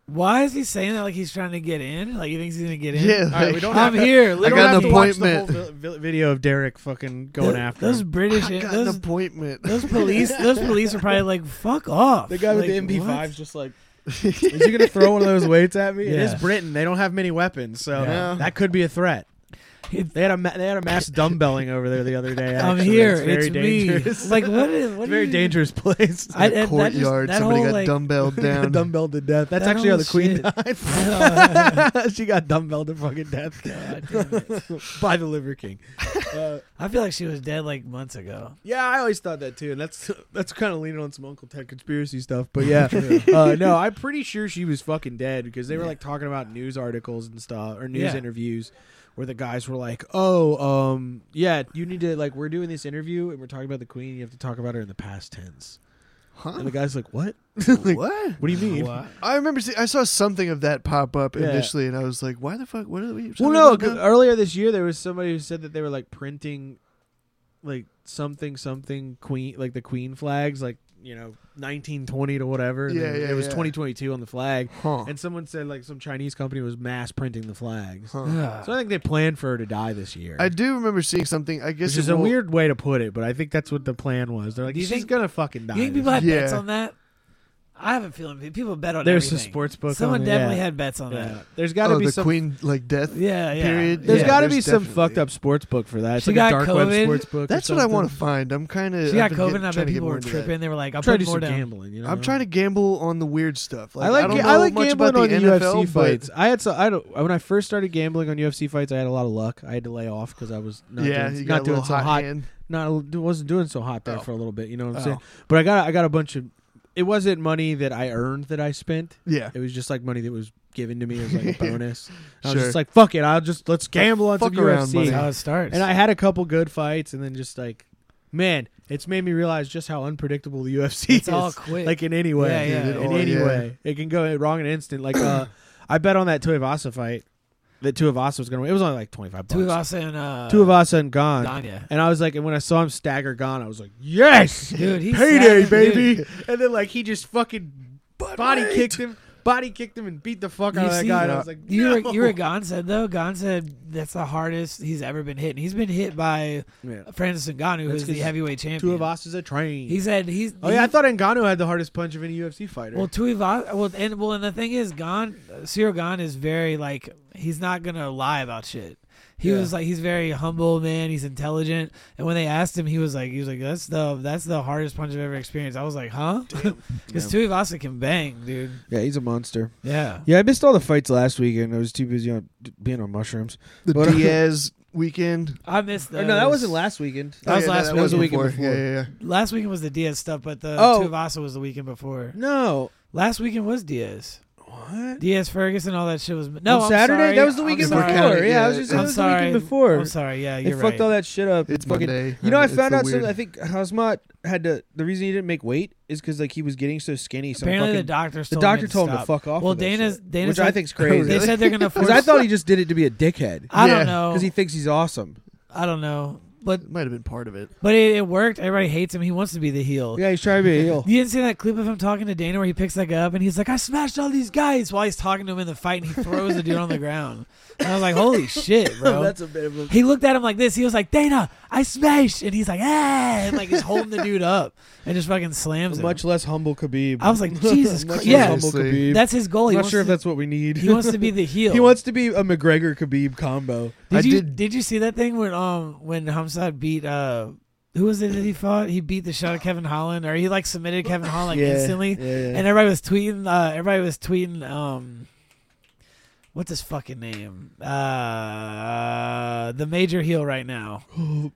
S5: Why is he saying that? Like he's trying to get in? Like he thinks he's gonna get in?
S4: Yeah,
S6: right, we
S4: like-
S6: don't
S5: I'm
S6: have to-
S5: here.
S6: I
S4: I
S5: literally.
S4: got an
S6: don't have to watch
S4: appointment.
S6: the whole vi- vi- video of Derek fucking going after
S5: those
S6: him.
S5: British.
S4: I got
S5: those,
S4: an appointment.
S5: those police. those police are probably like, "Fuck off."
S6: The guy with
S5: Like,
S6: the MP5
S5: what?
S6: is just like, is he gonna throw one of those weights at me? It
S5: Yeah.
S6: is Britain. They don't have many weapons, so
S5: Yeah.
S6: that could be a threat.
S5: It-
S6: They had a ma- they had a mass dumbbelling over there the other day.
S5: I'm
S6: actually.
S5: here.
S6: It's very
S5: It's,
S6: dangerous.
S5: me. Like what? Is, what
S6: It's
S5: do
S6: a very
S5: you-
S6: dangerous place.
S5: I- that-
S4: the
S5: that just-
S4: courtyard.
S5: that
S4: Somebody
S5: whole,
S4: got
S5: like-
S4: dumbbelled down.
S6: dumbbelled to death. That's
S5: That
S6: actually how
S5: whole
S6: the queen
S5: shit.
S6: died. she got dumbbelled to fucking death by the Liver King.
S5: I feel like she was dead like months ago.
S6: Yeah, I always thought that too, and that's that's kind of leaning on some Uncle Ted conspiracy stuff. But yeah, uh, no, I'm pretty sure she was fucking dead because they were like talking about news articles and stuff or news
S5: Yeah.
S6: interviews where the guys were like, "Oh, um, yeah, you need to like we're doing this interview and we're talking about the Queen. You have to talk about her in the past tense."
S4: Huh?
S6: And the guy's like, "What? Like,
S4: What?
S6: What do you mean?"
S4: I remember see, I saw something of that pop up
S6: Yeah.
S4: initially, and I was like, "Why the fuck? What are we?"
S6: Well, no.
S4: talking about
S6: 'cause
S4: now?
S6: Earlier this year, there was somebody who said that they were like printing, like something something queen, like the queen flags, like you know, nineteen twenty to whatever. and
S4: Yeah,
S6: then
S4: yeah,
S6: It was
S4: yeah.
S6: twenty twenty two on the flag,
S4: Huh.
S6: and someone said like some Chinese company was mass printing the flags.
S4: Huh.
S6: So I think they planned for her to die this year.
S4: I do remember seeing something. I guess
S6: which
S4: it's
S6: is a weird way to put it, but I think that's what the plan was. They're like,
S5: Do you
S6: she's
S5: think-
S6: gonna fucking die.
S5: You think
S6: this
S5: people had
S4: Yeah.
S5: bets on that? I have a feeling pe- people bet on
S6: There's a
S5: everything.
S6: sports book
S5: Someone
S6: on it,
S5: definitely
S6: yeah.
S5: had bets on
S6: year."
S5: that.
S6: Yeah. There's got to
S4: Oh,
S6: be
S4: the
S6: some.
S4: queen like death.
S5: Yeah, yeah.
S4: Period.
S5: Yeah.
S6: There's got to be
S4: there's
S6: some
S4: definitely-
S6: fucked up sports book for that. It's
S5: She
S6: like
S5: got
S6: a dark
S5: COVID.
S6: web sports book. or
S4: That's what I want
S6: something.
S4: to find. I'm kind of.
S5: She got COVID, and I bet people were tripping. They were like, "I'll
S6: Try to
S5: put
S6: do some
S5: more down."
S6: gambling. You know?
S4: I'm trying to gamble on the weird stuff. Like,
S6: I like
S4: I, don't
S6: ga-
S4: know
S6: I like
S4: much
S6: gambling
S4: about
S6: on
S4: the
S6: UFC
S4: NFL, but-
S6: fights. I had so I don't when I first started gambling on UFC fights, I had a lot of luck. I had to lay off because I was not
S4: yeah,
S6: doing,
S4: you
S6: not
S4: got a
S6: doing
S4: little
S6: so
S4: hot,
S6: hot.
S4: hand.
S6: Not wasn't doing so hot there
S4: Oh.
S6: for a little bit. You know what I'm
S4: Oh.
S6: saying? But I got I got a bunch of. It wasn't money that I earned that I spent.
S4: Yeah,
S6: It was just like money that was given to me as like a bonus. I was
S4: Sure.
S6: just like, fuck it, I'll just let's gamble on
S4: Fuck
S6: some
S4: around,
S6: UFC.
S4: buddy.
S5: That's how it starts.
S6: And I had a couple good fights, and then just like, man, it's made me realize just how unpredictable the UFC
S5: it's
S6: is.
S5: all quick.
S6: Like in any way,
S5: Yeah, yeah.
S6: in
S4: All-
S6: any
S4: yeah.
S6: way, it can go wrong in an instant. Like uh, I bet on that Tuivasa fight, that Tuivasa was gonna win. It was only like twenty five bucks.
S5: Tuivasa and uh,
S6: Tuivasa and gone.
S5: Gagne.
S6: And I was like, and when I saw him stagger gone, I was like, yes,
S5: Dude, he
S6: payday,
S5: staggered-
S6: baby. And then like he just fucking body kicked him, body kicked him, and beat the fuck out
S5: You
S6: of that
S5: see- uh,
S6: guy. And Oh I was like,
S5: you were,
S6: no.
S5: you were Gon said though. Gon said that's the hardest he's ever been hit, and he's been hit by
S6: Yeah.
S5: Francis Ngannou, who's
S6: That's
S5: the
S6: 'cause
S5: heavyweight champion.
S6: Tuivasa's a train.
S5: He said he's.
S6: Oh yeah, I
S5: he-
S6: thought Ngannou had the hardest punch of any UFC fighter.
S5: Well, Tuivasa. Well, and well, and the thing is, Gon Cyril Gon is very like he's not gonna lie about shit. He
S6: Yeah.
S5: was like he's very humble man. He's intelligent, and when they asked him, he was like he was like that's the that's the hardest punch I've ever experienced. I was like, huh? Because Tuivasa can bang, dude.
S6: yeah, he's a monster.
S5: Yeah.
S6: Yeah, I missed all the fights last weekend. I was too busy on being on mushrooms.
S4: the
S6: But-
S4: Diaz weekend.
S5: I missed
S6: Or
S5: that.
S6: Uh, no, that wasn't last weekend.
S5: That was
S4: yeah,
S5: last
S4: that
S5: weekend.
S4: was the
S6: Weekend
S4: weekend
S6: before.
S4: before. Yeah, yeah,
S5: Last weekend was the Diaz stuff, but the
S6: Oh.
S5: Tuivasa was the weekend before.
S6: No,
S5: Last weekend was Diaz.
S6: what?
S5: Diaz Ferguson, all that shit was no
S6: On
S5: I'm
S6: Saturday.
S5: sorry.
S6: That was the
S5: I'm
S6: weekend
S5: sorry.
S6: before. Yeah,
S4: Yeah,
S6: I was just
S4: I'm
S6: that was the
S5: sorry.
S6: weekend before.
S5: I'm sorry. Yeah,
S6: They
S5: you're
S6: fucked
S5: right.
S6: all that shit up.
S4: yeah. It's
S6: fucking.
S4: Monday.
S6: You know, I
S4: It's
S6: found
S4: the
S6: out
S4: weird-
S6: something. I think Hazmat had to. The reason he didn't make weight is because like he was getting so skinny. So
S5: Apparently,
S6: fucking,
S5: the doctors
S6: the
S5: told
S6: doctor
S5: him to
S6: told him to
S5: stop.
S6: fuck off
S5: Well,
S6: with that
S5: Dana's
S6: shit,
S5: Dana's
S6: which I
S5: said-
S6: think's crazy.
S5: They said they're gonna force.
S6: because I thought he just did it to be a dickhead
S5: I
S4: Yeah.
S5: don't know.
S6: because he thinks he's awesome.
S5: I don't know. but
S4: It might have been part of it.
S5: but it, it worked. Everybody hates him. He wants to be the heel.
S8: Yeah, he's trying to be a heel.
S5: You didn't see that clip of him talking to Dana where he picks that guy up and he's like, I smashed all these guys while he's talking to him in the fight and he throws the dude on the ground. And I was like, holy shit, bro.
S8: That's a bit of a.
S5: he looked at him like this. He was like, Dana, I smashed. And he's like, ah. And like he's holding the dude up and just fucking slams him.
S6: Much less humble Khabib.
S5: I was like, Jesus
S6: Much
S5: Christ.
S6: less
S5: Yeah.
S6: humble
S4: Honestly.
S6: Khabib.
S5: That's his goal.
S6: I'm
S5: He
S6: not
S5: wants
S6: sure if
S5: to-
S6: that's what we need.
S5: he wants to be the heel.
S6: He wants to be a McGregor Khabib combo.
S5: Did
S4: I
S5: you did.
S4: did-
S5: you see that thing when um when Hamzat beat uh who was it that he fought? He beat the shot of Kevin Holland, or he like submitted Kevin Holland like,
S6: Yeah,
S5: instantly,
S6: yeah, yeah.
S5: and everybody was tweeting. Uh, everybody was tweeting. Um, what's his fucking name? Uh, the major heel right now, Oh.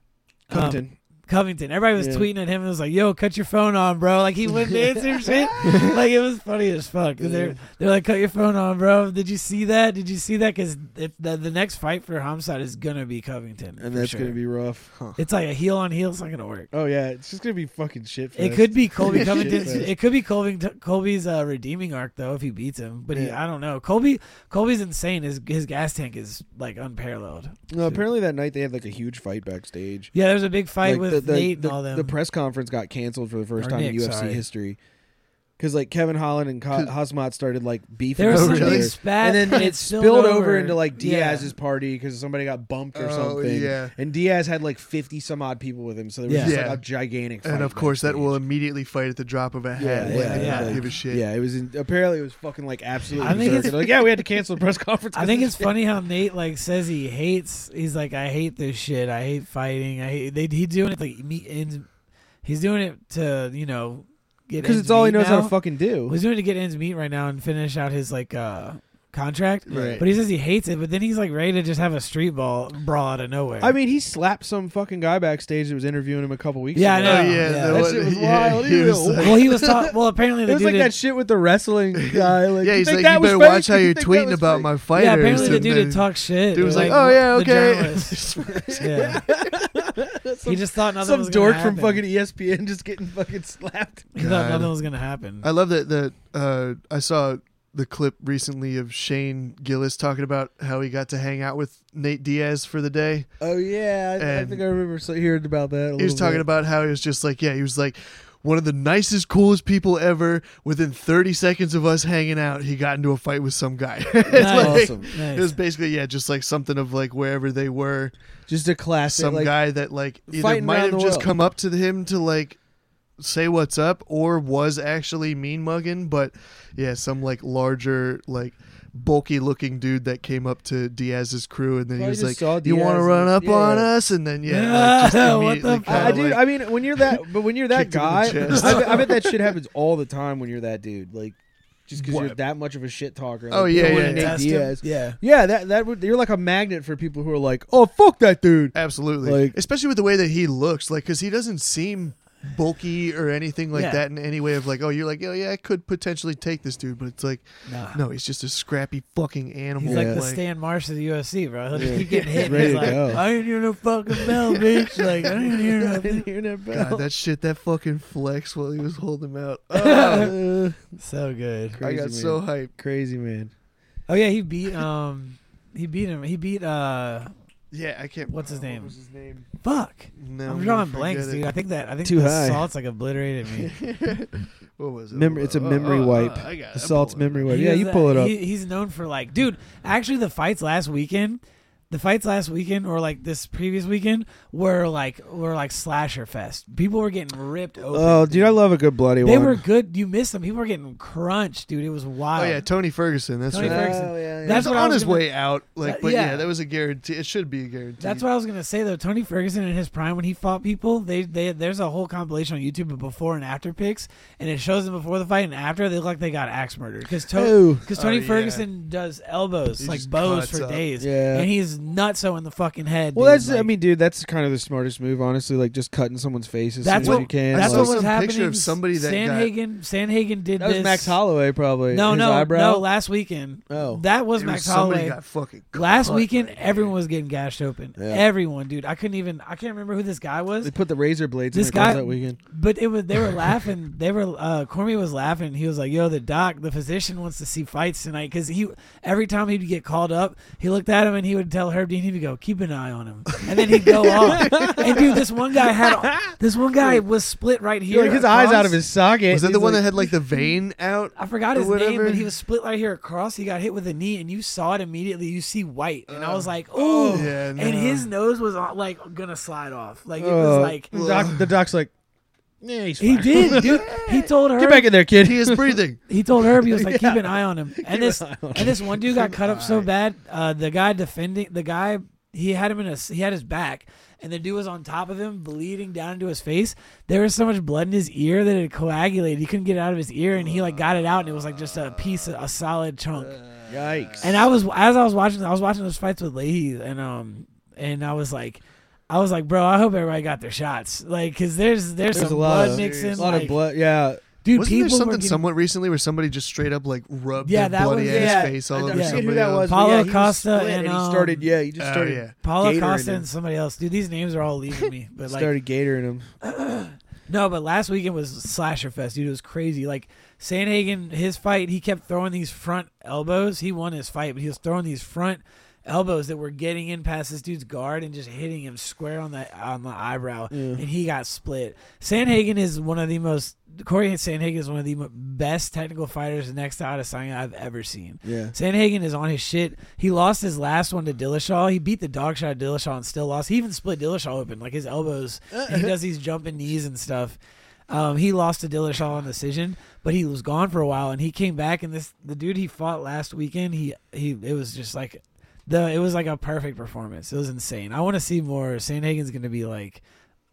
S6: Covington.
S5: Covington. Everybody was
S6: Yeah.
S5: tweeting at him and was like, "Yo, cut your phone on, bro!" Like he wouldn't answer and shit. Like it was funny as fuck. They're they're like, "Cut your phone on, bro." Did you see that? Did you see that? Because the, the next fight for Hamzat is gonna be Covington,
S6: and
S5: for
S6: that's
S5: sure.
S6: gonna be rough.
S5: It's like a heel on heel. It's not gonna work.
S6: Oh yeah, it's just gonna be fucking shit.
S5: It could be Colby
S6: Shit
S5: Covington.
S6: fest.
S5: It could be Colby Colby's uh, redeeming arc though if he beats him. But he,
S6: Yeah.
S5: I don't know. Colby Colby's insane. His his gas tank is like unparalleled.
S6: No, apparently that night they had like a huge fight backstage.
S5: Yeah, there's a big fight
S6: Like,
S5: with Nate and
S6: the,
S5: all them.
S6: the press conference got canceled for the first
S5: Or
S6: time in
S5: Nick,
S6: UFC
S5: sorry.
S6: history. Because like Kevin Holland and Ka-
S4: 'Cause-
S6: Hazmat started like beefing
S5: there was
S4: Oh,
S5: some
S6: over
S5: big
S4: really?
S6: each other.
S5: spat,
S6: and then it spilled over, into like
S5: Yeah.
S6: Diaz's party because somebody got bumped or
S4: Oh,
S6: something.
S4: yeah.
S6: And Diaz had like fifty some odd people with him, so there was
S5: Yeah.
S6: just
S4: Yeah.
S6: like a gigantic. Fight
S4: And of course, that
S6: backstage.
S4: will immediately fight at the drop of a hat.
S6: Yeah,
S4: like,
S6: yeah,
S4: they
S5: yeah.
S4: don't give a shit.
S6: Yeah, it was in, apparently it was fucking like absolutely.
S5: I think
S6: absurd.
S5: it's-
S6: like yeah, we had to cancel the press conference.
S5: I
S6: 'cause
S5: think
S6: of
S5: it's funny how Nate like says he hates. He's like, I hate this shit. I hate fighting. I hate. They, he's doing it like me. And he's doing it to you know get
S6: because
S5: ends
S6: it's all he
S5: meet
S6: knows how
S5: now.
S6: to fucking do.
S5: He's doing it to get ends meet right now and finish out his like uh contract.
S6: Right.
S5: But he says he hates it. But then he's like ready to just have a street ball brawl out of nowhere.
S6: I mean, he slapped some fucking guy backstage that was interviewing him a couple weeks.
S5: Yeah, I
S6: ago.
S5: know.
S4: Oh, yeah.
S5: Yeah.
S4: that
S5: That
S4: one-
S6: shit was
S4: yeah,
S6: wild.
S4: he was
S6: Ew.
S4: like-
S5: well, he was talk- well. Apparently the
S6: It was
S5: dude.
S6: like
S5: at-
S6: that shit with the wrestling guy. Like,
S4: yeah, he's
S6: "You
S4: like,
S6: think
S4: you
S6: that was
S4: better
S6: fake?
S4: watch how
S6: You
S4: you're
S6: think that
S4: tweeting
S6: was
S4: about
S6: fake?"
S4: my fighters.
S5: yeah, apparently the
S4: and
S5: dude
S4: then-
S5: had talked shit.
S4: Dude was like,
S5: the-
S4: "Oh yeah,
S5: the
S4: okay."
S5: journalist. yeah. he just thought nothing was gonna
S6: Some dork
S5: happen.
S6: from fucking E ESPN just getting fucking slapped.
S5: He thought
S4: God.
S5: nothing was gonna happen.
S4: I love that that uh, I saw the clip recently of Shane Gillis talking about how he got to hang out with Nate Diaz for the day.
S6: Oh yeah, I, I
S4: And-
S6: think I remember so- hearing about that. a
S4: He was
S6: little
S4: talking
S6: bit.
S4: about how he was just like, yeah, he was like one of the nicest, coolest people ever. Within 30 seconds of us hanging out, he got into a fight with some guy. it's
S5: Nice.
S4: like-
S6: Awesome.
S5: Nice.
S4: It was basically yeah, just like something of like wherever they were,
S6: just a classic
S4: some
S6: like,
S4: guy that like either
S6: fighting
S4: might
S6: around
S4: have
S6: the
S4: just
S6: world.
S4: come up to him to like say what's up or was actually mean mugging, but yeah, some like larger like bulky looking dude that came up to Diaz's crew and then
S6: Probably
S4: he
S6: just
S4: was
S6: saw
S4: like, "You want to
S6: Diaz
S4: run
S6: and-
S4: up on
S6: yeah.
S4: us?" and then yeah,
S5: Yeah,
S4: like, just
S5: what the
S4: immediately
S5: fuck?
S4: kinda,
S6: I, I do.
S4: like-
S6: I mean, when you're that, but when you're that
S4: Kicked him in
S6: guy,
S4: the chest.
S6: I, bet- I bet that shit happens all the time when you're that dude. Like, just because you're
S4: What?
S6: that much of a shit talker.
S4: Oh,
S6: like,
S4: yeah,
S6: people
S4: yeah,
S6: like Nate
S5: Test him.
S6: Diaz.
S5: Yeah.
S6: Yeah, that that would you're like a magnet for people who are like, oh fuck that dude.
S4: Absolutely.
S6: Like-
S4: Especially with the way that he looks, like, because he doesn't seem bulky or anything like
S5: Yeah.
S4: that in any way of like, oh, you're like, oh, yeah, I could potentially take this dude, but it's like,
S5: Nah.
S4: no, he's just a scrappy fucking animal.
S5: He's like
S6: Yeah.
S5: the Stan Marsh of the UFC, bro. He'll just
S6: Yeah.
S5: keep getting hit. and
S6: Ready
S5: he's
S6: to
S5: like,
S6: go.
S5: I didn't hear no fucking bell, bitch. Like, I didn't hear
S6: I
S5: nothing.
S6: didn't hear that bell.
S4: God, that shit, that fucking flex while he was holding him out. Oh,
S6: Uh,
S5: So good.
S4: I
S6: Crazy man.
S4: got so hyped.
S6: crazy man.
S5: Oh yeah, he beat um, he beat him. He beat uh,
S4: Yeah, I can't.
S5: What's his
S4: oh, what
S5: name?
S4: was his name?
S5: fuck.
S4: No,
S5: I'm
S4: gonna
S5: drawing
S4: forget
S5: blanks, dude.
S4: it.
S5: I think that I think
S6: Too
S5: the
S6: high.
S5: salt's like obliterated me.
S4: what was it?
S6: Mem- it's a
S4: Oh,
S6: memory
S4: oh,
S6: wipe.
S4: oh, I got- I
S6: Assault's
S4: pulled it.
S6: memory wipe.
S5: But
S6: Yeah, you pull it up.
S5: he's known for like, dude. Actually, the fights last weekend, the fights last weekend, or like this previous weekend, were like were like slasher fest. People were getting ripped open.
S6: Oh, dude, I love a good bloody
S5: They
S6: one.
S5: were good. You missed them. People were getting crunched, dude. It was
S4: Oh
S5: wild.
S4: yeah, Tony Ferguson. That's
S5: Tony
S4: right.
S5: Ferguson.
S6: yeah,
S5: That's
S4: That's
S5: what I
S4: on
S5: was
S4: his
S5: gonna-
S4: way out. Like, but yeah.
S5: yeah.
S4: that was a guarantee. It should be a guarantee.
S5: That's what I was gonna say though. Tony Ferguson in his prime, when he fought people, they they there's a whole compilation on YouTube of before and after pics, and it shows them before the fight and after. They look like they got axe murdered because
S6: Oh.
S5: Tony
S4: Oh, yeah.
S5: Ferguson does elbows
S4: He
S5: like
S4: just
S5: bows
S4: cuts
S5: for
S4: up.
S5: days,
S6: Yeah.
S5: and he's nutso in the fucking head.
S6: Well,
S5: dude.
S6: that's I
S5: Like,
S6: mean, dude, that's kind of the smartest move, honestly. Like just cutting someone's face as
S5: That's
S6: soon as
S5: what-
S6: you can.
S5: that's
S6: like,
S4: I
S5: what
S4: saw
S5: was
S4: some
S5: happening.
S4: picture of somebody that got-
S5: Sanhagen Sanhagen did
S6: that was
S5: this.
S6: Max Holloway, probably.
S5: No,
S6: His
S5: no,
S6: eyebrow.
S5: no. Last weekend,
S6: Oh.
S5: that was
S4: It
S5: Max
S4: somebody
S5: Holloway.
S4: got fucking
S5: Last
S4: cut
S5: weekend,
S4: right there.
S5: everyone was getting gashed open.
S6: Yeah.
S5: Everyone, dude. I couldn't even. I can't remember who this guy was.
S6: They put the razor blades.
S5: This
S6: in their cars
S5: guy-
S6: that weekend.
S5: But it was they were laughing. They were uh, Cormier was laughing. He was like, "Yo, the doc, the physician wants to see fights tonight because he every time he'd get called up, he looked at him and he would tell Herb Dean, he'd go, keep an eye on him, and then he'd go off. And dude, this one guy had this one guy was split right here.
S7: like his eyes out
S5: across.
S7: of his socket.
S4: Was that
S7: He's
S4: the one
S7: like-
S4: that had like the vein out?
S5: I forgot
S4: or
S5: his name,
S4: whatever?
S5: but he was split right here across. He got hit with a knee, and you saw it immediately. You see white, and I was like, "Oh!"
S4: yeah, no.
S5: And his nose was on, like gonna slide off. Like it
S7: Uh,
S5: was
S6: Oh,
S5: like
S7: the, doc, the doc's like, yeah, he's
S5: he
S7: fine.
S5: did. Dude, he told her.
S7: Get back in there, kid.
S4: He is breathing.
S5: he told Herb he was like, "Keep an eye on him." And this
S7: eye on
S5: and this one dude got cut up so bad. Uh, the guy defending the guy, he had him in a he had his back, and the dude was on top of him, bleeding down into his face. There was so much blood in his ear that it coagulated. He couldn't get it out of his ear, and he like got it out, and it was like just a piece, of, a solid chunk.
S7: Yikes.
S5: And I was as I was watching, I was watching those fights with Leahy, and um, and I was like, I was like, bro, I hope everybody got their shots, like, cause there's there's,
S6: There's
S5: some
S6: a lot
S5: blood
S6: of
S5: mixing,
S6: a lot
S5: like,
S6: of blood. Yeah,
S5: dude.
S4: Wasn't
S5: people
S4: there
S5: were
S4: something
S5: getting,
S4: somewhat recently where somebody just straight up like rubbed
S5: Yeah,
S4: their
S5: that
S4: bloody
S5: was-
S4: ass
S5: yeah.
S4: face all
S6: I
S4: over
S5: forget
S4: somebody.
S6: who that
S4: else.
S6: was. but
S5: Paulo
S6: yeah, he was
S5: Costa
S6: split
S5: and,
S6: he
S5: um,
S6: started. Yeah, he just
S4: Oh,
S6: started.
S4: yeah.
S5: Paulo
S6: gatoring
S5: Costa
S6: him.
S5: and somebody else, dude. These names are all leaving me, but like,
S6: started gatoring him.
S5: No, but last weekend was Slasher Fest, dude. It was crazy. Like Sanhagen, his fight, he kept throwing these front elbows. He won his fight, but he was throwing these front elbows that were getting in past this dude's guard and just hitting him square on the on the eyebrow, and he got split. Sanhagen is one of the most Corey Sanhagen is one of the mo- best technical fighters next to Adesanya I've ever seen.
S6: Yeah.
S5: Sanhagen is on his shit. He lost his last one to Dillashaw. He beat the dog shot of Dillashaw and still lost. He even split Dillashaw open, like his elbows. he does these jumping knees and stuff. Um, he lost to Dillashaw on decision, but he was gone for a while, and he came back. And this the dude he fought last weekend. He he it was just like the it was like a perfect performance. It was insane. I want to see more. Sanhagen's going to be like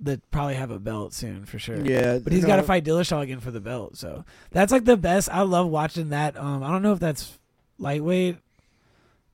S5: the probably have a belt soon for sure.
S6: Yeah,
S5: But he's
S6: no.
S5: got to fight Dillashaw again for the belt. So that's like the best. I love watching that. Um, I don't know if that's lightweight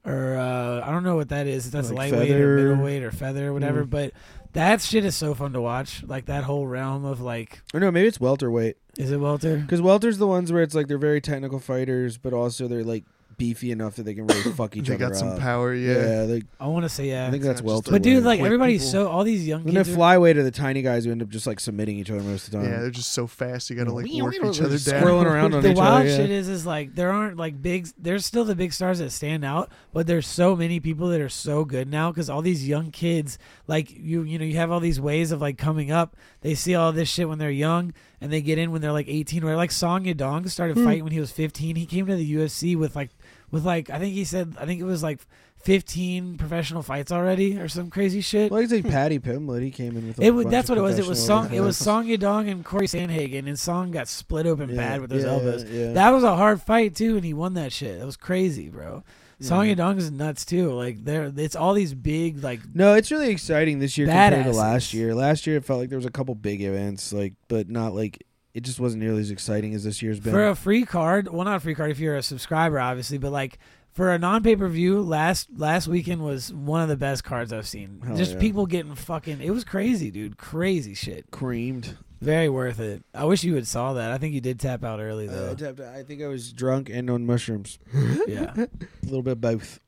S5: or uh, I don't know what that is. If that's
S6: Like
S5: lightweight or
S6: feather. Mm.
S5: middleweight or feather or whatever. But that shit is so fun to watch. Like that whole realm of like,
S6: Or no, maybe it's welterweight
S5: is it welter?
S6: because welter's the ones where it's like they're very technical fighters, but also they're like beefy enough that they can really fuck each
S4: They
S6: other
S4: got some
S6: up.
S4: power, yeah.
S6: Yeah, they,
S5: I want to say yeah.
S6: I think that's
S4: It's not just
S6: welterweight.
S4: the
S5: but dude, like
S4: quick
S5: everybody's
S4: people.
S5: so all these young
S6: Then they're
S5: kids. are-
S6: flyweight are the tiny guys who end up just like submitting each other most of the time.
S4: Yeah, they're just so fast. You gotta like
S7: We-
S4: work
S7: we don't
S4: each other
S7: really
S4: down.
S6: squirrel- Rolling around on
S5: the
S6: each
S5: wild
S6: other, yeah.
S5: shit is is like there aren't like big there's still the big stars that stand out but there's so many people that are so good now because all these young kids like you you know you have all these ways of like coming up they see all this shit when they're young and they get in when they're like 18 or like song yadong started
S6: Hmm.
S5: fighting when he was 15 he came to the ufc with like with like i think he said i think it was like 15 professional fights already or some crazy shit
S6: Well, I could say Patty Pimblett. He came in with. Like,
S5: it
S6: a
S5: was,
S6: bunch
S5: that's
S6: of
S5: what it was. It was
S6: professional
S5: Song. It was
S6: guys.
S5: Song Yadong and Corey Sanhagen, and Song got split open
S6: Yeah,
S5: bad with those
S6: yeah,
S5: elbows.
S6: yeah.
S5: That was a hard fight too, and he won that shit. It was crazy, bro. Song Yadong is nuts too. Like there, it's all these big like.
S6: No, it's really exciting this year compared to
S5: Badasses.
S6: last year. Last year, it felt like there was a couple big events, like, but not like it just wasn't nearly as exciting as this year's been.
S5: For a free card, well, not a free card if you're a subscriber, obviously, but like for a non pay per view, last last weekend was one of the best cards I've seen.
S6: Hell
S5: Just
S6: yeah.
S5: people getting fucking. It was crazy, dude. Crazy shit.
S6: creamed.
S5: Very worth it. I wish you had saw that. I think you did tap out early
S6: Uh, I
S5: though.
S6: tapped out. I think I was drunk and on mushrooms,
S5: yeah.
S6: a little bit of both.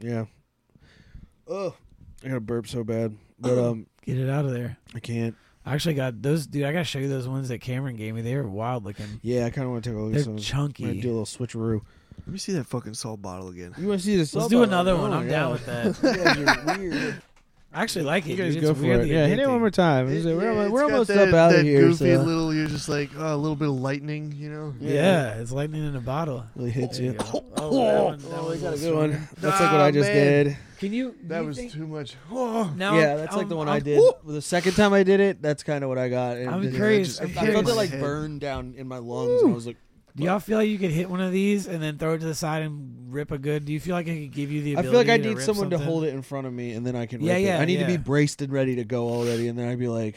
S6: Yeah. Ugh, I got to burp so bad, but
S4: Uh-huh.
S6: um,
S5: Get it out of there.
S6: I can't.
S5: I actually got those, dude. I gotta show you those ones that Cameron gave me. They were wild looking.
S6: Yeah, I kind of want to take a look
S5: They're
S6: at some. I'm gonna
S5: chunky.
S6: do a little switcheroo.
S4: Let me see that fucking salt bottle again.
S6: You want to see this?
S5: Let's do another one.
S4: Oh,
S5: I'm down with that.
S6: weird.
S5: I actually like it.
S6: You guys
S5: dude.
S6: go
S5: It's
S6: for it.
S5: weirdly
S6: Yeah, hit it
S5: addicting.
S6: one more time.
S4: It-
S6: we're
S4: yeah,
S6: almo-
S4: it's
S6: we're
S4: got
S6: almost
S4: that,
S6: up out
S4: that
S6: of here.
S4: Goofy
S6: so.
S4: little. You're just like oh, a little bit of lightning. You know.
S5: Yeah. it's lightning in a bottle.
S6: Really hits
S5: There you
S6: you.
S5: go. Oh, that one- that one's a little
S6: Good one.
S5: stronger.
S6: That's like what
S5: oh,
S6: I just
S4: Ah, man.
S6: did.
S5: Can you?
S4: That
S5: you
S4: was
S5: think-
S4: too much. Oh.
S5: Now
S6: yeah,
S5: I'm-
S6: that's like the
S5: I'm-
S6: one i
S5: I'm-
S6: did. The second time I did it, that's kind of what I got. and
S5: I'm
S6: it-
S5: curious.
S4: just-
S5: I'm
S4: I
S6: I felt
S5: curious.
S6: it like
S4: Head.
S6: burn down in my lungs. And I was like,
S5: Do y'all feel like you could hit one of these and then throw it to the side and rip a good? Do you feel like it could give you the?
S6: I
S5: Ability
S6: feel like I
S5: to
S6: need
S5: rip
S6: someone to
S5: something?
S6: hold it in front of me, and then I can.
S5: Yeah,
S6: rip it.
S5: yeah,
S6: I need to be
S5: yeah.
S6: braced and ready to go already, and then I'd be like,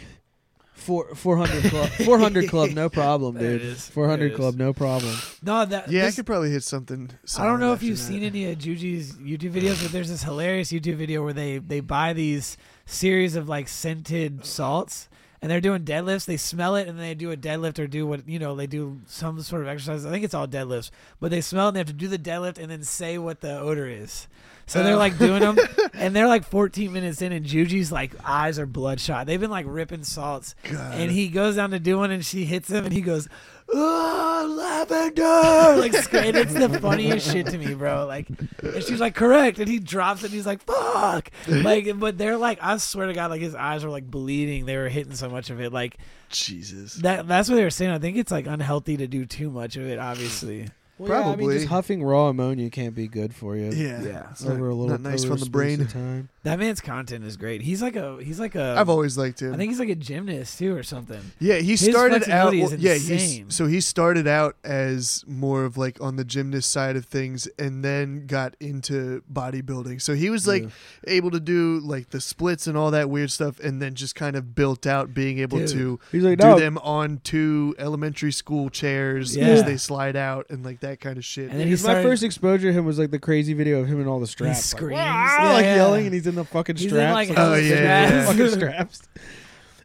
S6: four, 400 club, 400 club, no problem, dude.
S5: There it is. There
S6: 400
S5: it
S6: club,
S5: is.
S6: no problem.
S5: No, that.
S4: Yeah,
S5: this-
S4: I could probably hit something.
S5: I don't
S4: solid
S5: know if
S4: after
S5: you've
S4: that.
S5: seen any of Juji's YouTube videos, but there's this hilarious YouTube video where they they buy these series of like scented salts, and they're doing deadlifts. They smell it and they do a deadlift or do what you know they do some sort of exercise. I think it's all deadlifts, but they smell it and they have to do the deadlift and then say what the odor is. So they're like doing them, and they're like 14 minutes in, and Juji's like eyes are bloodshot. They've been like ripping salts, and he goes down to do one, and she hits him, and he goes, "Oh, lavender!" Like, sc- and it's the funniest shit to me, bro. Like, and she's like, "Correct," and he drops it. and He's like, "Fuck!" Like, but they're like, I swear to God, like his eyes were like bleeding. They were hitting so much of it. Like
S4: Jesus.
S5: that. That's what they were saying. I think it's like unhealthy to do too much of it. Obviously.
S6: Well, yeah, I mean,
S4: Probably.
S6: just huffing raw ammonia can't be good for you.
S4: Yeah.
S5: Yeah.
S4: It's
S6: Over
S4: not,
S6: a little
S4: not nice
S6: over
S4: from
S6: a
S4: the
S6: space
S4: brain.
S6: of Time.
S5: That man's content is great. He's like a. He's like a.
S4: I've always liked him.
S5: I think he's like a gymnast too, or something.
S4: Yeah, he started out.
S5: flexibility is
S4: well, yeah, he's,
S5: insane.
S4: so he started out as more of like on the gymnast side of things, and then got into bodybuilding. So he was like able to do like the splits and all that weird stuff, and then just kind of built out being able
S5: Dude.
S4: to
S6: He's like,
S4: do
S6: no.
S4: them on two elementary school chairs
S5: Yeah.
S4: as they slide out and like that kind of shit.
S5: And then he
S6: Because my
S5: started-
S6: first exposure to him was like the crazy video of him and all the
S5: He
S6: straps.
S5: screams,
S6: Like, "Wah!" like
S5: Yeah.
S6: yelling, and he's in the fucking
S5: He's in, like,
S6: straps.
S4: Oh, yeah, yeah, yeah.
S6: fucking
S5: straps.
S6: straps.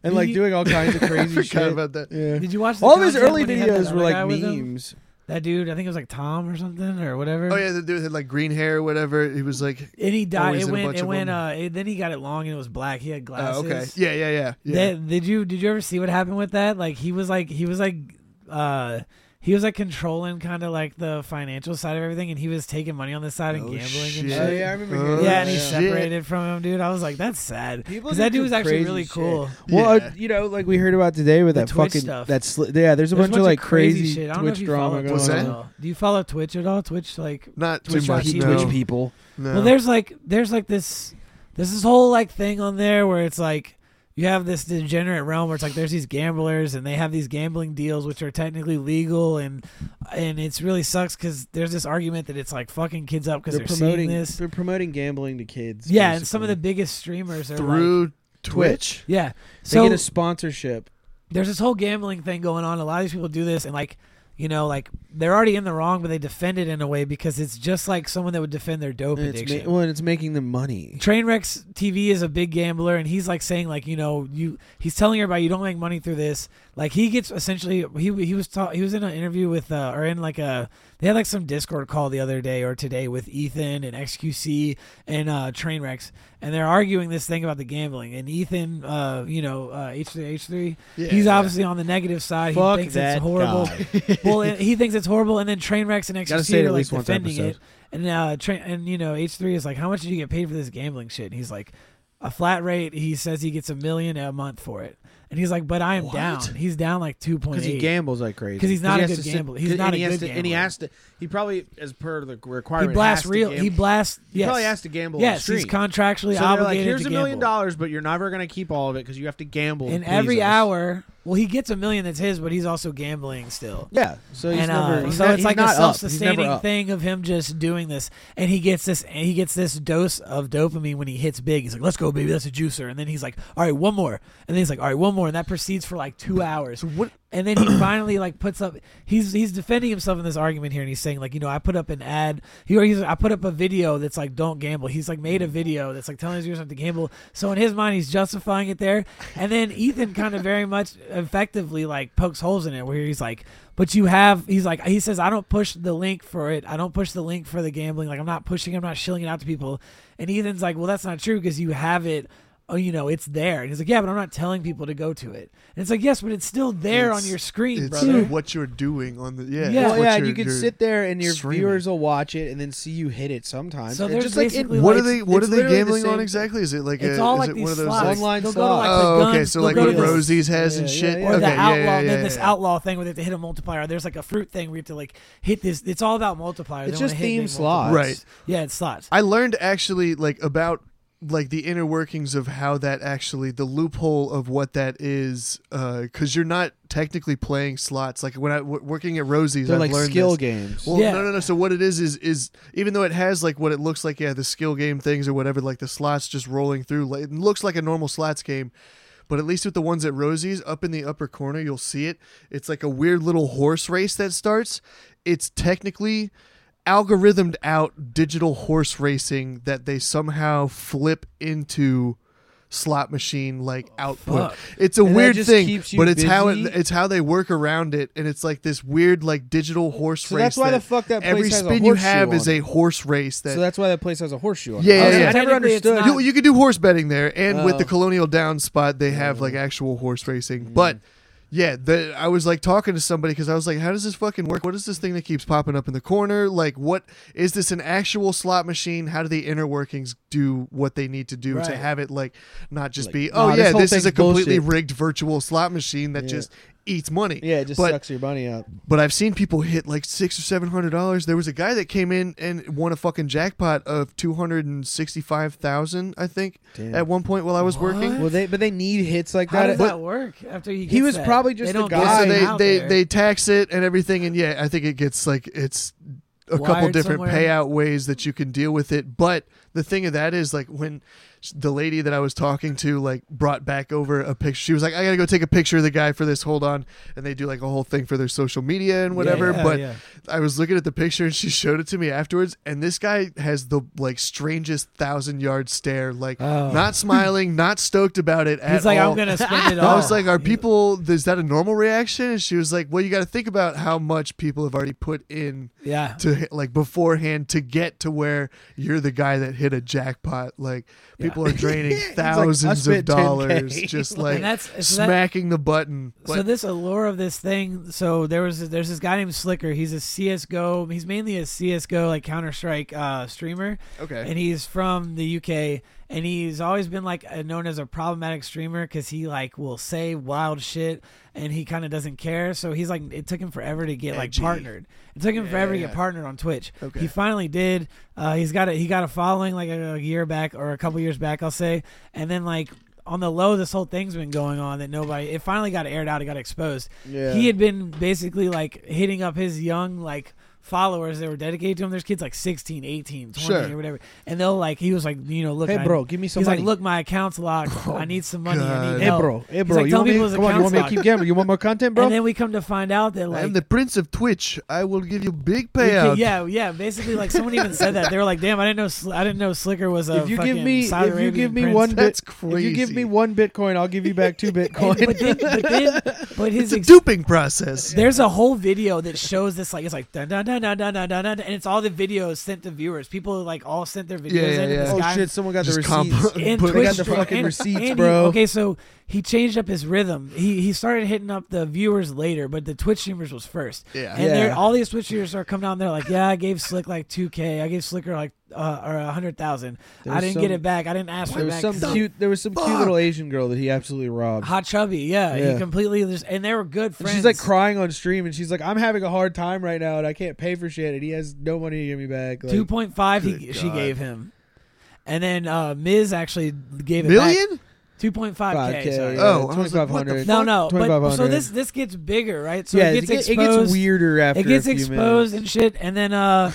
S6: And like
S5: He-
S6: doing all kinds of
S4: I
S6: crazy
S4: forgot
S6: shit.
S4: about that.
S6: Yeah.
S5: Did you watch the
S6: All of his
S5: content
S6: early
S5: when he had that
S6: videos
S5: other
S6: were
S5: guy
S6: like
S5: with him?
S6: memes.
S5: That dude, I think it was like Tom or something or whatever.
S4: Oh yeah, the dude had like green hair, or whatever. He was like,
S5: And he died.
S4: Always
S5: It
S4: in a
S5: went.
S4: bunch
S5: It
S4: of
S5: went.
S4: them.
S5: Uh, it, then he got it long and it was black. He had
S4: oh,
S5: glasses.
S4: okay, yeah, yeah, yeah, yeah.
S5: That- did you Did you ever see what happened with that? Like he was like he was like uh he was like controlling kind of like the financial side of everything, and he was taking money on the side and
S4: Oh,
S5: gambling
S4: shit.
S5: and shit.
S6: Oh, yeah, I remember
S4: Oh,
S6: hearing
S5: Yeah, and he
S6: yeah.
S4: shit.
S5: separated from him, dude. I was like, that's sad.
S6: People
S5: Because that
S6: do
S5: dude was actually
S6: crazy
S5: really
S6: shit.
S5: cool.
S6: Well,
S4: Yeah.
S6: uh, you know, like we heard about today with
S5: The
S6: that
S5: Twitch
S6: fucking
S5: stuff.
S6: that sli- yeah. There's a
S5: There's
S6: bunch of like crazy,
S5: shit. I don't know if
S6: Twitch
S5: you
S6: drama
S5: follow
S6: going
S4: What's
S5: Twitch
S4: that?
S5: at
S6: on.
S5: all. Do you follow Twitch at all? Twitch like
S4: Not too
S5: Twitch
S4: much.
S5: Twitch
S4: no.
S6: people.
S4: No.
S5: Well, there's like there's like this there's this whole like thing on there where it's like you have this degenerate realm where it's like there's these gamblers and they have these gambling deals which are technically legal and and it's really sucks because there's this argument that it's like fucking kids up because
S6: They're
S5: they're,
S6: promoting
S5: seeing this.
S6: They're promoting gambling to kids.
S5: Yeah, and some of the
S6: basically.
S5: biggest streamers are like,
S4: through Twitch.
S5: yeah.
S6: they
S5: So
S6: get a sponsorship.
S5: there's this whole gambling thing going on. A lot of these people do this, and like, you know, like they're already in the wrong, but they defend it in a way because it's just like someone that would defend their dope
S6: And it's
S5: addiction.
S6: ma- well, and it's making them money.
S5: Trainwreck's TV is a big gambler, and he's like saying like you know you he's telling everybody you don't make money through this. Like he gets essentially he he was ta- he was in an interview with uh, or in like a they had like some Discord call the other day or today with Ethan and XQC and uh, Trainwrecks, and they're arguing this thing about the gambling. And Ethan, uh, you know uh, H3 H3,
S4: Yeah,
S5: he's
S4: yeah.
S5: obviously on the negative side.
S7: Fuck
S5: he thinks
S7: that
S5: it's horrible.
S7: guy.
S5: well, and he thinks it's horrible, and then Trainwrecks and
S6: Gotta say
S5: XQC
S6: it at
S5: are like
S6: least once per
S5: defending it.
S6: episode.
S5: And uh, tra- and you know, H three is like, how much did you get paid for this gambling shit? And he's like, a flat rate. He says he gets a million a month for it. And he's like, but I am down. He's down like two point
S6: Because he
S5: eight.
S6: gambles like crazy.
S5: 'Cause he's not
S6: he
S5: a
S6: has
S5: good
S6: to sit-
S5: gambler. He's
S6: 'cause-
S5: not
S6: and
S5: a
S6: he has
S5: good
S6: to- And he
S5: gambler.
S6: has to. He probably, as per the
S5: he
S6: requirement,
S5: blasts
S6: has
S5: real.
S6: To
S5: He
S6: gamble.
S5: blasts.
S6: He
S5: yes.
S6: probably has to gamble. on
S5: Yes,
S6: stream.
S5: he's contractually
S6: so they're
S5: obligated
S6: like, here's
S5: to
S6: a
S5: gamble.
S6: million dollars, but you're never gonna keep all of it because you have to gamble.
S5: in
S6: to please
S5: every
S6: us.
S5: hour. Well, he gets a million that's his, but he's also gambling still.
S6: Yeah. So he's
S5: and
S6: never.
S5: uh,
S6: he's
S5: so
S6: not-
S5: it's
S6: he's
S5: like
S6: not
S5: a
S6: up. He's never
S5: self-sustaining
S6: up.
S5: thing of him just doing this, and he gets this, and he gets this dose of dopamine when he hits big. He's like, "Let's go, baby, that's a juicer," and then he's like, "All right, one more," and then he's like, "All right, one more," and that proceeds for like two hours. and then he finally like puts up. He's he's defending himself in this argument here, and he's saying like, you know, I put up an ad. He or he's I put up a video that's like, don't gamble. He's like made a video that's like telling his viewers not to gamble. So in his mind, he's justifying it there. And then Ethan kind of very much effectively like pokes holes in it, where he's like, but you have. He's like he says, I don't push the link for it. I don't push the link for the gambling. Like I'm not pushing. I'm not shilling it out to people. And Ethan's like, well, that's not true because you have it oh, you know, it's there. And he's like, yeah, but I'm not telling people to go to it. And it's like, yes, but it's still there
S4: It's-
S5: on your screen,
S4: it's
S5: brother.
S4: what you're doing on the
S5: Yeah.
S4: yeah. it's
S6: Well,
S4: what
S6: yeah,
S4: you're-
S6: you can
S4: you're-
S6: sit there and your
S4: streaming.
S6: viewers will watch it and then see you hit it sometimes.
S5: So
S6: It's
S5: there's
S6: just like
S5: basically
S4: What are
S5: like-
S4: they? What are
S6: it's
S4: they
S6: literally the
S4: gambling
S6: same
S4: on
S6: thing.
S4: exactly? Is it like
S5: it's
S4: a,
S5: all
S4: uh, is
S5: like
S4: it
S5: these
S4: one of those
S5: slots.
S4: like?
S6: Online
S5: They'll go to, like,
S6: slots.
S5: the
S4: oh, okay.
S5: guns,
S4: So
S5: they'll
S4: like
S5: go
S4: what
S5: to this-
S4: Rosie's has and
S6: yeah,
S4: shit.
S6: yeah,
S5: or
S4: okay,
S5: the
S4: yeah,
S5: outlaw,
S4: yeah,
S5: and
S4: yeah,
S5: then this
S4: yeah.
S5: outlaw thing where they have to hit a multiplier. There's like a fruit thing where you have to like hit this. It's all about multipliers.
S6: It's
S5: They wanna
S6: just
S5: hit
S6: theme
S5: big
S6: slots.
S5: multipliers.
S4: Right.
S5: Yeah, it's slots.
S4: I learned actually like about like the inner workings of how that actually the loophole of what that is because you're not technically playing slots like when I w- working at Rosie's
S6: They're
S4: I've
S6: like
S4: learned
S6: skill
S4: this.
S6: games.
S4: Well,
S5: Yeah.
S4: no, no, no. So what it is is is even though it has like what it looks like, yeah, the skill game things or whatever, like the slots just rolling through. Like, it looks like a normal slots game, but at least with the ones at Rosie's, up in the upper corner, you'll see it. It's like a weird little horse race that starts. It's technically algorithmed out digital horse racing that they somehow flip into slot machine like output.
S5: fuck.
S4: It's a
S6: Oh, And that
S4: weird
S6: just
S4: thing,
S6: keeps you
S4: but it's how it,
S6: busy?
S4: it's how they work around it, and it's like this weird like digital horse
S6: So
S4: race.
S6: that's why the fuck that
S4: every
S6: place has a
S4: spin you
S6: horseshoe
S4: have
S6: on
S4: is
S6: it.
S4: a horse race that.
S6: So that's why that place has a horseshoe. On
S4: Yeah,
S6: it.
S4: yeah,
S6: I was-
S4: yeah.
S6: I never
S5: Technically, it's
S6: understood.
S5: not-
S4: you, Uh, you can do horse betting there, and with the
S6: Oh. Mm.
S4: Colonial Downs spot, they have like actual horse racing, but Yeah, the, I was like talking to somebody because I was like, "How does this fucking work? What is this thing that keeps popping up in the corner? Like, what is this an actual slot machine? How do the inner workings do what they need to do to
S6: Right.
S4: have it like not just
S6: Like, nah,
S4: be, oh
S6: this
S4: yeah,
S6: whole
S4: this is
S6: thing's
S4: a completely
S6: bullshit."
S4: rigged virtual slot machine that
S6: Yeah.
S4: just eats money."
S6: Yeah, it just
S4: but,
S6: sucks your money out.
S4: But I've seen people hit like six or seven hundred dollars. There was a guy that came in and won a fucking jackpot of two hundred and sixty-five thousand, I think,
S6: Damn.
S4: at one point while I was working.
S6: Well, they but they need hits like
S5: How
S6: that.
S5: does that work? After he, gets
S6: was
S5: that?
S6: probably just
S5: They
S6: the
S5: don't
S6: guy.
S5: get
S4: Yeah, so
S5: him
S4: they
S5: out
S4: they,
S5: there.
S4: they tax it and everything and yeah i think it gets like it's a couple
S5: Wired
S4: different
S5: somewhere.
S4: payout ways that you can deal with it but the thing of that is like when sh- the lady that i was talking to like brought back over a picture she was like i gotta go take a picture of the guy for this hold on and they do like a whole thing for their social media and whatever
S5: yeah,
S4: but
S5: yeah.
S4: i was looking at the picture and she showed it to me afterwards and this guy has the like strangest thousand yard stare like
S5: Oh.
S4: not smiling not stoked about it at
S5: He's like,
S4: all.
S5: I'm gonna spend it all.
S4: I was like, "Are people? Is that a normal reaction?" And she was like, "Well, you got to think about how much people have already put in
S5: yeah,
S4: to like beforehand to get to where you're the guy that hit a jackpot. Like people are draining
S6: I
S4: thousands
S6: spent
S4: of dollars
S6: 10K.
S4: just like
S5: And that's- so that-
S4: smacking the button."
S5: so
S4: But
S5: this allure of this thing. So there was there's this guy named Slicker. He's a CS:GO. He's mainly a CS:GO like Counter Strike uh, streamer.
S4: Okay.
S5: And he's from the UK, and he's always been like uh, known as a problematic streamer because he like will say wild shit, and he kind of doesn't care. So he's like, it took him forever to get like
S4: Edgy.
S5: partnered. It took him forever to get partnered on Twitch.
S4: Okay.
S5: He finally did. Uh, he's got a, he got a following like a, a year back or a couple years back, I'll say. And then like on the low, this whole thing's been going on that nobody. It finally got aired out. It got exposed.
S6: Yeah.
S5: He had been basically like hitting up his young like followers that were dedicated to him. There's kids like 16, 18, 20
S6: Sure.
S5: or whatever. And they'll like he was like, you know, look,
S6: Hey,
S5: I-
S6: bro, give me some
S5: He's
S6: money. Oh
S5: like, look, my account's locked. I need some money. I
S4: God.
S5: need
S6: hey,
S5: help.
S6: bro, hey,
S5: He's
S6: bro,
S5: like,
S6: you
S5: tell
S6: want me?
S5: people his
S6: Come on, you
S5: account's
S6: want me to keep
S5: locked.
S6: gambling? You want more content, bro?
S5: And then we come to find out that
S4: I
S5: like
S4: am the prince of Twitch. I will give you big
S5: We
S4: payout.
S5: could- Yeah, yeah. Basically, like someone even said that they were like, "Damn, I didn't know, Sl- I didn't know Slicker was a
S6: if you give
S5: fucking
S6: me,
S5: Saudi
S6: if you
S5: Arabian
S6: give me
S5: prince."
S6: one, bit,
S4: That's
S6: If you give
S4: crazy.
S6: me one bitcoin, I'll give you back two
S5: And-
S6: bitcoin.
S5: but then, but then, but his
S4: It's a
S5: ex-
S4: duping process.
S5: there's a whole video that shows this like it's like dun dun dun dun dun dun dun, dun and it's all the videos sent to viewers. People like all sent their videos
S4: Yeah,
S5: in.
S4: yeah,
S5: to this
S4: yeah.
S6: oh
S5: guy.
S6: shit! Someone got the
S4: Just comp-
S6: receipts.
S5: and
S4: put-
S6: They got
S5: Twitch
S6: the
S5: stream-
S6: fucking
S5: and-
S6: receipts,
S5: and he-
S6: bro.
S5: okay, so he changed up his rhythm. He he started hitting up the viewers later, but the Twitch streamers was first.
S4: Yeah.
S5: and they're
S6: Yeah.
S5: all these Twitch streamers are coming out. and They're like, yeah, I gave Slick like two k. I gave Slicker like uh, or a hundred thousand.
S6: There
S5: I
S6: was
S5: didn't
S6: some-
S5: get it back. I didn't ask for it
S6: There was
S5: back.
S6: some
S5: 'cause
S6: cute. There was some cute little Asian girl that he absolutely robbed.
S5: Hot chubby, yeah,
S6: Yeah.
S5: He completely just and they were good
S6: And
S5: friends.
S6: She's like crying on stream, and she's like, "I'm having a hard time right now, and I can't pay for shit, and he has no money to give me back." Like,
S5: two point five. He,
S4: Good
S5: she
S4: God.
S5: gave him, and then uh, Miz actually gave it
S4: Million?
S5: two point five
S6: 5K,
S5: k.
S6: yeah,
S4: Oh, I was like, what the
S6: 2500.
S4: fuck?
S5: No, no, but so
S6: 2500.
S5: this this gets bigger, right? So
S6: yeah,
S5: it gets
S6: it,
S5: exposed.
S6: gets weirder after.
S5: It gets
S6: a few
S5: exposed
S6: minutes.
S5: and shit, and then uh,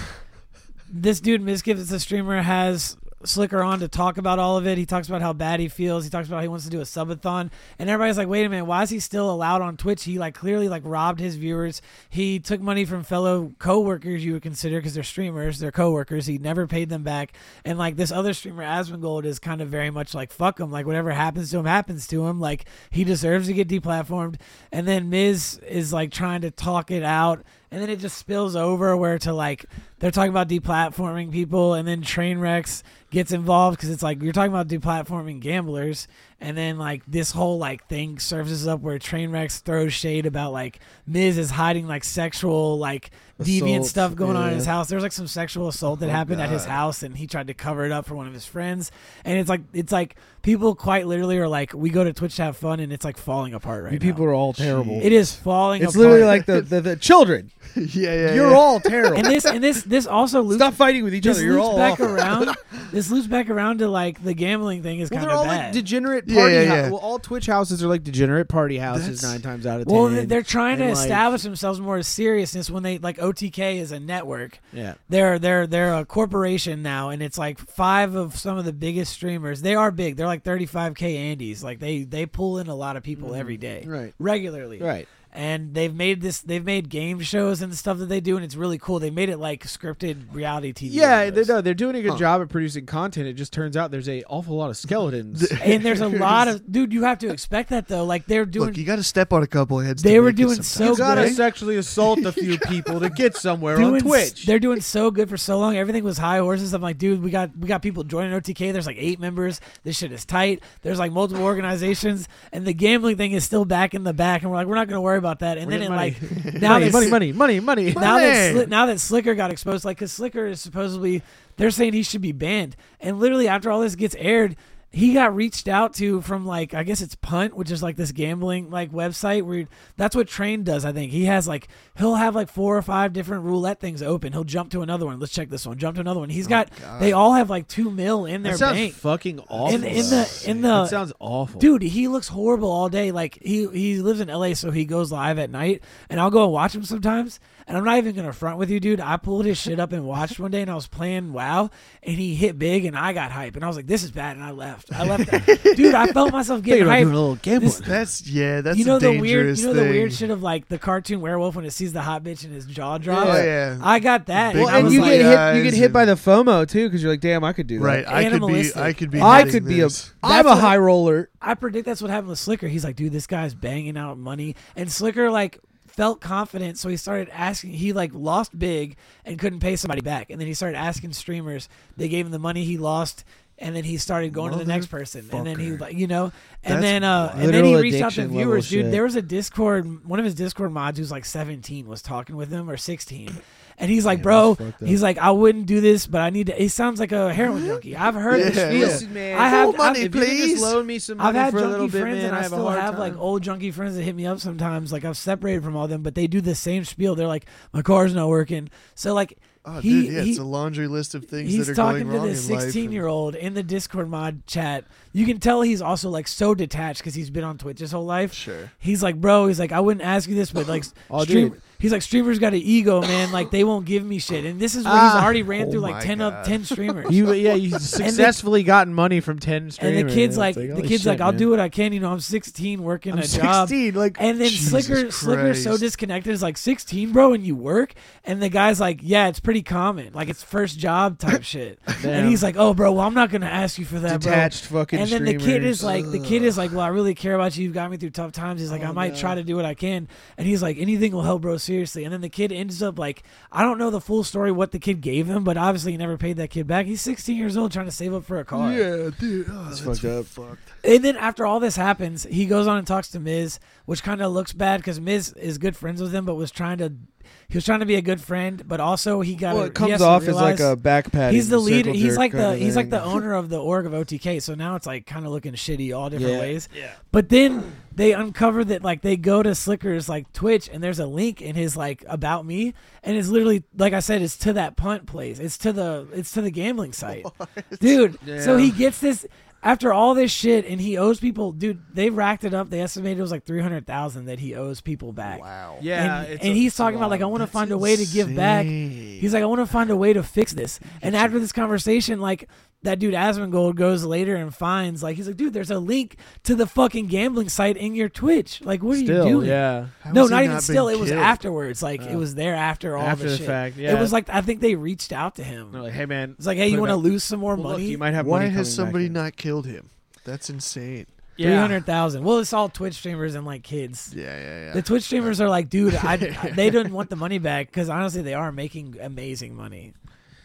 S5: this dude Misgifts, the streamer, has Slicker on to talk about all of it. He talks about how bad he feels. He talks about how he wants to do a subathon, and everybody's like, "Wait a minute, why is he still allowed on Twitch? He like clearly like robbed his viewers. He took money from fellow coworkers you would consider because they're streamers, they're coworkers. He never paid them back, and like this other streamer Asmongold is kind of very much like fuck him. Like whatever happens to him happens to him. Like he deserves to get deplatformed. And then Miz is like trying to talk it out and then it just spills over where to like they're talking about deplatforming people and then train wrecks gets involved because it's like you're talking about deplatforming gamblers and then like this whole like thing surfaces up where train wrecks throws shade about like Miz is hiding like sexual like deviant
S6: Assault,
S5: stuff going on in his
S6: yeah.
S5: house. There was like some sexual assault
S6: Oh,
S5: that happened at his house and he tried to cover it up for one of his friends. And it's like it's like people quite literally are like we go to Twitch to have fun and it's like falling apart right
S6: You people
S5: now.
S6: are all terrible.
S5: it is falling
S6: It's
S5: apart.
S6: literally like the, the, the children.
S4: yeah, yeah.
S6: You're
S4: yeah.
S6: all terrible.
S5: and this and this this also loops
S6: Stop fighting with each
S5: this
S6: other. You're
S5: loops
S6: all
S5: back
S6: awful.
S5: around. This loops back around to like the gambling thing is
S7: Well,
S5: kind
S7: they're all
S5: of
S7: like
S5: bad.
S7: degenerate
S4: Yeah,
S7: party.
S4: yeah,
S7: hou-
S4: yeah.
S7: well, all Twitch houses are like degenerate party houses
S4: That's-
S7: nine times out of ten.
S5: well, they're trying to
S7: And, like,
S5: establish themselves more as seriousness when they like OTK is a network.
S7: Yeah.
S5: They're they're they're a corporation now, and it's like five of some of the biggest streamers. They are big. They're like 35k Andes. Like they they pull in a lot of people every day,
S7: Mm, Right.
S5: Regularly,
S7: Right.
S5: and they've made this they've made game shows and stuff that they do and it's really cool they made it like scripted reality tv
S7: Yeah,
S5: shows.
S7: they, no, they're doing a good job at producing content. It just turns out there's a awful lot of skeletons.
S5: and there's a lot of dude you have to expect that though like they're doing
S4: Look, you got to step on a couple heads. to
S5: they were
S4: make it
S5: doing
S4: sometimes.
S5: so
S7: you gotta
S5: good
S7: sexually assault a few people to get somewhere
S5: doing
S7: on
S5: s-
S7: Twitch.
S5: They're doing so good for so long. Everything was high horses. I'm like, dude, we got we got people joining OTK. There's like eight members. This shit is tight. There's like multiple organizations, and the gambling thing is still back in the back. And we're like, we're not gonna worry about that. And then it
S7: getting
S5: like now
S7: money,
S5: that
S7: money,
S5: Sli-
S7: money, money, money.
S5: now that
S4: Money.
S5: Sli- now that Slicker got exposed, like because Slicker is supposedly they're saying he should be banned. And literally after all this gets aired. He got reached out to from like I guess it's Punt, which is like this gambling like website where you- that's what Train does. I think he has like he'll have like four or five different roulette things open. He'll jump to another one. Let's check this one. Jump to another one. He's got they all have like two mil in their
S7: That sounds
S5: bank.
S7: fucking awful.
S5: In, in the in the
S7: that sounds awful.
S5: Dude, he looks horrible all day. Like he he lives in LA, so he goes live at night, and I'll go and watch him sometimes. And I'm not even gonna front with you, dude. I pulled his shit up and watched one day, and I was playing WoW, and he hit big, and I got hype, and I was like, "This is bad," and I left. I left, dude. I felt myself getting
S7: Thinking about
S5: hype.
S7: doing a little gambling.
S5: This-
S4: That's yeah. That's
S5: you know
S4: a
S5: the weird,
S4: dangerous
S5: you know the
S4: thing.
S5: weird shit of like the cartoon werewolf when it sees the hot bitch and his jaw drops.
S4: Oh, yeah.
S5: I got that.
S4: Big
S5: and I
S6: and
S5: was
S6: you
S5: like,
S6: get hit. You
S4: eyes
S6: get hit
S4: and-
S6: by the FOMO too, because you're like, damn, I could do that.
S4: Right. I could be.
S5: Animalistic.
S4: I could be.
S6: I
S4: getting
S6: could be
S4: this.
S6: a. I'm
S5: That's
S6: a
S5: what-
S6: high roller.
S5: I predict that's what happened with Slicker. He's like, dude, this guy's banging out money. And Slicker like felt confident, so he started asking he like lost big and couldn't pay somebody back. And then he started asking streamers. They gave him the money he lost and then he started going to the next person. And then he like you know and
S4: That's
S5: then uh and then he
S6: Literal
S5: reached out to
S6: addiction level
S5: viewers, dude.
S6: shit.
S5: There was a Discord one of his Discord mods who's like seventeen was talking with him or sixteen. And he's like, bro, he's like, I wouldn't do this, but I need to. He sounds like a heroin junkie. I've heard this
S4: Yeah.
S5: feel.
S4: Listen,
S6: man,
S5: I have
S4: more money,
S5: I've-
S4: please.
S6: me some
S5: I've had junkie friends, and I, still have like old junkie friends that hit me up sometimes. Like I've separated from all them, but they do the same spiel. They're like, "My car's not working," so like
S4: Oh,
S5: he
S4: dude, yeah,
S5: he-
S4: it's a laundry list of things
S5: he's
S4: that are
S5: talking
S4: going
S5: to
S4: wrong
S5: this
S4: in life. and-
S5: 16 year old in the Discord mod chat. You can tell he's also like so detached because he's been on Twitch his whole life.
S4: Sure.
S5: He's like, bro, he's like, I wouldn't ask you this, but like,
S7: Oh,
S5: stream-
S7: dude.
S5: he's like, streamers got an ego, man. Like they won't give me shit, and this is where he's
S7: Ah.
S5: already ran
S4: Oh
S5: through like
S4: my
S5: 10
S4: God.
S5: of 10 streamers.
S7: You yeah, you successfully gotten money from ten streamers.
S5: And the kid's
S7: It's
S5: like, the
S7: holy
S5: kid's
S7: shit,
S5: like, I'll
S7: man.
S5: do what I can. You know, I'm 16, working
S7: I'm
S5: a job.
S7: 16, like,
S5: and then
S4: Jesus
S5: Slicker, Slicker's so
S4: Christ.
S5: disconnected. Is like 16, bro, and you work. And the guy's like, Yeah, it's pretty common. Like it's first job type shit. and
S7: Damn.
S5: he's like, Oh, bro, well, I'm not gonna ask you for that, bro.
S6: Detached fucking
S5: And then the kid is
S6: streamers.
S5: like, the kid is like, well, I really care about you. You've got me through tough times. He's like, I might try to do what I can. And he's like, anything will help, bro. Seriously. And then the kid ends up like, I don't know the full story what the kid gave him, but obviously he never paid that kid back. He's 16 years old trying to save up for a car.
S4: Yeah, dude. Oh, that's fucked up.
S5: And then after all this happens, he goes on and talks to Miz, which kind of looks bad because Miz is good friends with him, but was trying to he was trying to be a good friend, but also he got
S6: Well,
S5: he
S6: it comes
S5: has to
S6: off as like
S5: realize-
S6: a backpack.
S5: He's the leader. He's like the he's like the owner of the org of OTK. So now it's like kind of looking shitty all different
S6: Yeah.
S5: ways. Yeah. But then they uncover that like they go to Slicker's like Twitch and there's a link in his like about me and it's literally like I said it's to that punt place. It's to the it's to the gambling site, dude. So he gets this. After all this shit, and he owes people, dude. They racked it up. They estimated it was like three hundred thousand that he owes people back.
S4: Wow.
S7: Yeah,
S5: and,
S7: it's
S5: and
S7: a-
S5: he's
S7: it's a
S5: talking about
S7: lot.
S5: like I want to find a way to give back.
S4: insane.
S5: He's like I want to find a way to fix this. And after this conversation, like that dude Asmongold goes later and finds like he's like, dude, there's a link to the fucking gambling site in your Twitch. Like, what are you
S7: Still,
S5: doing?
S7: yeah. Oh.
S4: How
S5: no,
S4: has he
S5: not even
S4: not been
S5: still. It was
S4: killed?
S5: afterwards. Like it was there after all
S7: After
S5: this
S7: the
S5: shit.
S7: fact,
S5: It
S7: yeah.
S5: was like I think they reached out to him.
S7: They're like, hey man,
S5: It's like, hey, you want to lose some more
S7: Well, look,
S5: money?
S7: you might have
S4: Why
S7: money coming
S4: has
S7: back
S4: somebody
S7: in.
S4: not killed him? That's insane.
S5: Three hundred thousand. Well, it's all Twitch streamers and like kids.
S4: Yeah, yeah, yeah.
S5: The Twitch streamers are like, dude, I, they didn't want the money back because honestly, they are making amazing money.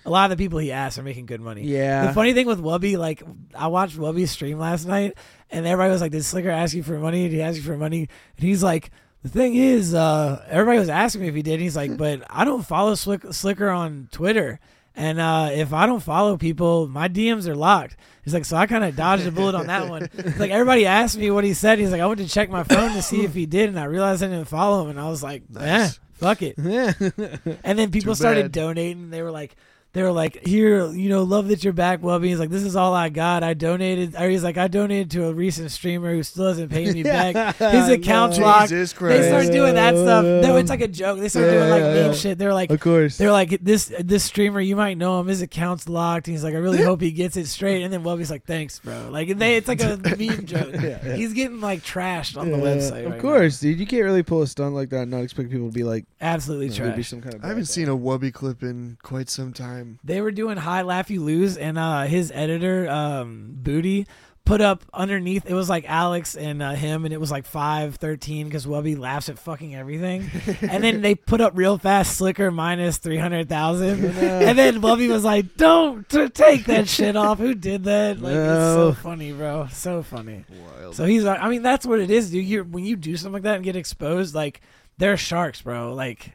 S5: A lot of the people he asked are making good money.
S6: Yeah.
S5: The funny thing with Wubby, like, I watched Wubby's stream last night, and everybody was like, "Did Slicker ask you for money? Did he ask you for money?" And he's like, "The thing is, uh, everybody was asking me if he did." And he's like, "But I don't follow Slick- Slicker on Twitter." And uh, if I don't follow people, my DMs are locked. He's like, so I kind of dodged a bullet on that one. It's like everybody asked me what he said. He's like, I went to check my phone to see if he did, and I realized I didn't follow him. And I was like, eh,
S4: Nice.
S5: fuck it. and then people
S4: Too
S5: started
S4: bad.
S5: donating. They were like, they were like, "Here, you know, love that you're back, Wubby." He's like, "This is all I got. I donated." Or he's like, "I donated to a recent streamer who still hasn't paid me back. His account's locked."
S4: Jesus
S5: They
S4: Christ.
S5: started doing that stuff. No, it's like a joke. They started doing like meme shit. They're like,
S6: Of course.
S5: they're like this this streamer. You might know him. His account's locked. And he's like, I really hope he gets it straight. And then Wubby's like, thanks, bro. Like they, it's like a meme joke. He's getting like trashed on the website.
S6: Of
S5: right
S6: course, dude. You can't really pull a stunt like that and not expect people to be like,
S5: now. absolutely
S6: "Oh, there'd be
S5: trashed.
S6: some kind of.
S4: I haven't
S6: backlash."
S4: seen a Wubby clip in quite some time.
S5: They were doing high laugh you lose, and uh, his editor um, Booty put up underneath. It was like Alex and uh, him, and it was like five thirteen because Wubby laughs at fucking everything. and then they put up real fast Slicker minus three hundred thousand, and then Wubby was like, "Don't t- take that shit off. Who did that? Like
S6: No.
S5: it's so funny, bro. So funny. So he's like, I mean, that's what it is, dude. You when you do something like that and get exposed, like they're sharks, bro. Like.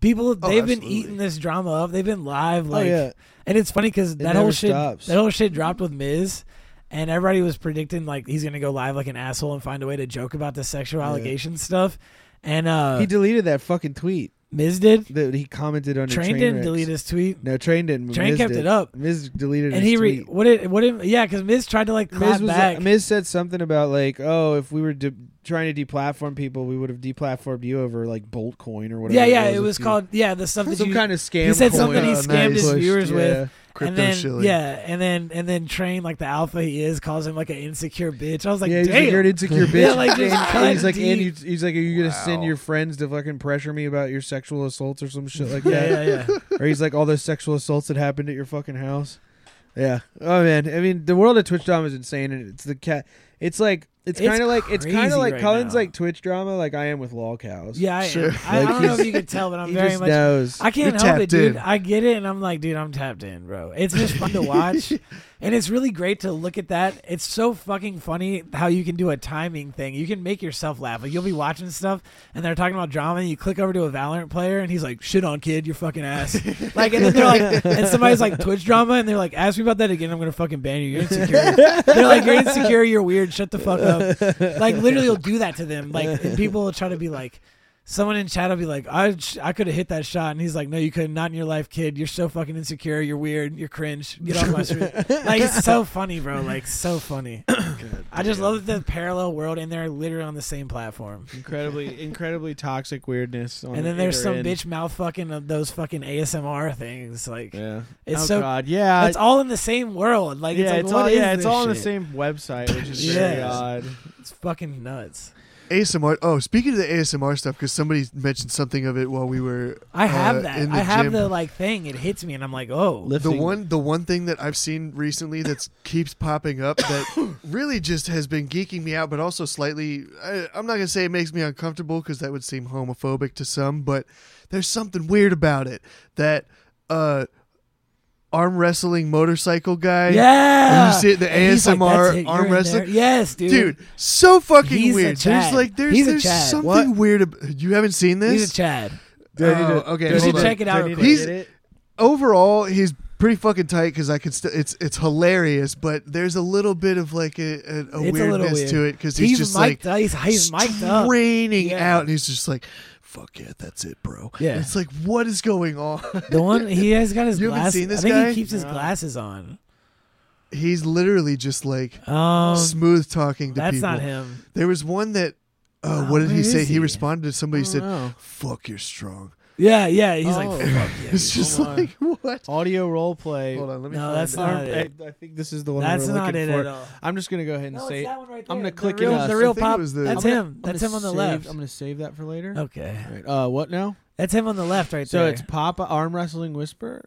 S5: People, they've been
S4: absolutely.
S5: eating this drama up. They've been live, like,
S6: Oh, yeah.
S5: and it's funny because that
S6: never
S5: whole shit,
S6: stops.
S5: that whole shit dropped with Miz, and everybody was predicting like he's gonna go live like an asshole and find a way to joke about the sexual allegation stuff, and uh,
S6: He deleted that fucking tweet
S5: Miz did.
S6: that he commented under.
S5: Train didn't
S6: wrecks.
S5: delete his tweet,
S6: No, Train didn't.
S5: Train
S6: Miz
S5: kept
S6: did.
S5: it up.
S6: Miz deleted
S5: and
S6: his
S5: he re-
S6: tweet.
S5: what did what did yeah because Miz tried to like clap
S6: Miz, was, uh,
S5: back.
S6: Miz said something about like, oh, if we were de- trying to deplatform people, we would have deplatformed you over like Boltcoin or whatever.
S5: yeah, yeah, it
S6: if
S5: was
S6: you-
S5: called yeah the stuff that
S6: some
S5: you,
S6: kind of scam.
S5: he said
S6: coin.
S5: something he
S4: Oh,
S5: scammed
S4: nice.
S5: his viewers
S6: Yeah.
S5: with.
S4: Crypto
S5: and then
S4: shilling.
S5: yeah, and then and then train like the alpha he is calls him like an insecure bitch. I was like,
S6: yeah, he's
S5: damn,
S6: like, you're an insecure bitch.
S5: Yeah, like, just
S6: And- and
S5: cut
S6: he's like, and you,
S5: deep.
S6: he's like, are you gonna send your friends to fucking pressure me about your sexual assaults or some shit like that?
S5: yeah, yeah, yeah.
S6: or he's like all those sexual assaults that happened at your fucking house. Yeah. Oh man. I mean, the world of Twitch drama is insane, and it's the cat. It's like it's,
S5: It's
S6: kind of like it's kind
S5: crazy
S6: of like
S5: right
S6: Cullen's
S5: now.
S6: like Twitch drama, like I am with Law Cows.
S5: Yeah, I, am.
S4: Sure.
S5: I, I
S6: Like,
S5: don't know
S6: he's-
S5: if you can tell, but I'm
S6: He
S5: very
S6: just
S5: much.
S6: knows.
S5: I can't
S4: You're
S5: help it,
S4: tapped
S5: dude.
S4: in.
S5: I get it, and I'm like, dude, I'm tapped in, bro. It's just fun to watch, and it's really great to look at that. It's so fucking funny how you can do a timing thing. You can make yourself laugh. Like you'll be watching stuff, and they're talking about drama, and you click over to a Valorant player, and he's like, "Shit on kid, your fucking ass." like, and then they're like, and somebody's like Twitch drama, and they're like, "Ask me about that again, I'm gonna fucking ban you. You're insecure." they're like, "You're insecure. You're weird. Shut the fuck up." Like literally, you'll do that to them. Like and people will try to be like someone in chat will be like, I, sh- I could have hit that shot. And he's like, no, you could not in your life, kid. You're so fucking insecure. You're weird. You're cringe. Get off my street. like, it's so funny, bro. Like, so funny. I just love the parallel world and they're literally on the same platform.
S7: incredibly, incredibly toxic weirdness. On
S5: and then there's
S7: either end.
S5: some bitch mouth fucking of those fucking ASMR things. Like,
S7: Yeah.
S5: it's
S7: oh
S5: so,
S7: God. Yeah.
S5: it's all in the same world. Like,
S7: yeah,
S5: it's, like,
S7: it's
S5: what
S7: all
S5: is
S7: yeah, it's
S5: this
S7: all on the
S5: shit?
S7: same website, which is very
S5: Yes.
S7: odd.
S5: It's fucking nuts.
S4: ASMR. Oh, speaking of the ASMR stuff, because somebody mentioned something of it while we were.
S5: I have
S4: uh,
S5: that.
S4: In the
S5: I have
S4: gym.
S5: the like thing. It hits me and I'm like, oh.
S4: The one, the one thing that I've seen recently that keeps popping up that really just has been geeking me out, but also slightly, I, I'm not gonna say it makes me uncomfortable because that would seem homophobic to some, but there's something weird about it that uh, arm wrestling motorcycle guy.
S5: yeah.
S4: When you see it, the
S5: And he's like,
S4: ASMR
S5: "That's it,
S4: arm
S5: you're in
S4: wrestling."
S5: there." Yes, dude.
S4: Dude, so fucking
S5: He's a
S4: weird. There's
S5: Chad.
S4: like there's
S5: He's a
S4: there's
S5: Chad.
S4: something
S6: What?
S4: weird. Ab- you haven't seen this?
S5: He's a Chad.
S4: Oh, okay,
S5: You
S4: hold
S5: should
S4: on.
S5: check it out. real quick.
S4: He's- overall he's pretty fucking tight because I could still it's it's hilarious, but there's a little bit of like a, a, a
S5: It's a little
S4: weirdness
S5: weird.
S4: to it because he's, just like
S5: mic'd up. He's, he's mic'd up.
S4: straining
S5: Yeah.
S4: out, and he's just like, "Fuck yeah, that's it, bro."
S5: Yeah.
S4: And it's like, what is going on?
S5: The one he has got his
S4: You haven't
S5: glasses.
S4: seen this
S5: I think
S4: guy?
S5: he keeps his glasses on.
S4: he's literally just like
S5: Um,
S4: smooth talking to
S5: that's
S4: people.
S5: not him.
S4: There was one that. Uh,
S5: Oh,
S4: what did
S5: where
S4: he say?
S5: is
S4: He?
S5: he?
S4: responded to somebody. He said,
S7: know.
S4: "Fuck, you're strong."
S5: Yeah, yeah. He's like,
S7: Oh.
S5: fuck yeah.
S4: It's just
S7: hold on.
S4: like what?
S7: Audio role play.
S4: Hold on, let me.
S5: No,
S4: find
S5: that's
S4: it.
S5: not
S7: Arm-
S5: it.
S7: I, I think this is the one
S5: That's
S7: we're
S5: not
S7: looking
S5: it
S7: for.
S5: at all.
S7: I'm just gonna go ahead and
S5: No,
S7: say
S5: it's that one right there.
S7: I'm gonna
S5: The
S7: click it
S5: real,
S7: up.
S5: The real
S4: I think it
S5: pop.
S4: was the-
S5: that's
S4: I'm
S5: him. That's him on the
S7: save,
S5: left. Oh.
S7: I'm gonna save that for later.
S5: Okay.
S7: All right. Uh, what now?
S5: That's him on the left right
S7: So
S5: there.
S7: it's Papa Arm Wrestling Whisper.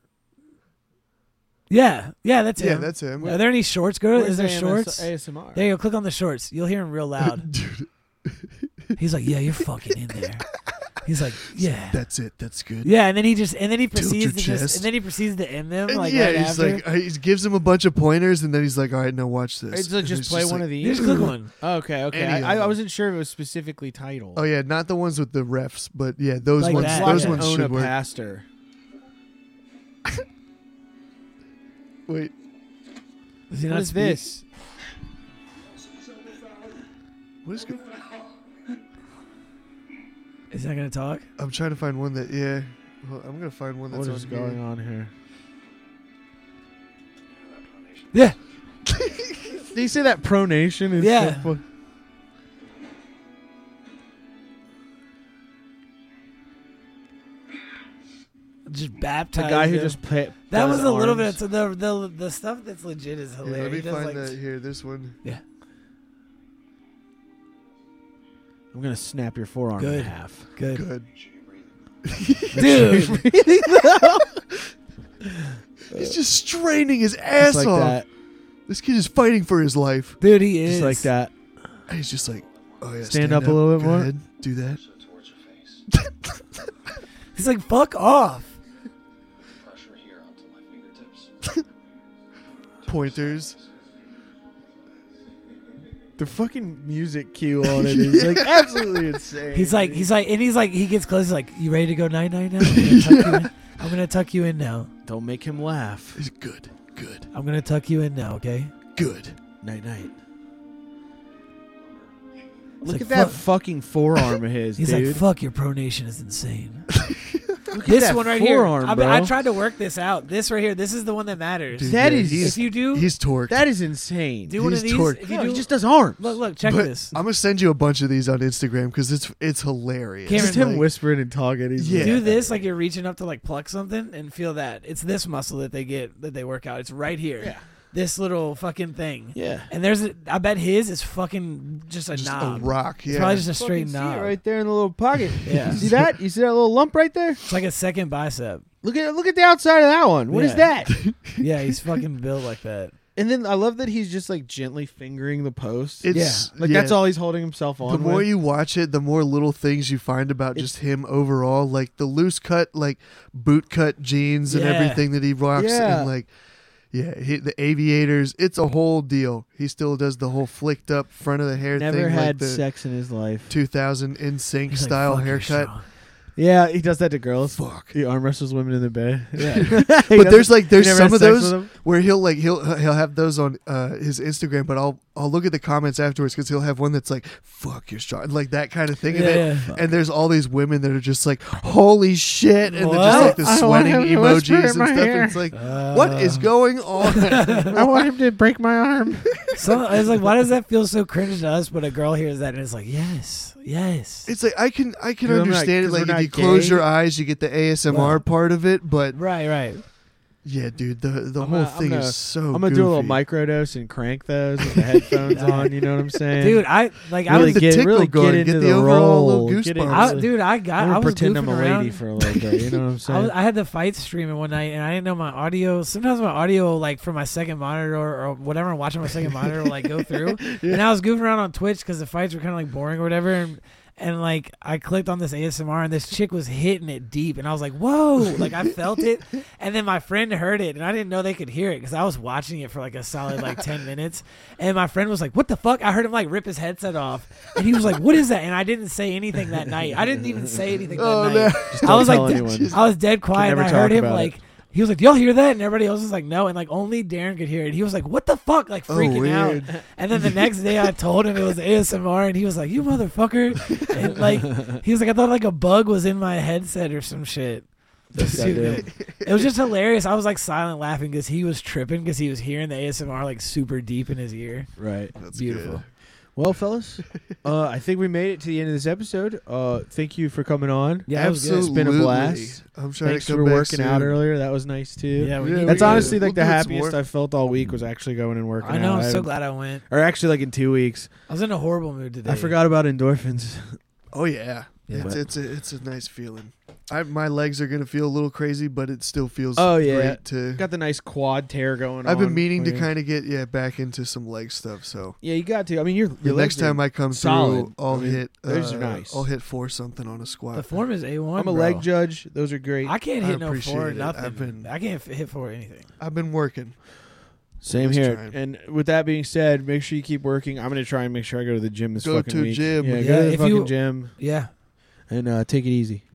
S5: yeah, yeah. That's him.
S4: Yeah, that's him.
S5: Are there any shorts? Go to.
S7: Where's
S5: Is there
S7: AMS
S5: shorts?
S7: ASMR.
S5: There you go. Click on the shorts. You'll hear him real loud. He's like, yeah, you're fucking in there. He's like, yeah.
S4: That's it. That's good.
S5: Yeah, and then he just and then he
S4: your
S5: proceeds to just
S4: chest.
S5: and then he proceeds to end them
S4: And
S5: like
S4: yeah,
S5: right
S4: he's
S5: after.
S4: like uh, he gives him a bunch of pointers, and then he's like, "All right, now watch this."
S7: It's a,
S4: And
S7: just
S4: it's
S7: play one
S4: like-
S7: of
S5: You
S7: these.
S5: just click one.
S7: Okay, okay.
S4: Any
S7: I,
S4: of
S7: I
S4: them.
S7: wasn't sure if it was specifically titled.
S4: Oh yeah, not the ones with the refs, but yeah, those
S5: Like
S4: ones.
S5: that.
S4: Those
S5: Yeah.
S4: ones
S7: own
S4: should
S7: a
S4: work.
S7: pastor.
S4: Wait,
S5: Does he
S7: What
S5: not
S7: is
S5: speak?
S7: this?
S4: what is? Go-
S5: Is that gonna talk?
S4: I'm trying to find one that yeah. Well, I'm gonna find one that's
S7: What is
S4: on here.
S7: going on here?
S5: Yeah.
S6: Do you say that pronation? Is
S5: Yeah.
S6: so fu-
S5: Just baptized.
S6: the guy who
S5: him.
S6: just play,
S5: That
S6: does
S5: was a little bit.
S6: arms.
S5: Of, the, the the stuff that's legit is
S4: Here,
S5: hilarious.
S4: let
S5: He
S4: me
S5: does,
S4: find
S5: like,
S4: that here. This one.
S6: I'm gonna snap your forearm in
S5: Good.
S6: half.
S5: Good,
S4: Good.
S5: dude. uh,
S4: He's just straining his ass
S6: Just like
S4: off.
S6: that.
S4: This kid is fighting for his life.
S5: dude, he is
S6: Just like that.
S4: And he's just like, oh yeah. Stand,
S6: up a little bit
S4: Go
S6: more.
S4: Ahead, do that.
S5: He's like, fuck off.
S4: Pointers.
S6: The fucking music cue on it is like absolutely insane.
S5: He's like, he's like, and he's like, he gets close. He's like, you ready to go night night now? I'm gonna, tuck you in. I'm gonna tuck you in now.
S6: Don't make him laugh.
S4: He's good. Good.
S5: I'm gonna tuck you in now. Okay.
S4: Good.
S6: Night night.
S5: It's
S6: Look
S5: like,
S6: at that
S5: fuck.
S6: fucking forearm of his,
S5: He's
S6: dude.
S5: like, fuck, your pronation is insane.
S6: Look at
S5: this
S6: that
S5: one right
S6: forearm,
S5: here. I, mean,
S6: bro.
S5: I tried to work this out. This right here. This is the one that matters.
S4: Dude,
S6: That is-
S5: if
S4: He's,
S5: you do,
S4: he's torqued.
S6: That is insane.
S5: do one
S4: he's
S5: of these.
S4: torqued.
S5: If you
S6: no,
S5: do,
S6: he just does arms.
S5: look, look, check
S4: but
S5: this.
S4: I'm gonna send you a bunch of these on Instagram because it's it's hilarious.
S5: Cameron,
S6: Just him
S4: Like,
S6: whispering and talking. He's
S4: Yeah.
S5: Do this like you're reaching up to like pluck something and feel that. It's this muscle that they get that they work out. It's right here.
S6: Yeah.
S5: This little fucking thing.
S6: Yeah.
S5: And there's a, I bet his is fucking just a
S4: just a
S5: knob.
S4: rock.
S5: It's
S4: Yeah.
S5: probably just a
S6: Fucking
S5: straight
S6: see it
S5: knob.
S6: right there in the little pocket.
S5: Yeah.
S6: You see that? You see that little lump right there?
S5: It's like a second bicep.
S6: Look at look at the outside of that one. What is
S5: Yeah.
S6: that?
S5: Yeah, he's fucking built like that.
S6: and then I love that he's just like gently fingering the post.
S4: It's-
S6: like
S4: yeah.
S6: that's all he's holding himself on.
S4: The more
S6: with.
S4: you watch it, the more little things you find about just him overall, like the loose cut, like boot cut jeans and
S5: Yeah.
S4: everything that he rocks,
S6: Yeah.
S4: and like, yeah, he, the aviators. It's a whole deal. He still does the whole flicked up front of the hair
S6: never
S4: thing, like
S6: had
S4: the
S6: sex in his life.
S4: 2000 in sync
S5: He's like,
S4: style
S5: "Fuck, you're
S4: haircut.
S5: strong."
S6: Yeah, he does that to girls.
S4: Fuck.
S6: He arm wrestles women in the bed. Yeah,
S4: But there's like there's some of those where he'll like he'll he'll have those on uh, his Instagram, but I'll I'll look at the comments afterwards because he'll have one that's like "fuck you're strong," like that kind of thing. and,
S5: Yeah,
S4: then-
S5: yeah.
S4: and there's all these women that are just like "holy shit," and they're just
S5: What?
S4: like the
S6: I want
S4: sweating
S6: him to whisper
S4: emojis
S6: in
S4: and
S6: my
S4: stuff.
S6: hair.
S4: And it's like, what
S6: Ah.
S4: is going on?
S6: I want him to break my arm.
S5: So I was like, why does that feel so cringe to us? But a girl hears that and it's like, yes, yes.
S4: it's like I can I can
S6: Dude, I'm not-
S4: understand
S6: 'cause we're
S4: it. Like if
S6: not
S4: you close
S6: gay.
S4: your eyes, you get the ASMR part of it, but
S5: right, right.
S4: yeah, dude, the the
S6: I'm gonna-
S4: whole
S6: I'm
S4: thing
S6: gonna-
S4: is so.
S6: I'm gonna do a little
S4: goofy.
S6: microdose and crank those with the headphones on. You know what I'm saying,
S5: Dude, I like I
S6: Really
S5: was
S4: the
S6: get
S4: tickle
S6: really
S4: going,
S6: get
S4: get
S6: into
S4: the overall little
S6: role, get
S4: goosebumps.
S6: into
S5: I,
S6: the-
S5: dude, I got.
S6: I'm
S5: I
S6: gonna
S5: was
S6: pretend
S5: goofing
S6: I'm a lady
S5: around.
S6: for a little bit. You know what I'm
S5: I,
S6: saying?
S5: was, I had the fight streaming one night, and I didn't know my audio. Sometimes my audio, like from my second monitor or whatever, I'm watching my second monitor, will, like go through. And I was goofing around on Twitch because the fights were kind of like boring or whatever. And, and like I clicked on this ASMR, and this chick was hitting it deep, and I was like, "Whoa!" Like I felt it. And then my friend heard it, and I didn't know they could hear it because I was watching it for like a solid like ten minutes. And my friend was like, "What the fuck?" I heard him like rip his headset off, and he was like, "What is that?" And I didn't say anything that night. I didn't even say anything that
S4: Oh,
S5: night.
S4: no.
S6: Just
S5: I
S6: don't
S5: was like,
S6: tell
S5: "Th-
S6: anyone.
S5: I was dead quiet, and
S6: never
S5: I heard
S6: talk
S5: him
S6: about
S5: like he was like, "Y'all hear that?" And everybody else was like, "No," and like only Darren could hear it. He was like, "What the fuck?" Like
S4: Oh,
S5: freaking
S4: weird.
S5: out. And then the next day, I told him it was ASMR, and he was like, "You motherfucker!" And like he was like, "I thought like a bug was in my headset or some shit." It was, too
S6: Goddamn.
S5: good. It was just hilarious. I was like silent laughing because he was tripping because he was hearing the ASMR like super deep in his ear.
S6: right.
S4: That's
S5: Beautiful.
S4: good.
S6: Well, fellas, uh, I think we made it to the end of this episode. Uh, thank you for coming on.
S5: Yeah, it was good.
S4: Absolutely.
S6: It's been a blast.
S4: I'm trying
S6: Thanks
S4: to
S6: for
S4: come back
S6: working
S4: soon.
S6: out earlier. That was nice too.
S5: Yeah, we need
S4: Yeah, we
S5: to-
S6: That's
S4: gotta-
S6: honestly like
S4: we'll
S6: the
S4: do some
S6: happiest
S4: work.
S6: I felt all week was actually going and working
S5: I know.
S6: out.
S5: I'm so
S6: haven't-
S5: glad I went.
S6: Or actually, like in two weeks.
S5: I was in a horrible mood today.
S6: I forgot about endorphins.
S4: Oh yeah, it's it's a, it's a nice feeling. I, my legs are gonna feel a little crazy, but it still feels
S6: Oh, yeah.
S4: great to.
S6: Got the nice quad tear going on.
S4: I've been meaning to kind of get yeah back into some leg stuff. So
S6: Yeah, you got to. I mean, you're.
S4: the next time I come
S6: solid.
S4: through, I'll
S6: I mean,
S4: hit. Uh,
S6: those are nice.
S4: I'll hit four something on a squat.
S5: the form is a one.
S6: I'm a leg judge. Those are great.
S5: I can't
S4: I
S5: hit no
S4: appreciate
S5: four
S4: it.
S5: nothing.
S4: I've been-
S5: I can't f- hit four anything.
S4: I've been working.
S6: Same
S4: Let's
S6: here.
S4: try 'em.
S6: And with that being said, make sure you keep working. I'm gonna try and make sure I go to the gym this
S4: Go
S6: fucking
S4: to
S6: week.
S4: gym.
S6: Yeah,
S5: Yeah,
S6: go to the
S5: if
S6: fucking
S5: you-
S6: gym
S5: Yeah.
S6: and uh, take it easy.